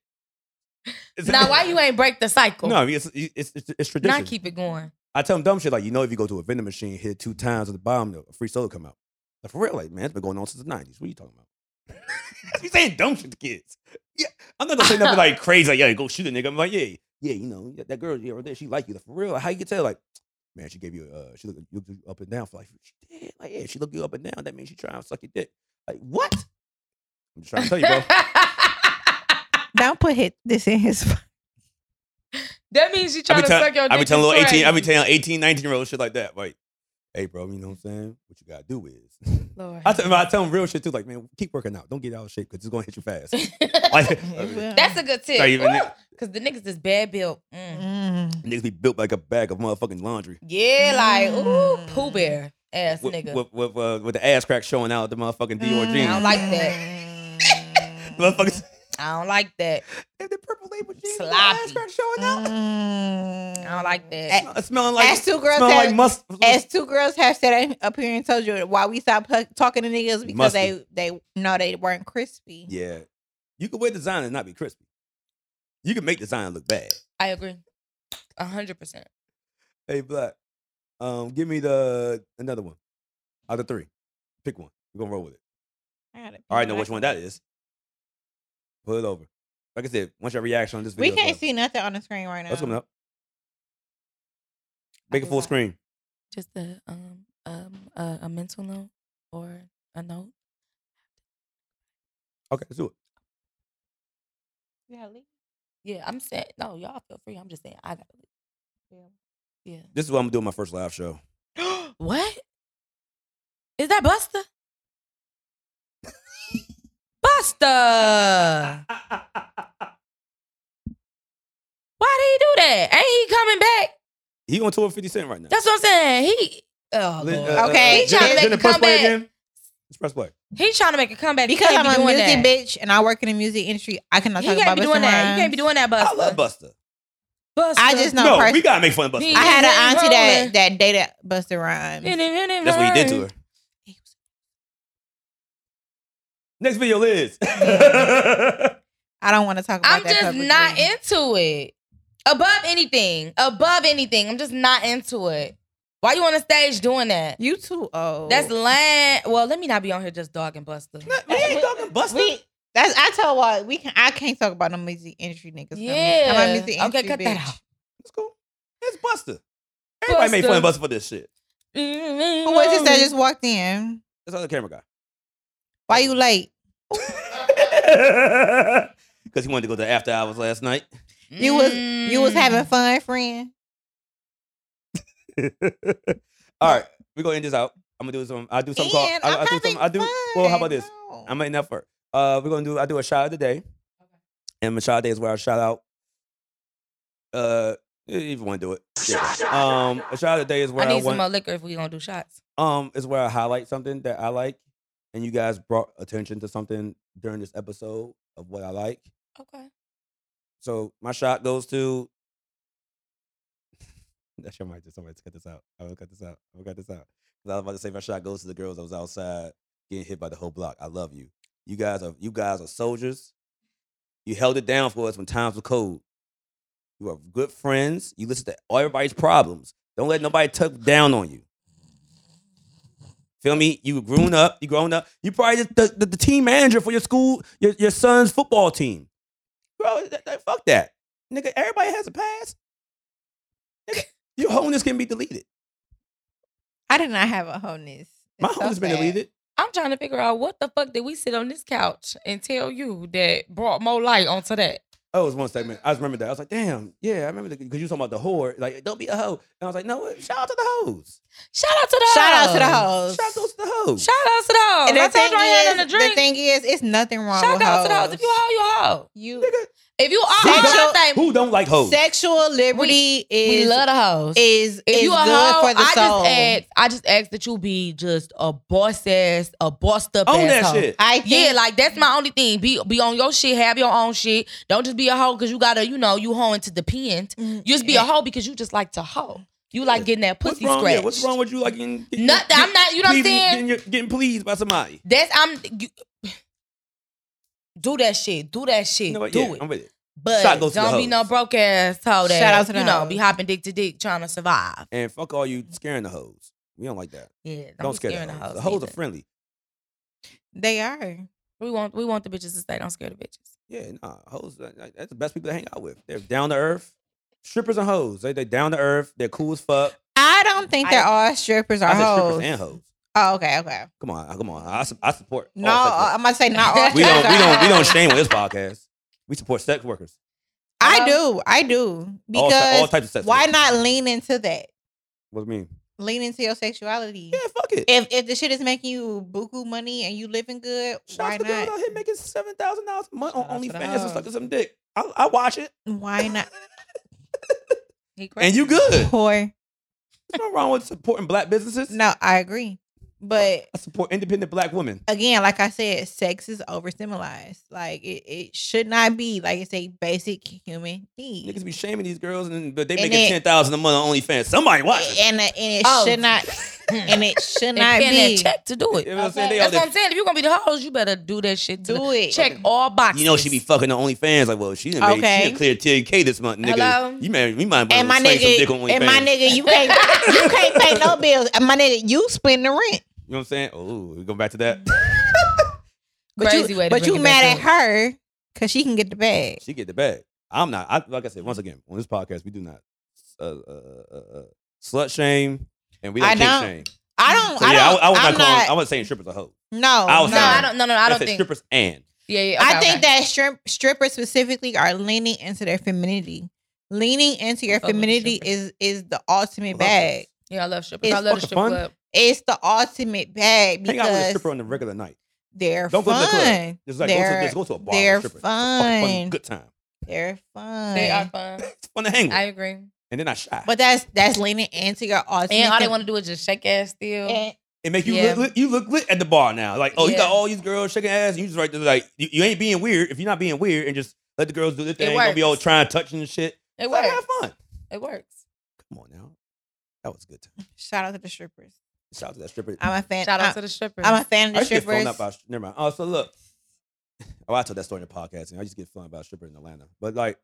Speaker 1: It's- *laughs*
Speaker 3: Now, why you ain't break the cycle? *laughs*
Speaker 1: no it's, it's, it's, it's tradition
Speaker 3: Not keep it going.
Speaker 1: I tell them dumb shit like, you know, if you go to a vending machine, hit it two times at the bottom, a free soda come out. Like, for real, like, man, it's been going on since the 90s. What are you talking about? *laughs* you saying dumb shit to kids. Yeah. I'm not gonna say nothing
Speaker 3: *laughs*
Speaker 1: like crazy, like, yeah, go shoot a nigga. I'm like, yeah, yeah, you know, that girl yeah, right there, she like you. Like, for real, like, how you can tell? Like, man, she gave you, uh, she looked, looked you up and down for like, she did. Like, yeah, she looked you up and down. That means she trying to suck your dick. Like, what? I'm just trying to tell you,
Speaker 3: *laughs*
Speaker 1: bro.
Speaker 2: Don't put hit this in his.
Speaker 3: that means you
Speaker 1: I
Speaker 3: trying
Speaker 1: be
Speaker 3: to
Speaker 1: tell-
Speaker 3: suck your dick.
Speaker 1: I be telling
Speaker 3: is
Speaker 1: little 18, I be
Speaker 3: crazy.
Speaker 1: telling 18, 19 year old shit like that. Like, hey, bro, you know what I'm saying? What you gotta do is.
Speaker 3: Lord.
Speaker 1: I
Speaker 3: *laughs*
Speaker 1: tell, I tell them real shit too, like, man, keep working out. Don't get out of shape because it's gonna hit you
Speaker 3: *laughs*
Speaker 1: fast. *laughs* Like,
Speaker 3: That's a good tip.
Speaker 1: Not even
Speaker 3: Woo!
Speaker 1: it.
Speaker 3: Cause the niggas is bad built. Mm.
Speaker 2: Mm.
Speaker 1: niggas be built like a bag of motherfucking laundry.
Speaker 3: Yeah, like
Speaker 2: Mm.
Speaker 3: ooh, poo bear ass
Speaker 1: With,
Speaker 3: nigga.
Speaker 1: with, with, uh, with the ass crack showing out the motherfucking Dior
Speaker 2: Mm.
Speaker 1: jeans.
Speaker 3: I don't like
Speaker 2: that.
Speaker 1: *laughs* Motherfuckers,
Speaker 3: I don't like that.
Speaker 1: they have the purple label jeans. with the Ass
Speaker 3: Sloppy.
Speaker 1: crack showing out.
Speaker 2: Mm.
Speaker 3: I don't like that.
Speaker 2: Eh,
Speaker 1: Smell- Smelling like,
Speaker 2: Ass two girls
Speaker 1: smelling
Speaker 2: had-
Speaker 1: like must.
Speaker 2: As two girls have said up here and told you why we stopped pu- talking to niggas because
Speaker 1: Musty.
Speaker 2: they they no they weren't crispy.
Speaker 1: Yeah, you can wear designer and not be crispy. You can make designer look bad.
Speaker 3: I agree. A hundred percent.
Speaker 1: Hey, Black, um, give me the another one out of three. Pick one. We're gonna roll with it.
Speaker 2: I gotta
Speaker 1: I already
Speaker 2: pee
Speaker 1: know which
Speaker 2: my-
Speaker 1: one that is. Pull it over. Like I said, once your reaction on this
Speaker 2: We
Speaker 1: video.
Speaker 2: can't see nothing on the screen right now.
Speaker 1: What's coming up? Make it full
Speaker 3: Copyright.
Speaker 1: screen.
Speaker 3: Just a um um a, a mental note or a note.
Speaker 1: Okay, let's do it.
Speaker 2: Yeah, Lee.
Speaker 3: Yeah, I'm saying no. Y'all feel free. I'm just saying I gotta leave. Yeah.
Speaker 1: This is what I'm doing my first live
Speaker 2: *laughs*
Speaker 1: show.
Speaker 3: Yeah. *gasps* what? Is that Buster? Buster. Why did he do that? Ain't he coming back?
Speaker 1: He on tour with 50 Cent right now.
Speaker 3: That's what I'm saying. He oh
Speaker 1: Li-
Speaker 3: Lord.
Speaker 1: uh, uh,
Speaker 2: Okay.
Speaker 1: uh,
Speaker 2: He tryna
Speaker 1: Jenna-
Speaker 2: make
Speaker 1: Jenna,
Speaker 3: a
Speaker 1: press play
Speaker 3: comeback.
Speaker 1: again. Let's press play.
Speaker 3: He's trying to make a comeback. He
Speaker 2: Because
Speaker 3: can't
Speaker 2: I'm
Speaker 3: be
Speaker 2: a
Speaker 3: doing
Speaker 2: music
Speaker 3: that.
Speaker 2: bitch and I work in the music industry, I cannot
Speaker 3: He
Speaker 2: talk
Speaker 3: can't
Speaker 2: about
Speaker 3: be
Speaker 2: Busta
Speaker 3: doing that.
Speaker 2: Rhymes.
Speaker 3: You can't be doing that, Buster.
Speaker 1: I love Buster.
Speaker 3: Buster.
Speaker 2: I just know
Speaker 1: no,
Speaker 2: pers-
Speaker 1: we gotta make fun of Buster.
Speaker 3: Me-
Speaker 2: I had an auntie
Speaker 3: Rolling.
Speaker 2: that that dated Busta Rhymes.
Speaker 3: In it, in it,
Speaker 1: That's what he did to her.
Speaker 3: burn.
Speaker 1: Next video
Speaker 2: *laughs*
Speaker 1: is.
Speaker 2: I don't want to talk about
Speaker 3: I'm
Speaker 2: that.
Speaker 3: just
Speaker 2: publicly.
Speaker 3: not into it. Above anything. Above anything. I'm just not into it. Why you on the stage doing that?
Speaker 2: You too old.
Speaker 3: That's lame. Well, let me not be on here just dogging Buster.
Speaker 1: *laughs* we ain't
Speaker 3: *laughs*
Speaker 1: talking Buster.
Speaker 2: we. That's I tell why we can. I can't talk about no music industry niggas. no more. I'm a
Speaker 3: Yeah.
Speaker 2: music
Speaker 3: Okay,
Speaker 2: industry
Speaker 3: cut that
Speaker 2: bitch.
Speaker 3: out.
Speaker 1: It's cool. It's Buster. Everybody made fun of Buster for this shit.
Speaker 2: Who was
Speaker 3: Um,
Speaker 2: this that just walked in?
Speaker 1: That's other camera guy.
Speaker 2: Why you late?
Speaker 1: Because he wanted to go to after hours last night. *laughs*
Speaker 2: You was you was
Speaker 3: Mm.
Speaker 2: having fun, friend.
Speaker 1: All right, we're gonna end this out. I'm gonna do some. I do something
Speaker 2: And
Speaker 1: called. I,
Speaker 2: I'm
Speaker 1: I do
Speaker 2: having
Speaker 1: some. I do. Well, how about this?
Speaker 2: fun. No.
Speaker 1: I'm making up for. it. Uh, we're gonna do. I do a shout out today, and my shout out day is where I shout out. Uh, if you want to do it, yeah. um, a shout out today is where
Speaker 3: I
Speaker 1: I,
Speaker 3: need some
Speaker 1: want.
Speaker 3: more liquor if we gonna do shots.
Speaker 1: um is where I highlight something that I like, and you guys brought attention to something during this episode of what I like.
Speaker 3: Okay.
Speaker 1: So my shot goes to. *laughs* That's your mic. Somebody cut this out. I will cut this out. I will cut this out. 'Cause I was about to say my shot goes to the girls that was outside getting hit by the whole block. I love you. You guys are you guys are soldiers. You held it down for us when times were cold. You are good friends. You listen to everybody's problems. Don't let nobody tuck down on you. Feel me? You grown up. You grown up. You probably the, the, the team manager for your school, your, your son's football team. Bro, that, that- fuck that. Nigga, everybody has a pass. Nigga, your wholeness can be deleted.
Speaker 2: I did not have a wholeness.
Speaker 3: *laughs*
Speaker 1: My
Speaker 2: It's so
Speaker 1: wholeness been
Speaker 2: sad.
Speaker 1: deleted.
Speaker 3: I'm trying to figure out what the fuck did we sit on this couch and tell you that brought more light onto that.
Speaker 1: Oh, it was one segment. I just remember that. I was like, damn, yeah, I remember that. Because you was talking about the whore. Like, don't be a hoe. And I was like, no, what? shout out to the hoes.
Speaker 3: Shout out to the
Speaker 2: Shout out to the hoes.
Speaker 3: hoes.
Speaker 1: Shout out to the hoes.
Speaker 3: Oh, Shout out to the hoes.
Speaker 2: And
Speaker 3: I
Speaker 2: the
Speaker 3: told
Speaker 2: thing,
Speaker 3: you I had
Speaker 2: is,
Speaker 3: nothing to
Speaker 2: the
Speaker 3: drink.
Speaker 2: thing is, it's nothing wrong
Speaker 3: Shout
Speaker 2: with
Speaker 3: out
Speaker 2: hoes.
Speaker 3: to the hoes. If you a hoe, you a hoe.
Speaker 2: you
Speaker 1: Nigga,
Speaker 3: If you
Speaker 1: who,
Speaker 3: all
Speaker 2: Sexual-
Speaker 3: about
Speaker 1: don't,
Speaker 3: that,
Speaker 1: who don't like hoes?
Speaker 2: sexual liberty is
Speaker 3: we love the hoes.
Speaker 2: is
Speaker 3: if
Speaker 2: is
Speaker 3: you a
Speaker 2: good
Speaker 3: hoe,
Speaker 2: for the
Speaker 3: I
Speaker 2: soul.
Speaker 3: just ask, I just ask that you be just a boss ass, a bossed up
Speaker 1: Own
Speaker 3: ass
Speaker 1: that
Speaker 3: hoe.
Speaker 1: shit.
Speaker 2: I think
Speaker 3: Yeah, like that's my only thing. Be be on your shit. Have your own shit. Don't just be a hoe because you gotta, you know, you hoeing to depend. You just be a hoe because you just like to hoe. You
Speaker 1: Mm-hmm.
Speaker 3: like
Speaker 1: Yeah.
Speaker 3: getting that
Speaker 1: What's
Speaker 3: pussy
Speaker 1: wrong, yeah,
Speaker 3: scratch.
Speaker 1: what's wrong with you? Like, getting, getting,
Speaker 3: Nothing. I'm not. You know what I'm
Speaker 1: pleasing-
Speaker 3: saying?
Speaker 1: Getting, your- getting pleased by somebody.
Speaker 3: That's I'm. You, *sighs* do that shit. Do that shit.
Speaker 1: You know what?
Speaker 3: do
Speaker 1: Yeah,
Speaker 3: it.
Speaker 1: I'm with it.
Speaker 3: But
Speaker 1: Shout out to the
Speaker 3: don't be
Speaker 1: hoes.
Speaker 3: no broke ass hoe that
Speaker 2: Shout out to the
Speaker 3: you know
Speaker 2: hoes.
Speaker 3: be hopping dick to dick trying to survive.
Speaker 1: And fuck all you scaring the hoes. We don't like that.
Speaker 3: Yeah, don't,
Speaker 1: Don't,
Speaker 3: be
Speaker 1: scare
Speaker 3: scaring
Speaker 1: the hoes.
Speaker 3: hoes.
Speaker 1: The hoes are
Speaker 3: either.
Speaker 1: friendly.
Speaker 2: They are.
Speaker 3: We want we want the bitches to stay. Don't scare the bitches.
Speaker 1: Yeah, nah, hoes. uh, like, That's the best people to hang out with. They're down to earth. Strippers and hoes. They they down to earth. They're cool as fuck.
Speaker 2: I don't think
Speaker 3: I-
Speaker 2: that all strippers are
Speaker 1: I said
Speaker 2: hoes.
Speaker 1: strippers and hoes.
Speaker 2: Oh, okay, okay.
Speaker 1: Come on, I- come on. I, su- I support. all
Speaker 2: No, uh,
Speaker 1: sex
Speaker 2: I'm *laughs* gonna say not all.
Speaker 1: workers. we don't
Speaker 2: strippers
Speaker 1: we
Speaker 2: are
Speaker 1: don't we don't
Speaker 2: hoes.
Speaker 1: shame on this podcast. We support sex workers.
Speaker 2: I do, I do,
Speaker 1: All,
Speaker 2: because
Speaker 1: se- all types of sex.
Speaker 2: why
Speaker 1: workers.
Speaker 2: not lean into that?
Speaker 1: What do you mean?
Speaker 2: Lean into your sexuality.
Speaker 1: Yeah, fuck it.
Speaker 2: If if the shit is making you buku money and you living good,
Speaker 1: Shots to
Speaker 2: why
Speaker 1: girls out
Speaker 2: not?
Speaker 1: here making seven thousand dollars a month on
Speaker 3: Shout out to the
Speaker 1: OnlyFans and
Speaker 3: hoes.
Speaker 1: sucking some dick. I, I watch it,
Speaker 2: Why not?
Speaker 3: He crazy. *laughs*
Speaker 1: and you good.
Speaker 2: Whore.
Speaker 1: There's no wrong with supporting black businesses.
Speaker 2: No, I agree, but
Speaker 1: I support independent black women.
Speaker 2: again, like I said, sex is overstimulized. Like it, it should not be. Like it's a basic human need.
Speaker 1: Niggas be shaming these girls, and but they
Speaker 2: And
Speaker 1: making
Speaker 2: it-
Speaker 1: ten thousand a month on OnlyFans. Somebody watch it.
Speaker 2: And, uh, and it
Speaker 3: Oh.
Speaker 2: should not. And it should
Speaker 3: And
Speaker 2: not
Speaker 3: pen
Speaker 2: be.
Speaker 3: that check to do it.
Speaker 1: You know what I'm saying?
Speaker 2: Okay.
Speaker 1: They all
Speaker 3: That's
Speaker 1: there-
Speaker 3: what I'm saying. If you're gonna be the hoes, you better do that shit. To the-
Speaker 2: Do it.
Speaker 3: Check all boxes.
Speaker 1: You know she be fucking the OnlyFans. Like, well, she didn't okay.
Speaker 2: Okay.
Speaker 1: she done cleared 10k this month, nigga.
Speaker 3: Hello?
Speaker 1: You may we might
Speaker 2: And my
Speaker 1: swing some dick on
Speaker 2: nigga,
Speaker 1: OnlyFans.
Speaker 2: and my nigga, you can't, you can't pay
Speaker 1: *laughs*
Speaker 2: no bills. And my nigga, you spend the rent.
Speaker 1: You know what I'm saying? Oh, we go back to that.
Speaker 2: But
Speaker 3: Crazy
Speaker 2: you,
Speaker 3: way to
Speaker 2: but
Speaker 3: bring
Speaker 2: you
Speaker 3: it
Speaker 2: mad
Speaker 3: back
Speaker 2: at her because she can get the bag.
Speaker 1: She get the bag. I'm not. I, like I said, once again, on this podcast, we do not uh, uh, uh, uh, slut shame and we don't
Speaker 2: I
Speaker 1: kink
Speaker 2: don't.
Speaker 1: shame.
Speaker 3: Hmm.
Speaker 2: I don't.
Speaker 1: So
Speaker 2: I
Speaker 1: yeah, I,
Speaker 2: don't.
Speaker 1: I was
Speaker 2: I'm
Speaker 1: not calling. I
Speaker 2: not.
Speaker 1: wasn't saying strippers a hoe.
Speaker 2: no,
Speaker 1: I
Speaker 2: I
Speaker 1: was
Speaker 3: No,
Speaker 2: no.
Speaker 1: saying-
Speaker 3: I don't. No, no, I don't
Speaker 1: said
Speaker 3: think.
Speaker 1: strippers and
Speaker 3: Yeah, yeah.
Speaker 2: I think that strip, strippers specifically are leaning into their femininity. Leaning into your
Speaker 3: fuck with the
Speaker 2: femininity
Speaker 3: strippers.
Speaker 2: is is the ultimate
Speaker 1: Love
Speaker 2: bag.
Speaker 3: Yeah, I love strippers.
Speaker 2: It's
Speaker 3: I love the
Speaker 1: fucking
Speaker 3: strip
Speaker 1: fun.
Speaker 3: club.
Speaker 2: It's the ultimate bag
Speaker 1: hang out with a
Speaker 2: because
Speaker 1: stripper on the regular night.
Speaker 2: they're
Speaker 1: Don't go to the club.
Speaker 2: fun.
Speaker 1: Just like go to,
Speaker 2: They're-
Speaker 1: just go to a bar.
Speaker 2: they're
Speaker 1: with a stripper. It's a fucking
Speaker 2: fun.
Speaker 1: Good time.
Speaker 2: They're fun.
Speaker 3: They are fun.
Speaker 1: It's fun to hang with.
Speaker 3: I agree.
Speaker 1: and then I shy.
Speaker 2: But that's that's leaning into your ultimate.
Speaker 3: And all they want to do is just shake ass still.
Speaker 2: And-
Speaker 1: It make you
Speaker 3: Yeah.
Speaker 1: look lit, you look lit at the bar now. Like, oh, you got
Speaker 3: Yeah.
Speaker 1: all these girls shaking ass. And you just right there, like you, you ain't being weird if you're not being weird and just let the girls do their thing. Don't be
Speaker 3: works.
Speaker 1: all trying touching and shit.
Speaker 3: It
Speaker 1: Like,
Speaker 3: works.
Speaker 1: have fun.
Speaker 3: It works.
Speaker 1: Come on now, that was a good. Time.
Speaker 2: shout out to the strippers.
Speaker 1: Shout out to that stripper.
Speaker 2: I'm a fan.
Speaker 3: Shout out
Speaker 2: I'm,
Speaker 3: to the strippers.
Speaker 2: I'm a fan
Speaker 1: I
Speaker 2: of the
Speaker 1: used to get
Speaker 2: strippers.
Speaker 1: phoned up by. stri- Never mind. Oh, so look. *sighs* Oh, I told that story in the podcast, and I used to get phoned about strippers in Atlanta. But like,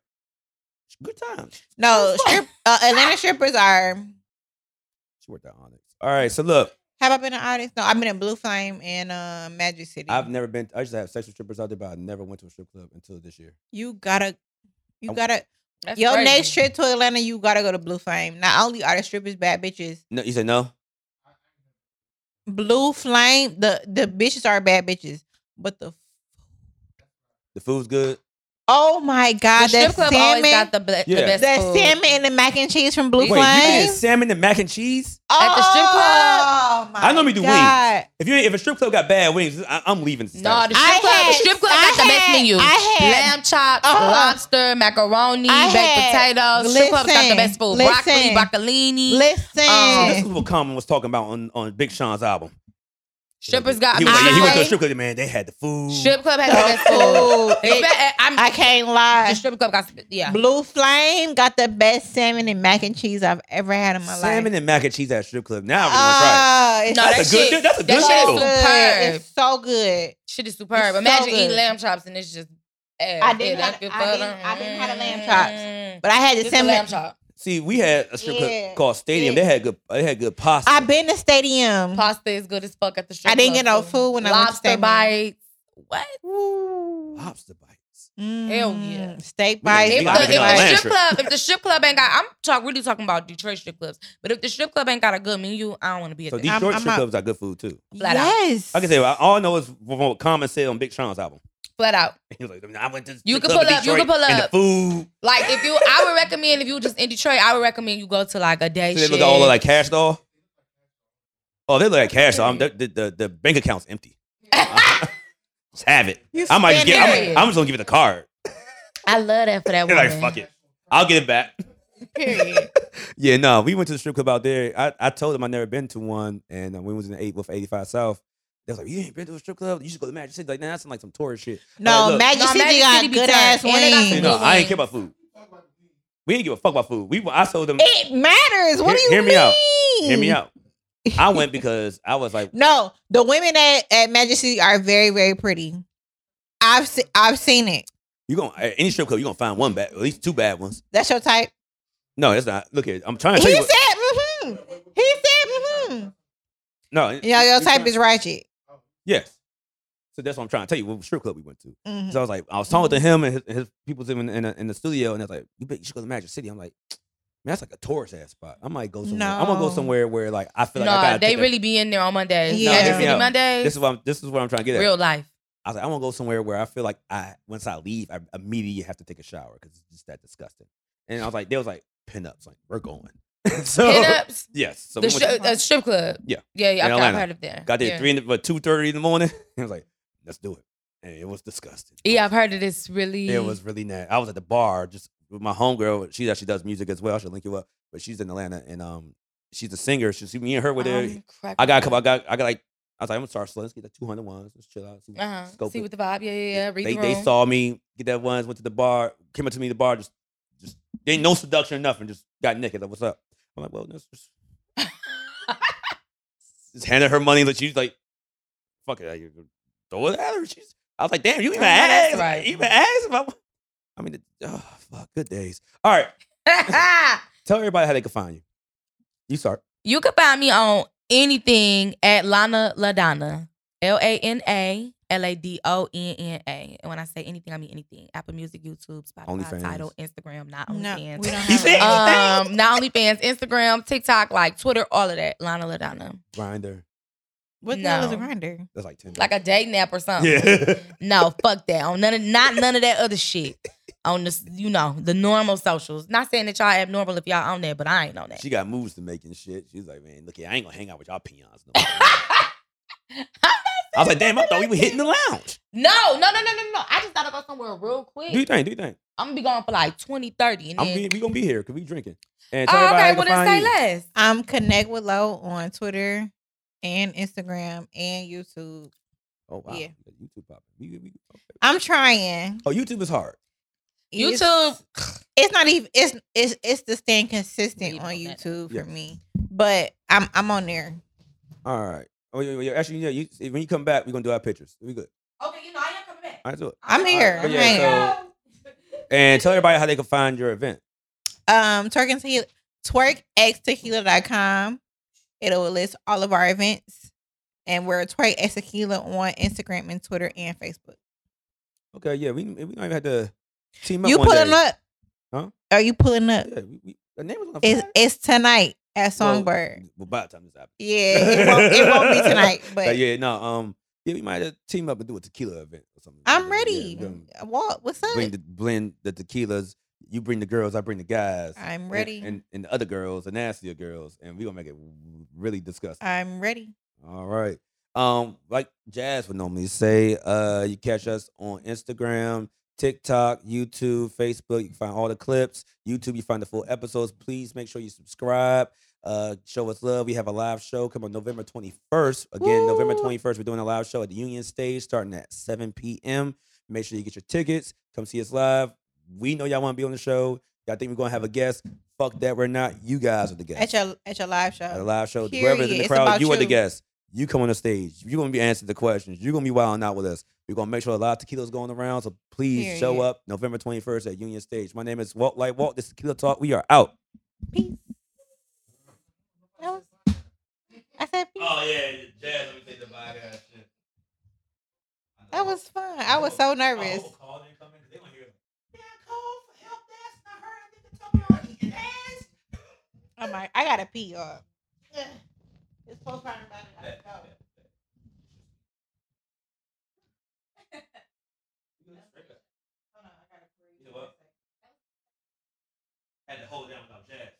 Speaker 1: good times.
Speaker 2: No, strip, uh, Atlanta strippers are.
Speaker 1: She worked out Onyx. All right, so look,
Speaker 2: Have I been an artist? No, I've been in Blue Flame and uh, Magic City.
Speaker 1: I've never been. I used to have sex with strippers out there, but I never went to a strip club until this year.
Speaker 2: you gotta, you
Speaker 1: I'm-
Speaker 2: gotta.
Speaker 3: That's
Speaker 2: your
Speaker 3: crazy.
Speaker 2: next trip to Atlanta, you gotta go to Blue Flame. Not only are the strippers bad bitches,
Speaker 1: No, you said no.
Speaker 2: Blue Flame, the the bitches are bad bitches. But the
Speaker 1: The food's good.
Speaker 2: oh my
Speaker 3: The
Speaker 2: god,
Speaker 3: strip
Speaker 2: that
Speaker 3: club
Speaker 2: salmon,
Speaker 3: always got the, ble-
Speaker 1: Yeah.
Speaker 3: the best
Speaker 2: that
Speaker 3: food.
Speaker 2: salmon and the mac and cheese from Blue
Speaker 1: Wait,
Speaker 2: Flame.
Speaker 1: you did salmon and mac and cheese?
Speaker 3: At the strip
Speaker 2: Oh
Speaker 1: club?
Speaker 2: my
Speaker 1: I normally do wings.
Speaker 2: God.
Speaker 1: If you if a strip club got bad wings, I, I'm leaving.
Speaker 3: No,
Speaker 1: Nah,
Speaker 3: the strip
Speaker 2: I
Speaker 3: club,
Speaker 2: had-
Speaker 3: the strip club
Speaker 2: I
Speaker 3: got the best
Speaker 2: had-
Speaker 3: menu.
Speaker 2: I had-
Speaker 3: lamb chops,
Speaker 2: Uh-huh.
Speaker 3: lobster, macaroni,
Speaker 2: I
Speaker 3: baked
Speaker 2: had-
Speaker 3: potatoes. strip club's got the
Speaker 2: Listen,
Speaker 3: best food.
Speaker 2: listen,
Speaker 3: Broccoli, broccolini.
Speaker 2: Listen,
Speaker 1: this is what Common was talking about on, on Big Sean's album.
Speaker 3: Strippers got.
Speaker 1: He, was like, yeah, he went to a
Speaker 3: I-
Speaker 1: strip club. Man, they had the food.
Speaker 3: Strip club has the best food.
Speaker 2: Ooh,
Speaker 3: It's
Speaker 2: Oh, it-
Speaker 3: be- I'm,
Speaker 2: I can't
Speaker 3: the
Speaker 2: lie.
Speaker 3: strip club got. Yeah.
Speaker 2: Blue Flame got the best salmon and mac and cheese I've ever had in my
Speaker 1: salmon
Speaker 2: life.
Speaker 1: and mac and cheese at a strip club. Now I really want to
Speaker 3: Uh,
Speaker 1: try.
Speaker 2: Oh, it's
Speaker 3: No,
Speaker 2: so
Speaker 3: that
Speaker 1: That's a good-
Speaker 3: shit.
Speaker 1: that's a
Speaker 3: that
Speaker 1: good
Speaker 3: shit
Speaker 1: deal.
Speaker 3: is superb.
Speaker 2: good. It's so good.
Speaker 3: Shit is superb.
Speaker 2: It's so
Speaker 3: Imagine
Speaker 2: good.
Speaker 3: eating lamb chops and it's just. Ass.
Speaker 2: I didn't
Speaker 3: Yeah,
Speaker 2: have-
Speaker 3: that's
Speaker 2: I
Speaker 3: good
Speaker 2: didn't- I didn't have the lamb
Speaker 3: Mm.
Speaker 2: But I had the
Speaker 3: Just a
Speaker 2: salmon.
Speaker 3: lamb chop.
Speaker 1: it. See, we had a strip
Speaker 2: Yeah.
Speaker 1: club called Stadium. They had good. They had good pasta.
Speaker 2: I've been to stadium.
Speaker 3: Pasta is good as fuck at the strip
Speaker 2: Mm-hmm. I didn't
Speaker 3: club,
Speaker 2: get no
Speaker 3: too.
Speaker 2: food when I went to
Speaker 3: Lobster
Speaker 2: Stanley.
Speaker 3: bites. What?
Speaker 1: lobster bites.
Speaker 2: Mm,
Speaker 3: Hell yeah.
Speaker 2: Steak
Speaker 1: We
Speaker 2: bites.
Speaker 1: didn't
Speaker 3: If
Speaker 1: They gotta
Speaker 2: lobster
Speaker 3: the, if
Speaker 1: get on
Speaker 3: the
Speaker 1: land
Speaker 2: bites.
Speaker 3: strip
Speaker 1: trip.
Speaker 3: club, if the strip club ain't got, I'm talk really talking about Detroit strip clubs. But if the strip club ain't got a good menu, I don't want to be at
Speaker 1: So
Speaker 3: that.
Speaker 1: Detroit
Speaker 2: I'm- I'm
Speaker 1: strip
Speaker 2: out.
Speaker 1: clubs are good food too.
Speaker 3: Flat out.
Speaker 2: Yes.
Speaker 1: I can say all I know is from what Common said on Big Sean's album. *laughs*
Speaker 3: Flat out.
Speaker 1: He was like, I went to. the
Speaker 3: You
Speaker 1: strip
Speaker 3: can
Speaker 1: club
Speaker 3: pull
Speaker 1: in
Speaker 3: up, you
Speaker 1: Detroit
Speaker 3: can pull
Speaker 1: And the
Speaker 3: up.
Speaker 1: food.
Speaker 3: Like if you, I would recommend if you just in Detroit, I would recommend you go to like a
Speaker 1: So
Speaker 3: day
Speaker 1: they
Speaker 3: shift.
Speaker 1: look at all like cash doll. Oh, they look like cash doll. I'm, the, the, the the bank account's empty. Just have it.
Speaker 2: You
Speaker 1: I might just
Speaker 2: spend
Speaker 1: get.
Speaker 3: it.
Speaker 1: I'm, I'm just gonna give it a card. *laughs*
Speaker 3: I love that for that
Speaker 1: They're like,
Speaker 3: woman. *laughs*
Speaker 1: fuck it. I'll get it back.
Speaker 2: Period.
Speaker 1: *laughs* Yeah, no, we went to the strip club out there. I, I told them I never been to one, and uh, we was in the eight with 85 South. They was like, you ain't been to a strip club? You should go to Magic City. Like, nah, that's some, like some tourist shit.
Speaker 2: No,
Speaker 1: look.
Speaker 2: Magic
Speaker 3: No,
Speaker 2: City
Speaker 3: Magic
Speaker 2: got
Speaker 3: City be
Speaker 2: good
Speaker 3: turned.
Speaker 2: ass
Speaker 3: And they got some
Speaker 1: You
Speaker 2: wings.
Speaker 1: know,
Speaker 3: good
Speaker 1: I ain't
Speaker 3: wings.
Speaker 1: care about food. We didn't give a fuck about food. We I told them,
Speaker 2: It matters. What do
Speaker 1: Hear-
Speaker 2: you
Speaker 1: hear me out.
Speaker 2: mean?
Speaker 1: hear me out. I went because I was like,
Speaker 2: No, the women at, at Magic City are very, very pretty. I've se- I've seen it.
Speaker 1: You going to any strip club? You are gonna find one bad, at least two bad ones.
Speaker 2: That's your type.
Speaker 1: No, that's not. Look here, I'm trying
Speaker 2: He
Speaker 1: to
Speaker 2: said,
Speaker 1: tell you. What,
Speaker 2: mm-hmm. He said, mm-hmm.
Speaker 1: no,
Speaker 2: Yeah, your
Speaker 1: you
Speaker 2: type
Speaker 1: trying-
Speaker 2: is ratchet.
Speaker 1: *laughs* yes. So that's what I'm trying to tell you. What strip club we went to?
Speaker 2: Mhm.
Speaker 1: So I was like, I was talking to him and his, his people's in in, in the studio, and I was like, you, bet you should go to Magic City. I'm like, man, that's like a tourist ass spot. I might go somewhere. I'm gonna go
Speaker 2: No.
Speaker 1: somewhere where like I feel like I
Speaker 3: no,
Speaker 1: gotta
Speaker 3: they
Speaker 1: take a-
Speaker 3: really be in there on Mondays.
Speaker 2: Yeah.
Speaker 3: Yeah,
Speaker 2: No,
Speaker 3: Magic
Speaker 2: hit me
Speaker 3: City
Speaker 1: up.
Speaker 3: Mondays.
Speaker 1: This is what I'm, this is what I'm trying to get at.
Speaker 3: real life.
Speaker 1: I was like, I want to go somewhere where I feel like I once I leave, I immediately have to take a shower because it's just that disgusting. And I was like, they was like pinups, like we're going. *laughs* *laughs* so
Speaker 3: Pinups.
Speaker 1: yes, so
Speaker 3: The
Speaker 1: we went
Speaker 3: stri-
Speaker 1: to-
Speaker 3: uh, strip club.
Speaker 1: Yeah.
Speaker 3: Yeah, yeah.
Speaker 1: In
Speaker 3: I've- I've
Speaker 1: Atlanta.
Speaker 3: heard of there.
Speaker 1: got there
Speaker 3: yeah.
Speaker 1: three in the, what, two thirty in the morning. *laughs* I was like, let's do it, and it was disgusting.
Speaker 3: Yeah, I've heard of this really.
Speaker 1: It was really nasty. I was at the bar just with my homegirl. She actually does music as well. I should link you up, but she's in Atlanta and um, she's a singer. She, she me and her were there.
Speaker 3: I'm cracking
Speaker 1: I got a couple. I
Speaker 3: up.
Speaker 1: got I got like I was like, I'm gonna start slow. Let's get the 200 ones. Let's chill out. See, what-
Speaker 3: Uh-huh.
Speaker 1: scope
Speaker 3: See
Speaker 1: it."
Speaker 3: what the vibe? Yeah, yeah, yeah. Read
Speaker 1: they,
Speaker 3: the
Speaker 1: they
Speaker 3: room.
Speaker 1: saw me get that ones, went to the bar, came up to me in the bar, just just they ain't no seduction or nothing, just got naked. Like, what's up? I'm like, well, that's
Speaker 3: *laughs*
Speaker 1: just just handed her money, like she's like, fuck it, like, throw it at her. She's I was like, damn, you even
Speaker 3: I know that's
Speaker 1: asked,
Speaker 3: right.
Speaker 1: you even asked about. I mean, oh fuck, good days. All right, tell everybody how they can find you. You start.
Speaker 3: *laughs* you can find me on anything at Lana Ladonna. L A N A L A D O N N A. And when I say anything, I mean anything. Apple Music, YouTube, Spotify,
Speaker 1: OnlyFans.
Speaker 3: Title, Instagram, not
Speaker 2: No,
Speaker 3: OnlyFans. *laughs*
Speaker 2: we don't
Speaker 1: He
Speaker 2: have
Speaker 1: said-
Speaker 2: that.
Speaker 3: um, not OnlyFans, Instagram, TikTok, like Twitter, all of that. Lana Ladonna.
Speaker 1: Grinder.
Speaker 2: What the hell is a
Speaker 3: no.
Speaker 2: grinder?
Speaker 1: That's like ten.
Speaker 3: Like um, a dating app or something.
Speaker 1: *laughs* yeah.
Speaker 3: No, fuck that. On none of not none of that other shit. On this, you know, the normal socials. Not saying that y'all abnormal if y'all on there, but I ain't on that.
Speaker 1: she got moves to make and shit. She's like, man, look, here, I ain't gonna hang out with y'all peons. No
Speaker 3: *laughs*
Speaker 1: more. I was like, damn, I thought we were hitting the lounge.
Speaker 3: *laughs* No, no, no, no, no, no. I just gotta go somewhere real quick.
Speaker 1: Do you think? Do you think?
Speaker 3: I'm gonna be gone for like 20, 30. And
Speaker 1: I'm
Speaker 3: then,
Speaker 1: be, we gonna be here because we drinking. And tell
Speaker 3: oh,
Speaker 1: everybody
Speaker 3: okay,
Speaker 1: how
Speaker 3: well,
Speaker 1: they can
Speaker 3: then say
Speaker 1: find you.
Speaker 3: less.
Speaker 2: Um, connect with Lo on Twitter and Instagram and YouTube.
Speaker 1: Oh wow,
Speaker 2: Yeah.
Speaker 1: That YouTube popping. We- we- okay.
Speaker 2: I'm trying.
Speaker 1: Oh, YouTube is hard.
Speaker 2: It's-
Speaker 3: YouTube.
Speaker 2: It's not even. It's it's it's to staying consistent
Speaker 3: We
Speaker 2: on
Speaker 3: know that.
Speaker 2: YouTube
Speaker 1: Yeah.
Speaker 2: for me. But I'm I'm on there.
Speaker 1: All right. Oh, yeah, yeah, actually, yeah. You, when you come back, we're gonna do our pictures. We good.
Speaker 3: Okay, you know, I am coming back.
Speaker 1: All right, do it.
Speaker 2: I'm here.
Speaker 1: Oh,
Speaker 2: I'm
Speaker 1: yeah,
Speaker 2: hanging.
Speaker 1: so-
Speaker 3: *laughs*
Speaker 2: *laughs*
Speaker 1: And tell everybody how they can find your event.
Speaker 2: um twerk and tequila twerkxtequila.com. It'll list all of our events. And we're twerk X tequila on Instagram and Twitter and Facebook.
Speaker 1: Okay, yeah. We we don't even have to team up.
Speaker 2: you
Speaker 1: one
Speaker 2: pulling
Speaker 1: day.
Speaker 2: up?
Speaker 1: Huh?
Speaker 2: Are you pulling up?
Speaker 1: Yeah, we, we, the name was on
Speaker 2: It's it's tonight at
Speaker 1: Well,
Speaker 2: Songbird.
Speaker 1: Well, by the time this happens, *laughs*
Speaker 2: Yeah, it won't, it won't be tonight, but
Speaker 1: yeah, no, um, yeah, we might have to team up and do a tequila event or something.
Speaker 2: I'm
Speaker 1: Yeah,
Speaker 2: ready. Uh,
Speaker 1: we're gonna
Speaker 2: Walt, what's up?
Speaker 1: Bring the blend the tequilas. You bring the girls. I bring the guys.
Speaker 2: I'm
Speaker 1: and-
Speaker 2: ready.
Speaker 1: And, and the other girls, the nastier girls, and we're gonna make it really disgusting.
Speaker 2: I'm ready.
Speaker 1: All right. Um, like Jazz would normally say, uh, you catch us on Instagram, TikTok, YouTube, Facebook. You can find all the clips. YouTube, you find the full episodes. Please make sure you subscribe. Uh, show us love. We have a live show coming November 21st. Again, November
Speaker 2: Woo!
Speaker 1: 21st, we're doing a live show at the Union Stage starting at 7 p.m. Make sure you get your tickets. Come see us live. We know y'all want to be on the show. Y'all think we're going to have a guest. Fuck that, we're not. You guys are the guests
Speaker 2: At your at your live show.
Speaker 1: at a live show,
Speaker 2: Period.
Speaker 1: whoever's in the
Speaker 2: It's
Speaker 1: crowd,
Speaker 2: about
Speaker 1: you are the
Speaker 2: you.
Speaker 1: guest. You come on the stage. You're gonna be answering the questions. You're gonna be wilding out with us. We're gonna make sure a lot of tequila's going around. So please show
Speaker 2: Period.
Speaker 1: up November 21st at Union Stage. My name is Walt Light Walt. This is Tequila Talk. We are out.
Speaker 2: Peace. That was, I said peace.
Speaker 1: Oh, yeah, jazz. Let me take the vibe shit.
Speaker 2: That was fun. I was so nervous.
Speaker 1: Oh.
Speaker 2: I'm like, I gotta pee, y'all. It's postpartum. I gotta go. Hold on, I gotta breathe.
Speaker 1: Had to hold down without jazz.